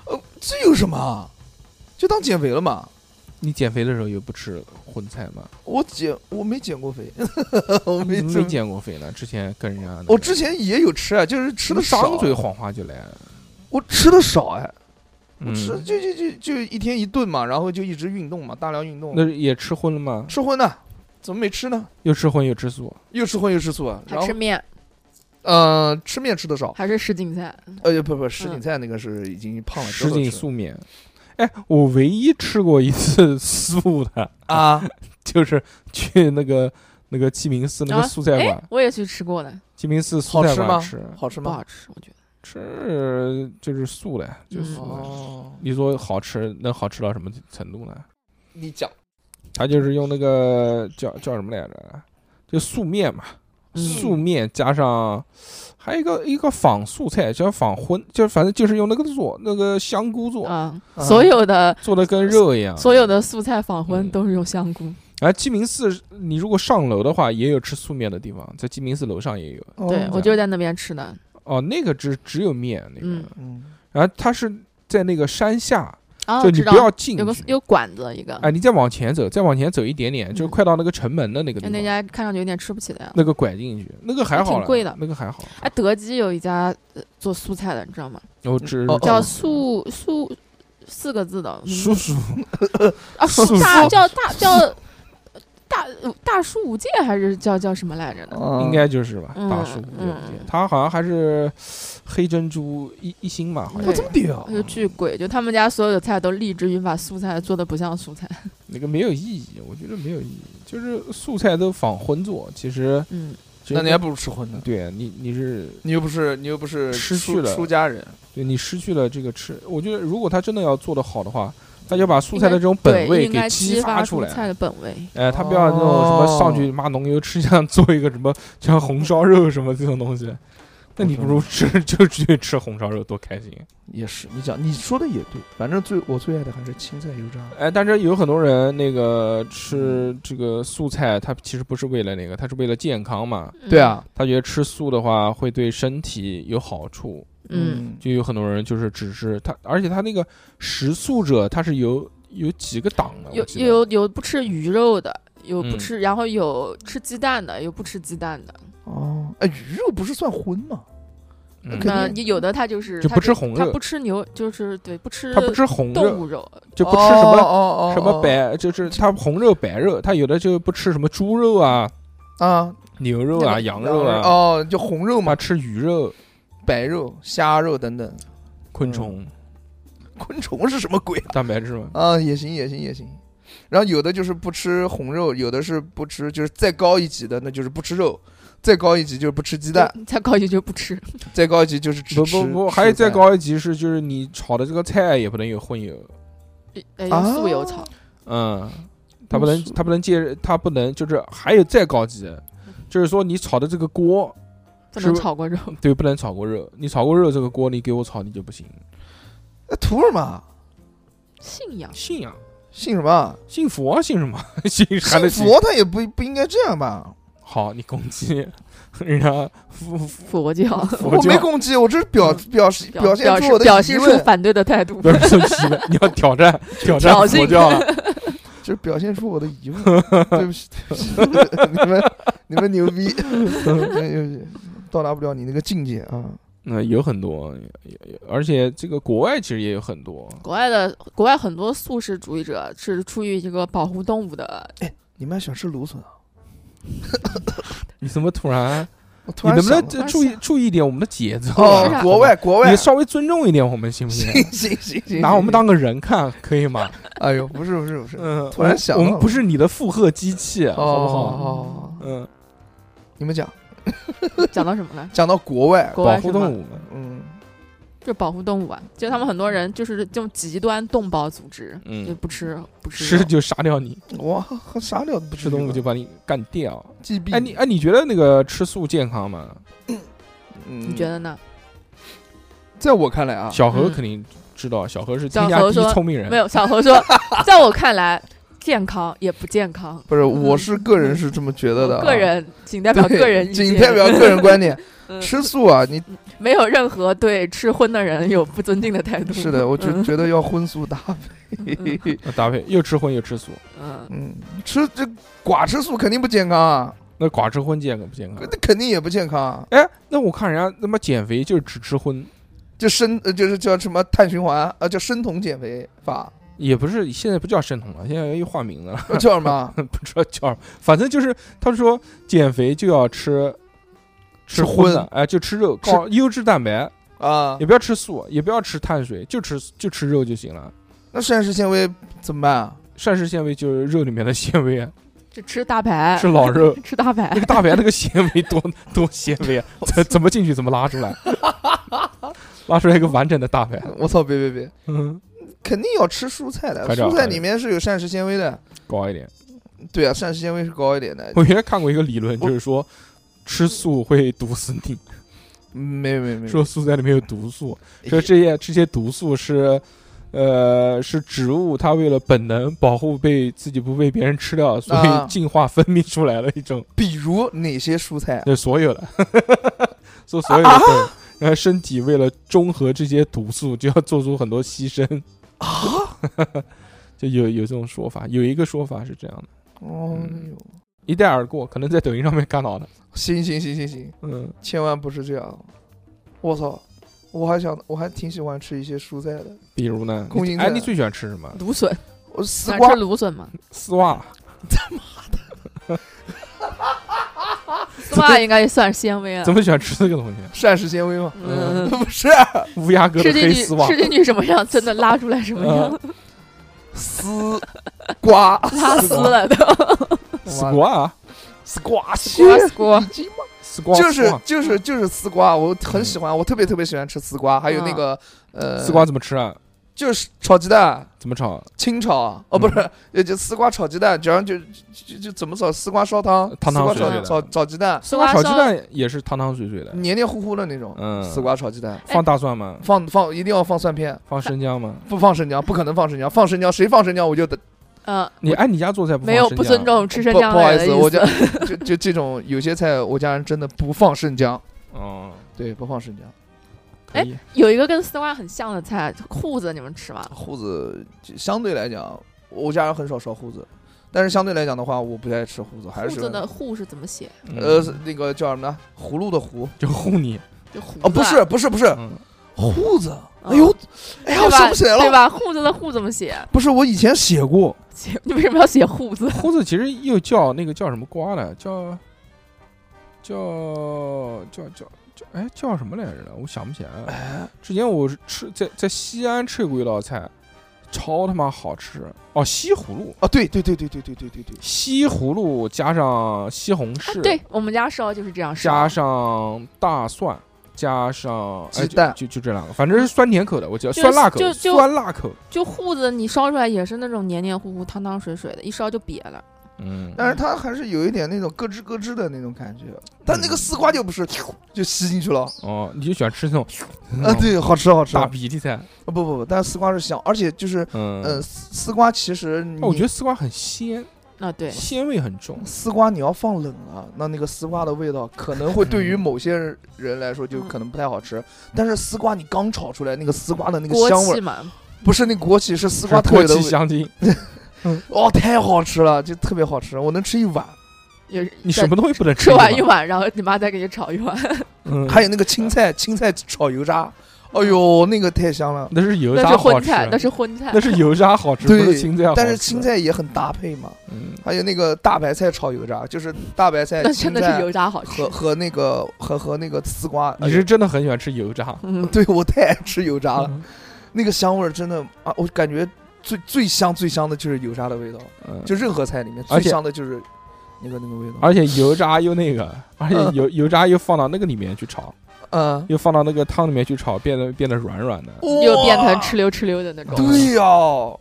S3: 呃，这有什么啊？就当减肥了嘛。
S1: 你减肥的时候有不吃荤菜吗？
S3: 我减我没减过肥， 我没
S1: 你没
S3: 减。
S1: 减过肥呢，之前跟人家那个
S3: 我之前也有吃啊，就是吃的
S1: 你
S3: 少
S1: 张，嘴谎话就来，
S3: 我吃的少哎，我
S1: 嗯
S3: 吃就就就就一天一顿嘛，然后就一直运动嘛，大量运动。
S1: 那也吃荤了吗？
S3: 吃荤呢？怎么没吃呢？
S1: 又吃荤又吃素，
S3: 又吃荤又吃素啊？然
S4: 还
S3: 后
S4: 吃面，
S3: 呃，吃面吃的少，
S4: 还是什锦菜？
S3: 呃，不不，什
S4: 嗯
S3: 锦菜那个是已经胖了之
S1: 什
S3: 后吃，
S1: 锦素面。哎，我唯一吃过一次 素的，
S3: 啊，
S1: 就是去那个那个鸡鸣寺那个
S4: 啊
S1: 素菜
S4: 哎
S1: 馆，，
S4: 我也去吃过的，
S1: 鸡鸣寺素
S3: 好
S1: 菜
S3: 吃吗
S1: 馆吃？
S3: 好吃
S4: 不好
S3: 吗？
S4: 吃，我觉得。
S1: 吃就是素的，就
S4: 嗯
S1: 素的。
S3: 哦，
S1: 你说好吃，能好吃到什么程度呢？
S3: 你讲
S1: 它就是用那个叫叫什么来着？就素面嘛，
S4: 嗯
S1: 素面加上还有一个一个仿素菜，叫仿荤，就反正就是用那个做那个香菇做，
S4: 嗯，
S3: 啊
S4: 所有的
S1: 做的跟肉一样。
S4: 所有的素菜仿荤
S1: 啊嗯
S4: 都是用香菇，
S1: 然后鸡鸣寺，你如果上楼的话，也有吃素面的地方，在鸡鸣寺楼上也有。
S4: 对
S1: 哦
S4: 我就是在那边吃的。
S1: 哦，那个只只有面那个，
S4: 嗯
S3: 嗯，
S1: 然后它是在那个山下，
S4: 啊，
S1: 就
S4: 我
S1: 你
S4: 知道
S1: 不要进
S4: 有个
S1: 去。
S4: 有馆子一个，
S1: 哎，你再往前走，再往前走一点点，就是
S4: 嗯
S1: 快到那个城门的那个地
S4: 那
S1: 方，
S4: 那家看上去有点吃不起的样子。
S1: 那个拐进去，那个还好
S4: 挺
S1: 了，
S4: 贵的
S1: 那个还好。
S4: 哎，德基有一家呃做蔬菜的，你知道吗？
S1: 我只
S3: 哦
S4: 叫素素四个字的名
S1: 叔
S4: 字
S1: 叔，
S4: 啊，
S1: 素
S4: 树大
S1: 素
S4: 叫大叫大大树无界还是叫叫什么来着呢？
S1: 应
S3: 啊
S1: 该就是吧，
S4: 嗯
S1: 大叔不
S4: 嗯
S1: 见他好像还是黑珍珠一一星吧，好
S4: 我
S1: 像
S4: 哦这么啊
S3: 屌
S4: 就巨贵，就他们家所有的菜都立志于把蔬菜做的不像蔬菜。
S1: 那个没有意义，我觉得没有意义，就是素菜都仿荤做，其实嗯
S4: 嗯，
S3: 那你还不如吃荤呢。
S1: 对啊你你是
S3: 你又不是你又不是
S1: 失
S3: 出
S1: 去了
S3: 出家人，
S1: 对你失去了这个吃，我觉得如果他真的要做的好的话，他就把蔬菜的这种 本
S4: 对
S1: 味
S4: 应该
S1: 给
S4: 激
S1: 激
S4: 发
S1: 出
S4: 蔬菜
S1: 来。
S4: 的本味。
S1: 哎，他不要那种什么上去妈浓油赤酱做一个什么像红烧肉什么这种东西，那你不如吃就去吃红烧肉多开心。啊
S3: 也是你讲你说的也对，反正最我最爱的还是青菜油
S4: 嗯
S3: 炸。
S1: 哎，但是有很多人那个吃这个素菜，他其实不是为了那个，他是为了健康嘛。
S4: 嗯
S3: 对啊，
S1: 他觉得吃素的话会对身体有好处，
S4: 嗯，嗯，
S1: 就有很多人就是只是他，而且他那个食素者他是有有几个档嗯的，我
S4: 有
S1: 记得
S4: 有有不吃鱼肉的，有不
S1: 嗯
S4: 吃，然后有吃鸡蛋的，有不吃鸡蛋的。
S3: 哦，哎，鱼肉不是算荤吗？
S1: 嗯
S3: 肯定
S4: 那有的他就是
S1: 就
S4: 他
S1: 不吃红
S4: 他
S1: 肉
S4: 不吃牛，就是对不吃
S1: 他不吃红
S4: 动
S1: 肉，
S4: 物哦肉，
S1: 就不吃什
S3: 哦
S1: 么
S3: 么
S1: 什么白，就是他红肉白肉，他有的就不吃什么猪肉啊、
S3: 啊，
S1: 牛肉
S4: 那
S1: 啊、
S4: 个
S1: 羊肉啊，
S3: 哦，就红肉嘛
S1: 他，吃鱼肉、
S3: 白肉、虾肉等等。
S4: 嗯
S1: 昆虫、
S3: 昆虫是什么鬼啊？
S1: 蛋白质嘛。
S3: 啊，也行，也行，也行。然后有的就是不吃红肉，有的是不吃，就是再高一级的，那就是不吃肉；再高一级就是不吃鸡蛋，
S4: 他高级就不吃。
S3: 再高一级就是只
S1: 不
S3: 吃
S1: 不不，
S3: 吃
S1: 还有再
S3: 蛋
S1: 高一级是，就是你炒的这个菜也不能有荤油，
S4: 哎，
S3: 啊
S4: 有素有草，
S1: 嗯，它不能
S3: 素
S1: 它不能介，它不能就是还有再高级，就是说你炒的这个锅，
S4: 不
S1: 是
S4: 能
S1: 不
S4: 炒过肉。
S1: 对，不能炒过肉，你炒过肉这个锅你给我炒你就不行，
S3: 哎图什么？
S4: 信仰，
S1: 信仰
S3: 信什么？
S1: 信佛啊信什么 信还
S3: 信
S1: 能信
S3: 佛他也不不应该这样吧？
S1: 好，你攻击 人家佛佛
S4: 佛教。
S1: 佛
S3: 我没
S1: 教。
S3: 攻击，我只是表
S1: 嗯
S3: 表示
S4: 表
S3: 现出我的
S4: 表
S3: 疑
S4: 示出
S3: 问，
S4: 反对的态度
S1: 不。是攻击的，你要挑 战挑战
S4: 挑衅
S1: 佛教啊 了。
S3: 就是表现出我的疑问。对不起，对不起，你们你们牛逼，真牛逼，到达不了你那个境界啊！
S1: 那有很多，有有而且这个国外其实也有很多。
S4: 国外的国外很多素食主义者是出于一个保护动物的，
S3: 你们还想吃芦笋啊？
S1: 你怎么突然？
S3: 我突
S1: 你
S3: 然
S1: 能不能
S3: 想
S1: 这
S4: 到
S1: 注意注意一点我们的节奏
S3: 到
S1: 啊？
S4: 是
S3: 哦，国外国外
S1: 你，稍微尊重一点我们行不行？
S3: 行行行行，
S1: 拿我们当个人看可以 吗？
S3: 哎呦，不是不是不是，
S1: 嗯，
S3: 突然想
S1: 我
S3: 到
S1: 们我们不是你的负荷机器，好不好？
S3: 哦，
S1: 嗯，
S3: 你们讲
S4: 讲到什么了？
S3: 讲到国外，
S4: 国
S1: 保
S4: 外
S1: 护
S4: 是
S1: 动
S4: 吗？
S1: 物嘛，
S3: 嗯，
S4: 就保护动物啊。就他们很多人就是这种极端动保组织，
S1: 嗯
S4: 就不吃不吃
S1: 吃
S4: 肉
S1: 就杀掉你，
S3: 我和啥了不
S1: 吃动物就把你干掉。
S3: 击毙。
S1: 哎，你哎，你觉得那个吃素健康吗？
S3: 你
S4: 你觉？得呢？
S3: 嗯在我看来啊，
S1: 小何
S4: 嗯
S1: 肯定知道，小何是
S4: 小
S1: 天下
S4: 何
S1: 第一
S4: 说
S1: 聪
S3: 嗯
S1: 明人。
S4: 没有，小何说， 在我看来，健康也不健康。
S3: 不是，我是个人是这么觉得的啊。
S4: 嗯个人仅代表
S3: 对
S4: 个人意见，
S3: 仅代表个人观 点。
S4: 嗯
S3: 吃素啊，你
S4: 没有任何对吃荤的人有不尊敬的态度。
S3: 是的，我觉
S4: 嗯
S3: 觉得要荤素 搭
S4: 嗯
S3: 配。
S1: 呃搭配又吃荤又吃素，
S4: 嗯，
S3: 嗯，吃这寡吃素肯定不健康啊，
S1: 那寡吃荤健康不健康
S3: 那？肯定也不健康啊。
S1: 哎，那我看人家他妈减肥就是只吃荤，
S3: 就生呃就是叫什么碳循环啊，叫生酮减肥法，
S1: 也不是现在不叫生酮了，现在又换名字了，
S3: 呃叫 什么？
S1: 不知道叫什么。反正就是他说减肥就要吃吃
S3: 吃
S1: 荤
S3: 荤
S1: 的，哎，就吃肉，高优质蛋白，
S3: 啊
S1: 也，不要吃素，也不要吃碳水，就吃就吃肉就行了。
S3: 那膳食纤维怎么办啊？
S1: 膳食纤维就是肉里面的纤维啊，
S4: 就吃大排，
S1: 吃老肉，
S4: 吃 大排
S1: 那，个大白那个纤维多多纤维啊， 怎怎么进去怎么拉出 来，拉出来一个完整的大白。
S3: 我操，别别别，
S1: 嗯，
S3: 肯定要吃蔬菜的，
S1: 还是要
S3: 蔬菜里面是有膳食纤维的。
S1: 高一点。
S3: 对啊，膳食纤维是高一点的。
S1: 我原来看过一个理论，就是说吃素会毒死你，
S3: 嗯没有没有没有，
S1: 说素菜里面有毒素，说这 些这些毒素是。呃，是植物它为了本能保护被自己不被别人吃掉，所
S3: 啊
S1: 以进化分泌出来了一种，
S3: 比如哪些蔬菜啊？啊
S1: 那所有的， 说所有的对，然后身体为了中和这些毒素，就要做出很多牺牲啊， 就有有这种说法，有一个说法是这样的，
S3: 哦
S1: 嗯
S3: 呦，
S1: 一带而过，可能在抖音上面看到的，
S3: 行行行行行，
S1: 嗯，
S3: 千万不是这样。我操，我还想，我还挺喜欢吃一些蔬菜的，
S1: 比如呢，
S3: 空
S1: 你
S3: 心
S1: 哎，
S3: 菜啊
S1: 你最喜欢吃什么？
S4: 芦笋，
S3: 我丝
S4: 哪
S3: 瓜
S4: 吃芦笋 嘛？
S1: 丝袜，
S4: 丝袜应该也算是纤维啊
S1: 怎。么喜欢吃这个东西？
S3: 膳食纤维嘛，
S4: 嗯，
S3: 不是
S1: 乌鸦哥的
S4: 吃进
S1: 黑
S4: 去
S1: 丝袜
S4: 吃，进去什么样，真的拉出来什么样，
S3: 嗯丝瓜
S4: 拉丝了都。
S1: 丝瓜啊，
S3: 丝瓜
S4: 丝瓜丝瓜
S3: 已经嘛
S1: 丝瓜，
S3: 就是
S1: 丝瓜嗯
S3: 就是就是丝瓜，我很喜欢，我特别特别喜欢吃丝瓜，还有那
S4: 嗯
S3: 个呃，
S1: 丝瓜怎么吃啊？
S3: 就是炒鸡蛋。
S1: 怎么炒？
S3: 清炒哦，不是，也就丝瓜炒鸡蛋，只要就就就就怎么炒？丝瓜烧汤，
S1: 呃汤汤
S3: 丝瓜
S1: 水
S4: 水
S1: 的
S3: 炒炒炒鸡蛋，
S4: 丝
S1: 丝瓜炒鸡
S4: 烧
S1: 蛋也是汤汤水水的，
S3: 黏黏糊糊的那种，
S1: 嗯
S3: 丝瓜炒鸡蛋，
S1: 放大蒜吗？
S3: 放放一定要放蒜片，
S1: 放生姜吗？
S3: 不放生姜不可能放生姜，放生姜谁放生姜我就得
S4: 嗯，
S1: 你哎，你家做菜不放
S4: 没有
S1: 生
S4: 不
S1: 姜
S4: 尊重吃生
S3: 啊不
S4: 姜
S3: 不好意
S4: 的人的
S3: 思，
S4: 意
S3: 我
S4: 思
S3: 家就就这种有些菜我家人真的不放生姜，
S1: 哦，
S3: 对，不放生姜，
S4: 哎
S1: 可以。
S4: 有一个跟丝瓜很像的菜，裤子，你们吃吗？
S3: 瓠子就相对来讲，我家人很少烧瓠子，但是相对来讲的话，我不太爱吃瓠子，还
S4: 裤
S3: 是喜
S4: 子
S3: 欢
S4: 的“裤”是怎么写？
S1: 嗯
S3: 呃那个叫什么呢？葫芦的葫
S1: 就糊你，
S4: 就胡子
S3: 哦，
S4: 啊
S3: 不是不是不是
S1: 嗯，
S3: 瓠子，哎呦，哎呀，我
S4: 对吧
S3: 想不起来
S4: 对
S3: 了，
S4: 吧？裤子的“裤”怎么写？
S3: 不是我以前写过，
S4: 写你为什么要写裤子？
S1: 胡子其实又叫那个叫什么瓜呢？叫叫叫叫叫，哎，叫什么来着呢？我想不起来
S3: 哎
S1: 了。之前我是吃在在西安吃过一道菜，超他妈好吃哦，西葫芦，
S3: 啊，对对对对对对对对对，
S1: 西葫芦加上西红柿，
S4: 啊对我们家烧就是这样烧，
S1: 加上大蒜。加上哎
S3: 鸡蛋
S1: 就就就这两个，反正是酸甜口的，我记得
S4: 就
S1: 酸辣口，
S4: 就就
S1: 酸辣口，
S4: 就瓠子你烧出来也是那种黏黏糊糊、汤汤水水的，一烧就瘪了。
S1: 嗯，
S3: 但是它还是有一点那种咯吱咯吱的那种感觉，但
S1: 嗯
S3: 那个丝瓜就不是，就吸进去了，
S1: 哦，你就喜欢吃那种
S3: 啊，对，好吃好吃，
S1: 嗯大
S3: 啊
S1: 鼻涕菜，
S3: 不不不，但是丝瓜是香，而且就是。
S1: 嗯哦
S3: 呃，丝丝瓜其实你，
S1: 那我觉得丝瓜很鲜，
S4: 啊，对，
S1: 鲜味很重。
S3: 丝瓜你要放冷了，那那个丝瓜的味道可能会对于
S1: 嗯
S3: 某些人来说就可能不太好吃。但是丝瓜你刚炒出来，那个丝瓜的那个
S4: 锅
S3: 香味
S1: 嗯
S4: 气
S3: 儿，
S4: 嘛，
S3: 不是那国企，是丝瓜特
S1: 过
S3: 有的
S1: 期
S3: 味，
S1: 香精，
S3: 哦，太好吃了，就特别好吃，我能吃一碗。
S4: 也是
S1: 你什么东西不能
S4: 吃完一
S1: 碗？
S4: 碗，然后你妈再给你炒一碗，
S1: 嗯，
S3: 还有那个青菜，青菜炒油渣，哎呦，那个太香了。
S1: 那是油
S4: 那
S1: 炸
S4: 是
S1: 好
S4: 荤
S1: 吃，
S4: 菜，那是荤菜
S1: 那。是油炸好吃，不
S3: 对
S1: 是青菜好吃。
S3: 但是青，菜也很搭配嘛，
S1: 嗯，
S3: 还有那个大白菜炒油渣，就是大白菜、
S4: 那真
S3: 青
S4: 的是
S3: 菜
S4: 油炸好吃
S3: 和，和那个和和那个丝瓜。哎
S1: 你
S3: 呦
S1: 是真的很喜欢吃油炸
S4: 嗯，
S3: 对我太爱吃油炸了。
S1: 嗯
S3: 那个香味儿真的啊，我感觉最最香最香的就是油炸的味道，
S1: 嗯
S3: 就任何菜里面
S1: 而
S3: 最
S1: 且
S3: 香的就是那个那个味道。
S1: 而且油炸又那个，而且油油炸又放到那个里面去炒，
S3: 嗯，
S1: 又放到那个汤里面去炒，变得变得软软的。
S3: 哦
S4: 又变成
S3: 哇
S4: 哧溜哧溜的那种。
S3: 对呀、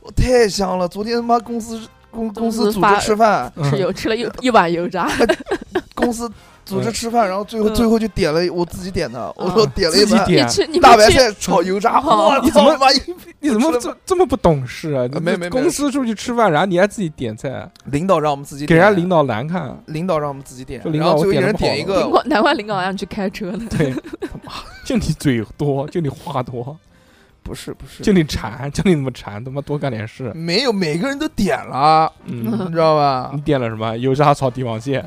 S3: 我太香了！昨天他妈公司公公
S4: 公司
S3: 司组织
S4: 发
S3: 吃饭，
S1: 嗯
S4: 吃油吃了一一碗油炸，
S3: 公司组织吃饭，然后最后
S4: 嗯
S3: 最后就点了我自己点的，我说
S1: 嗯
S3: 点了
S1: 自
S3: 一
S1: 己
S3: 碗
S1: 点
S4: 你去你
S3: 大
S4: 们
S3: 白
S4: 去哦
S3: 菜炒油炸，我
S1: 你怎
S3: 操
S1: 么
S3: 他妈一
S1: 你怎么
S3: 我吃
S1: 这这么不懂事啊？你
S3: 没没没
S1: 公司出去吃饭，然后你还自己点菜，
S3: 领导让我们自己
S1: 给
S3: 点
S1: 人家领导难看。
S3: 领导让我们自己点
S1: 说，领
S3: 然
S1: 导
S3: 后
S1: 我
S3: 最后一
S1: 点
S3: 人
S1: 得不好
S3: 点一
S1: 了
S4: 领
S3: 个，
S4: 导难怪领导让你去开车呢。
S1: 对， 就你嘴多，就你话多，
S3: 不是不是
S1: 就，你馋，就你怎么馋，他妈多干点事。
S3: 没有每个人都点了，
S1: 嗯，
S3: 你知道吧
S1: 你？点了什么？油炸炒帝王蟹，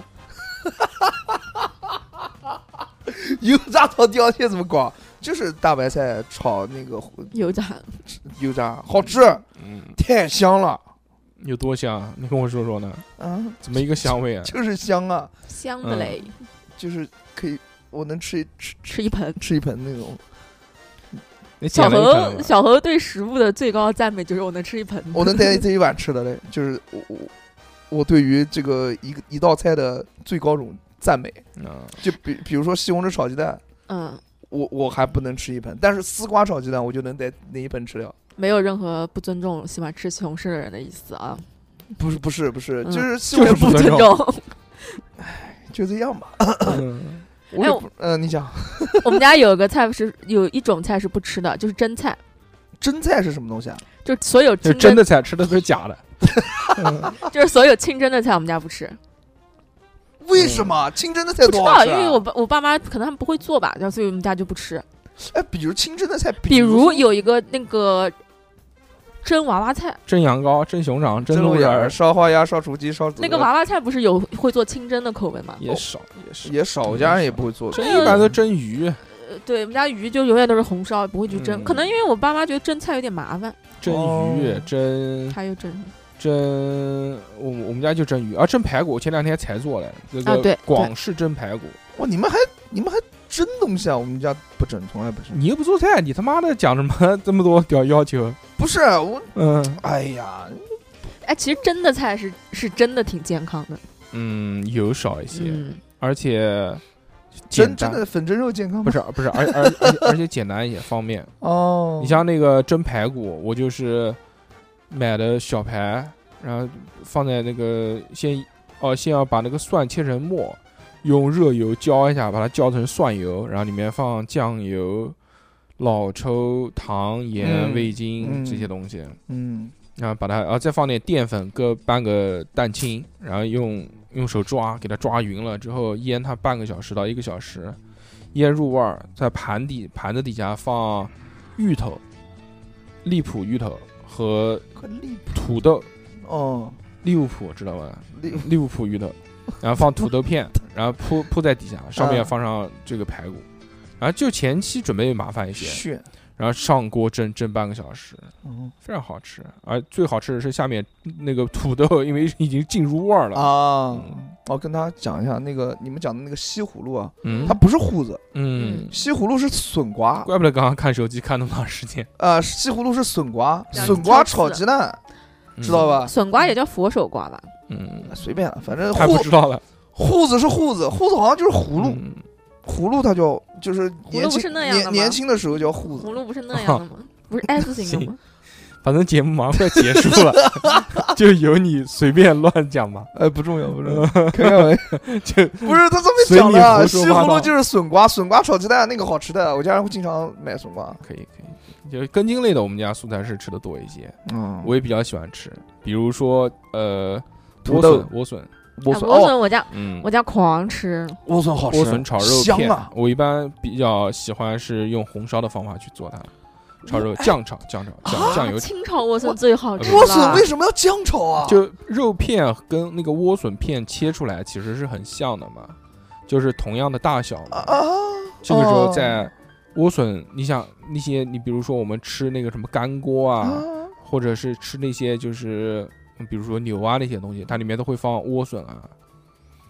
S3: 油炸炒帝王蟹怎么搞？就是大白菜炒那个胡
S4: 油 炸，
S3: 油炸，好吃，
S1: 嗯，
S3: 太香了，
S1: 有多香？你跟我说说呢？
S3: 啊，
S1: 怎么一个香味啊？
S3: 就是香啊，
S4: 香
S1: 的
S4: 的
S1: 嘞
S4: 嘞，
S3: 就是可以，我能吃一吃
S4: 吃一盆。
S3: 吃一盆 那种，
S1: 你
S4: 小
S1: 点了一盆
S4: 何
S1: 吧
S4: 小何对食物的最高赞美就是我能吃一盆，
S3: 我能带这一碗吃的嘞，就是我我我对于这个一个一道菜的最高种赞美，
S1: 嗯
S3: 就比比如说西红柿炒鸡蛋。
S4: 嗯，
S3: 我我还不能吃一盆，但是丝瓜炒鸡蛋我就能在那一盆吃掉。
S4: 没有任何不尊重喜欢吃西红柿的人的意思啊，
S3: 不是不是不是，
S4: 嗯
S3: 就是西
S1: 就
S3: 红
S1: 是
S3: 柿
S1: 不
S4: 不
S1: 尊
S4: 尊
S1: 重
S4: 重。
S3: 就这样吧。
S1: 嗯
S3: 我也不嗯、你想
S4: 我们家有个菜是有一种菜是不吃的，就是蒸菜，
S3: 蒸菜是什么东西啊？
S4: 就是所有
S1: 就
S4: 清
S1: 是真的菜吃的都是假的。嗯
S4: 就是所有清蒸的菜我们家不吃，
S3: 为什么清蒸的菜
S4: 嗯不知
S3: 多好
S4: 道，
S3: 吃、
S4: 因
S3: 啊？
S4: 为我爸我爸妈可能他们不会做吧，然后所以我们家就不吃。
S3: 哎，比如清蒸的菜，
S4: 比如
S3: 如
S4: 有一个那个蒸娃娃菜，
S1: 蒸羊羔、蒸熊掌、蒸
S3: 蒸
S1: 鹿
S3: 鹿
S1: 眼
S3: 眼
S1: 儿
S3: 儿、烧花鸭、烧雏鸡、烧子
S4: 那个娃娃菜不是有会做清蒸的口味吗？
S1: 也少也少，
S3: 也少，我家人也不会做。
S1: 蒸一般都蒸鱼，
S4: 呃对，我们家鱼就永远都是红烧，不会去蒸。
S1: 嗯
S4: 可能因为我爸妈觉得蒸菜有点麻烦，
S1: 蒸鱼
S3: 哦
S1: 蒸
S4: 他又蒸。
S1: 蒸，我我们家就蒸鱼啊，蒸排骨，前两天才做嘞，那
S4: 啊
S1: 个
S4: 对
S1: 广式蒸排骨。
S3: 哇，你们还你们还蒸东西啊？我们家不蒸，从来不蒸。
S1: 你又不做菜，你他妈的讲什么这么多屌要求？
S3: 不是啊我，
S1: 嗯
S3: 哎呀，
S4: 哎，其实蒸的菜是是真的挺健康的，
S1: 嗯，油少一些，
S4: 嗯，
S1: 而且简
S3: 蒸真
S1: 单，
S3: 的粉蒸肉健康吗？
S1: 不是不是，而而而且而且简单也方便。
S3: 哦，
S1: 你像那个蒸排骨，我就是买的小排，然后放在那个先哦，先要把那个蒜切成末，用热油浇一下，把它浇成蒜油，然后里面放酱油、老抽、糖、盐、
S3: 嗯
S1: 味精、
S3: 嗯
S1: 这些东西，
S3: 嗯
S1: 然后把它啊再放点淀粉，搁半个蛋清，然后用用手抓，给它抓匀了之后腌它半个小时到一个小时，腌入味儿，在盘底盘子底下放芋头、荔浦芋头和
S3: 快立
S1: 土豆，
S3: 哦，
S1: 利物浦知道吧？
S3: 立
S1: 利物浦芋头，然后放土豆片，然后铺铺在底下，上面放上这个排骨，然后就前期准备麻烦一些，
S3: 血，
S1: 然后上锅蒸蒸半个小时，
S3: 嗯。
S1: 非常好吃，而最好吃的是下面那个土豆，因为已 经进入味儿了。
S3: 啊
S1: 嗯，
S3: 我跟大家讲一下那个你们讲的那个西葫芦啊，
S1: 嗯
S3: 它不是瓠子，
S1: 嗯，
S3: 西葫芦是笋瓜，
S1: 怪不得刚刚看手机看那么长时间，
S3: 呃，西葫芦是笋瓜，
S4: 两
S3: 笋瓜
S4: 条
S3: 炒
S4: 刺
S3: 鸡蛋，
S1: 嗯
S3: 知道？吧？
S4: 笋瓜也叫佛手瓜吧？
S1: 嗯，
S3: 随便了，反正
S1: 还不
S3: 瓠
S1: 知道了。
S3: 瓠子是瓠子，瓠子好像就是葫芦，
S1: 嗯
S3: 葫芦它叫就是
S4: 芦
S3: 年
S4: 不
S3: 轻
S4: 是那样的
S3: 年
S4: 吗
S3: 年轻的时候叫瓠
S4: 葫
S3: 子，
S4: 芦不是那样的吗？不是 S 型的吗？
S1: 反正节目马上快结束 了，就由你随便乱讲吧。
S3: 哎，不重要不重要，开开玩笑，
S1: 就
S3: 不是他这
S1: 随
S3: 么讲
S1: 你
S3: 的啊，
S1: 胡
S3: 西
S1: 说八
S3: 葫芦
S1: 道
S3: 就是笋瓜，笋瓜炒鸡蛋那个好吃的，我家人会经常买笋瓜，
S1: 可以可以，就根茎类的，我们家素菜是吃的多一些，
S3: 嗯
S1: 我也比较喜欢吃，比如说呃，
S3: 土
S1: 莴
S3: 豆
S1: 笋、莴笋，
S3: 莴
S4: 哎
S3: 笋
S4: 莴
S3: 哦，
S4: 笋我家
S1: 嗯
S4: 我，家狂吃，
S3: 莴笋好吃，
S1: 莴笋炒肉
S3: 哦香
S1: 片
S3: 啊，，
S1: 我一般比较喜欢是用红烧的方法去做它，炒肉
S3: 哎
S1: 酱炒酱炒
S3: 啊
S1: 酱酱油炒，
S4: 啊清炒莴笋最好吃了。
S3: 莴笋为什么要酱炒啊？
S1: 就肉片跟那个莴笋片切出来其实是很像的嘛，就是同样的大小嘛。
S3: 啊，
S1: 这个时候
S3: 哦
S1: 在莴笋，你想那些你比如说我们吃那个什么干锅啊，或者是吃那些就是嗯比如说牛啊那些东西，它里面都会放莴笋啊，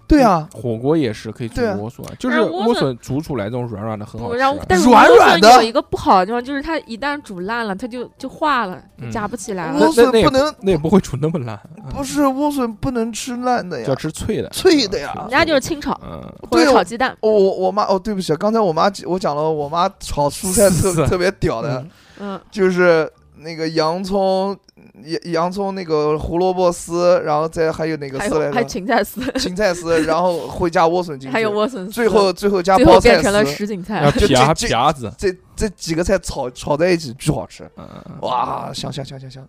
S3: 对啊，
S1: 火锅也是可以煮
S3: 对啊
S1: 莴笋，就是
S4: 但是莴
S1: 莴
S4: 笋
S1: 笋煮出来这种软软的，很好
S4: 不
S1: 吃
S4: 然
S1: 啊。
S4: 后，但是
S3: 软
S4: 莴
S3: 软
S4: 笋
S3: 的
S4: 有一个不好的地方，就是它一旦煮烂了，它就就化了，就
S1: 嗯
S4: 夹不起来
S1: 那
S4: 了
S3: 莴。笋
S1: 那
S3: 不能，
S1: 那也不会煮那么烂，
S3: 不是莴笋不能吃烂的
S1: 嗯
S3: 呀
S1: 要，吃脆的，
S3: 脆的呀
S1: 嗯
S4: 人家就是清炒
S1: 嗯，
S4: 或者
S3: 对
S4: 炒鸡蛋，
S3: 哦，我我妈哦，对不起，啊，刚才我妈我讲了，我妈炒 蔬菜
S1: 是
S3: 特
S1: 是
S3: 特别屌的，
S4: 嗯，
S3: 就是那个洋葱、洋洋葱那个胡萝卜丝，然后再还有那个
S4: 还
S3: 丝来
S4: 有还有
S3: 着，
S4: 芹菜丝，
S3: 芹菜丝，然后会加莴笋进去，
S4: 还有莴笋丝，
S3: 最后最后加
S4: 最
S3: 包
S4: 后
S3: 菜
S4: 变成了
S3: 丝，
S4: 什锦
S1: 要
S4: 菜。
S3: 就这
S1: 皮啊
S3: 这
S1: 皮啊子，
S3: 这这几个菜炒炒在一起巨好吃，
S1: 嗯，嗯嗯
S3: 哇，香香香香 香，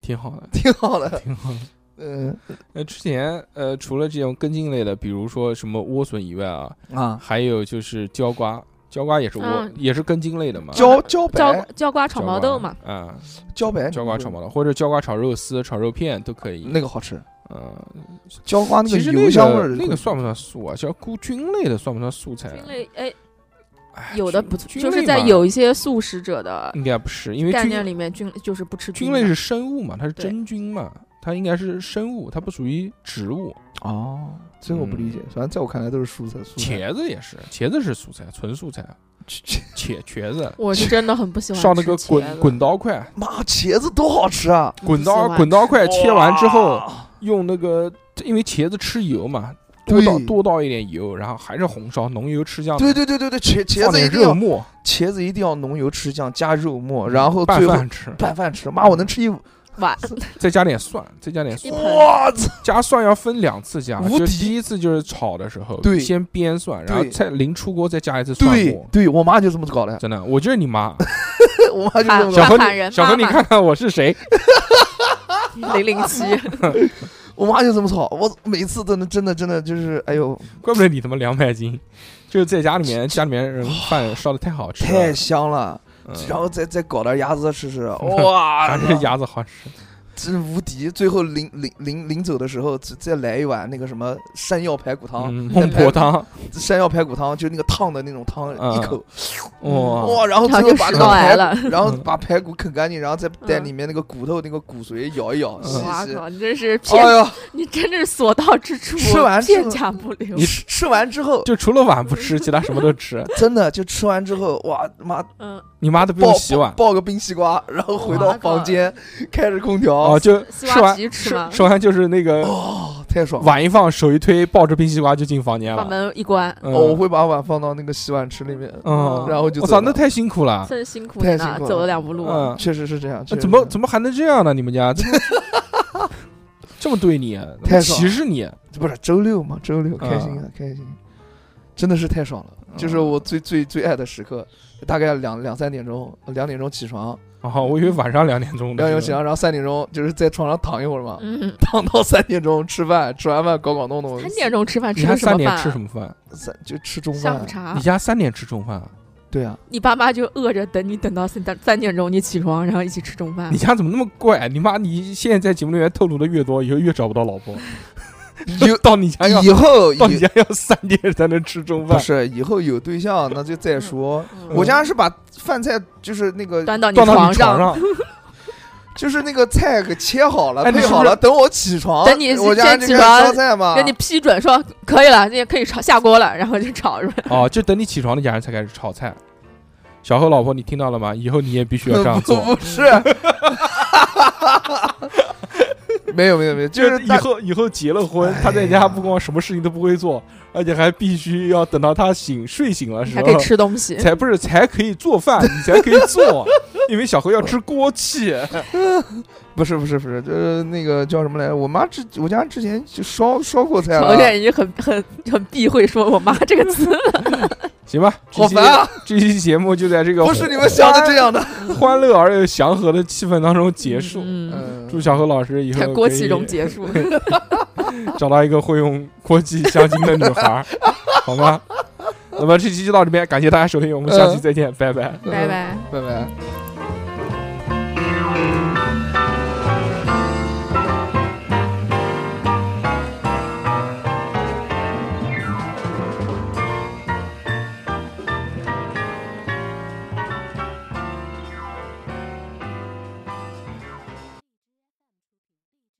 S1: 挺好的，
S3: 挺好的，
S1: 挺好的。
S3: 嗯
S1: 呃，之前呃，除了这种根茎类的，比如说什么莴笋以外 啊，
S3: 啊，
S1: 还有就是椒瓜，椒瓜也是莴
S4: 嗯，
S1: 也是根茎类的嘛。
S3: 茭茭
S4: 椒
S3: 白
S4: 椒瓜炒
S1: 椒瓜
S4: 毛豆嘛，，
S1: 嗯，
S3: 茭白
S1: 椒瓜炒毛豆，或者椒瓜炒肉丝、炒肉片都可以。
S3: 哎那个好吃，
S1: 嗯，
S3: 椒瓜那个
S1: 其实
S3: 油
S1: 那
S3: 香味儿
S1: 个
S3: 会，
S1: 那个算不算素啊？叫菇菌类的算不算素菜啊？
S4: 菌类哎，
S1: 哎
S4: 有的
S1: 菌
S4: 不错，
S1: 菌
S4: 就是
S1: 类
S4: 在
S1: 嘛
S4: 有一些素食者的
S1: 应该不是，因为
S4: 概
S1: 菌
S4: 念里面，菌就是不吃
S1: 菌
S4: 的
S1: 类是生物嘛，它是
S4: 对
S1: 真菌嘛，它应该是生物，它不属于植物。
S3: 哦，这个我不理
S1: 嗯
S3: 解，反正在我看来都是蔬菜，蔬菜
S1: 茄子也是，茄子是蔬菜，纯蔬菜，
S3: 切，
S1: 茄茄子。
S4: 我是真的很不喜欢
S1: 上那
S4: 吃
S1: 个
S4: 茄
S1: 滚
S4: 子
S1: 滚刀块，
S3: 妈茄子多好吃啊！
S1: 滚
S4: 喜
S1: 刀
S4: 欢
S1: 滚刀块切完之后，
S3: 哇
S1: 用那个，因为茄子吃油嘛，多倒
S3: 对
S1: 多倒一点油，然后还是红烧浓油赤酱，
S3: 对对对对对，茄茄
S1: 啊放
S3: 子一
S1: 点
S3: 定
S1: 肉
S3: 要
S1: 末，
S3: 茄子一定要浓油赤酱加肉末，然后
S1: 嗯拌
S3: 哦最后
S1: 饭吃，
S3: 拌饭吃。妈，我能吃一
S4: 碗，
S1: 再加点蒜，再加点
S4: 一
S1: 蒜，
S4: 盆
S3: 我操！
S1: 加蒜要分两次加，
S3: 无
S1: 就
S3: 敌
S1: 第一次就是炒的时候，
S3: 对
S1: 先煸蒜，然后
S3: 对
S1: 再临出锅再加一次蒜
S3: 对
S1: 末，
S3: 对，我妈就这么搞 的，
S1: 真的，我就是你妈，
S3: 我妈就这么
S1: 小
S3: 搞
S4: 喊。
S1: 何
S4: 喊人
S1: 你小何
S4: 妈
S1: 你
S4: 妈
S1: 看看我是谁，
S4: 零零 七，
S3: 我妈就这么炒，我每次都能真的真的就是，哎呦，
S1: 怪不得你他妈两百斤，就是在家里 面家里面人饭烧的太好吃
S3: 太
S1: 了，
S3: 香了，
S1: 嗯
S3: 然后再再搞点鸭子 吃吃，哇
S1: 反，正鸭子好吃，
S3: 真无敌！最后临临临临走的时候，再再来一碗那个什么山药排骨汤，
S1: 嗯， 孟婆汤，
S3: 山药排骨汤就那个烫的那种汤，
S1: 嗯
S3: 一口
S1: 哇，
S3: 哇，然后
S4: 然
S3: 最
S4: 后
S3: 后
S4: 就
S3: 把
S4: 食
S3: 那
S4: 道
S3: 个
S4: 癌
S3: 排
S4: 了
S3: 骨，然后
S1: 嗯
S3: 把排骨啃干净，然后再带
S4: 嗯
S3: 里面那个骨头、那个骨髓咬一咬，
S1: 嗯
S3: 吸
S4: 哇
S3: 一吸。
S4: 靠，你真是
S3: 哎
S4: 骗，
S3: 呦，
S4: 你真是所到之处
S3: 吃完之
S4: 片
S3: 后
S4: 甲不留
S3: 你。吃吃完之后，
S1: 就除了碗不吃，其他什么都 吃，
S3: 真的就吃完之后，哇妈，
S4: 嗯，
S1: 你妈都不用
S3: 抱
S1: 洗碗，
S3: 抱个冰西瓜，然后回
S4: 哇
S3: 到
S4: 靠
S3: 房间开着空调
S1: 哦，，就
S4: 西
S1: 吃
S4: 瓜
S1: 完
S4: 皮吃吗？
S1: 吃完就是那个
S3: 哦，太爽了！
S1: 碗一放，手一推，抱着冰西瓜就进房间
S4: 把
S1: 了，
S4: 门一关，
S1: 嗯
S3: 哦，我会把碗放到那个洗碗池里面，
S1: 嗯，
S3: 然后就
S1: 我
S3: 走
S1: 操，
S3: 了
S1: 那太辛苦了，
S4: 真辛苦
S3: 太
S4: 你
S3: 辛
S4: 了，
S3: 苦了
S4: 走了两步路。
S1: 嗯，
S3: 确实是这样。
S1: 那
S3: 确实
S1: 怎么
S3: 是这样
S1: 怎么还能这样呢？你们家这么 这么对你，啊
S3: 太爽
S1: 歧视你，啊
S3: 不是周六嘛？周六
S1: 嗯
S3: 开心啊，开心！真的是太爽了，就是
S1: 嗯
S3: 我最最最爱的时刻。大概两两三点钟，两点钟起床，
S1: 哦，我以为晚上两点钟的时候，
S3: 两点钟起床，然后三点钟就是在床上躺一会儿嘛，
S4: 嗯，
S3: 躺到三点钟吃饭，吃完饭搞搞弄弄，
S4: 三点钟吃饭
S1: 你
S4: 吃
S1: 家
S4: 的什
S1: 三
S4: 么
S1: 点
S4: 饭
S1: 吃
S4: 啊？
S1: 什么饭？
S3: 三就吃中
S4: 下
S3: 饭
S4: 午，茶
S1: 你。家三点吃中饭啊？
S3: 对啊，
S4: 你爸妈就饿着等你，等到三三点钟你起床，然后一起吃中饭
S3: 啊
S1: 你。家怎么那么怪？啊你妈，你现在在节目里面透露的越多，以后越找不到老婆。
S3: 有
S1: 到你家要
S3: 以后
S1: 到你
S3: 有
S1: 家要三点才能吃中
S3: 不
S1: 饭，
S3: 是以后有对 象那就再说。
S4: 嗯
S3: 我家是把饭菜就是那个
S4: 端到你
S1: 撞到你
S4: 上，
S1: 上。
S3: 就是那个菜给切好了
S1: 哎你
S3: 配
S1: 是不
S3: 好了，
S1: 是
S3: 等我起床，
S4: 等你
S3: 我家
S4: 先
S3: 就
S4: 起
S3: 开始烧
S4: 床
S3: 菜嘛，
S4: 给你批准说可以了，你也可以炒下锅了，然后就炒出来。
S1: 哦，就等你起床，那家人才开始炒菜。小何老婆，你听到了吗？以后你也必须要这样做。
S3: 不不是，没有没有没有，就是
S1: 以
S3: 大
S1: 后以后结了婚，他在
S3: 哎呀
S1: 家不光什么事情都不会做，而且还必须要等到他醒睡醒了时
S4: 还
S1: 候
S4: 可以，吃东西，
S1: 才不是才可以做饭，你才可以 做，因为小何要吃锅气。
S3: 不是不是不是，就是那个叫什么来着？我妈之我家之前就烧烧过菜啊
S4: 小
S3: 了，
S4: 远已经很很很避讳说我妈这个词，
S1: 行吧，这
S3: 好
S1: 期
S3: 烦 啊！
S1: 这期节目就在这个
S3: 不是你们想 的这样的。
S1: 欢乐而又祥和的气氛当中结束。
S4: 嗯，
S3: 嗯，
S1: 祝小何老师以后
S4: 看郭
S1: 可以
S4: 启荣结 束，
S1: 找到一个会用锅气相亲的女孩儿，好吗？那么这期就到这边，感谢大家收听，我们下期再见，拜拜。
S4: 拜拜。
S3: 嗯拜拜。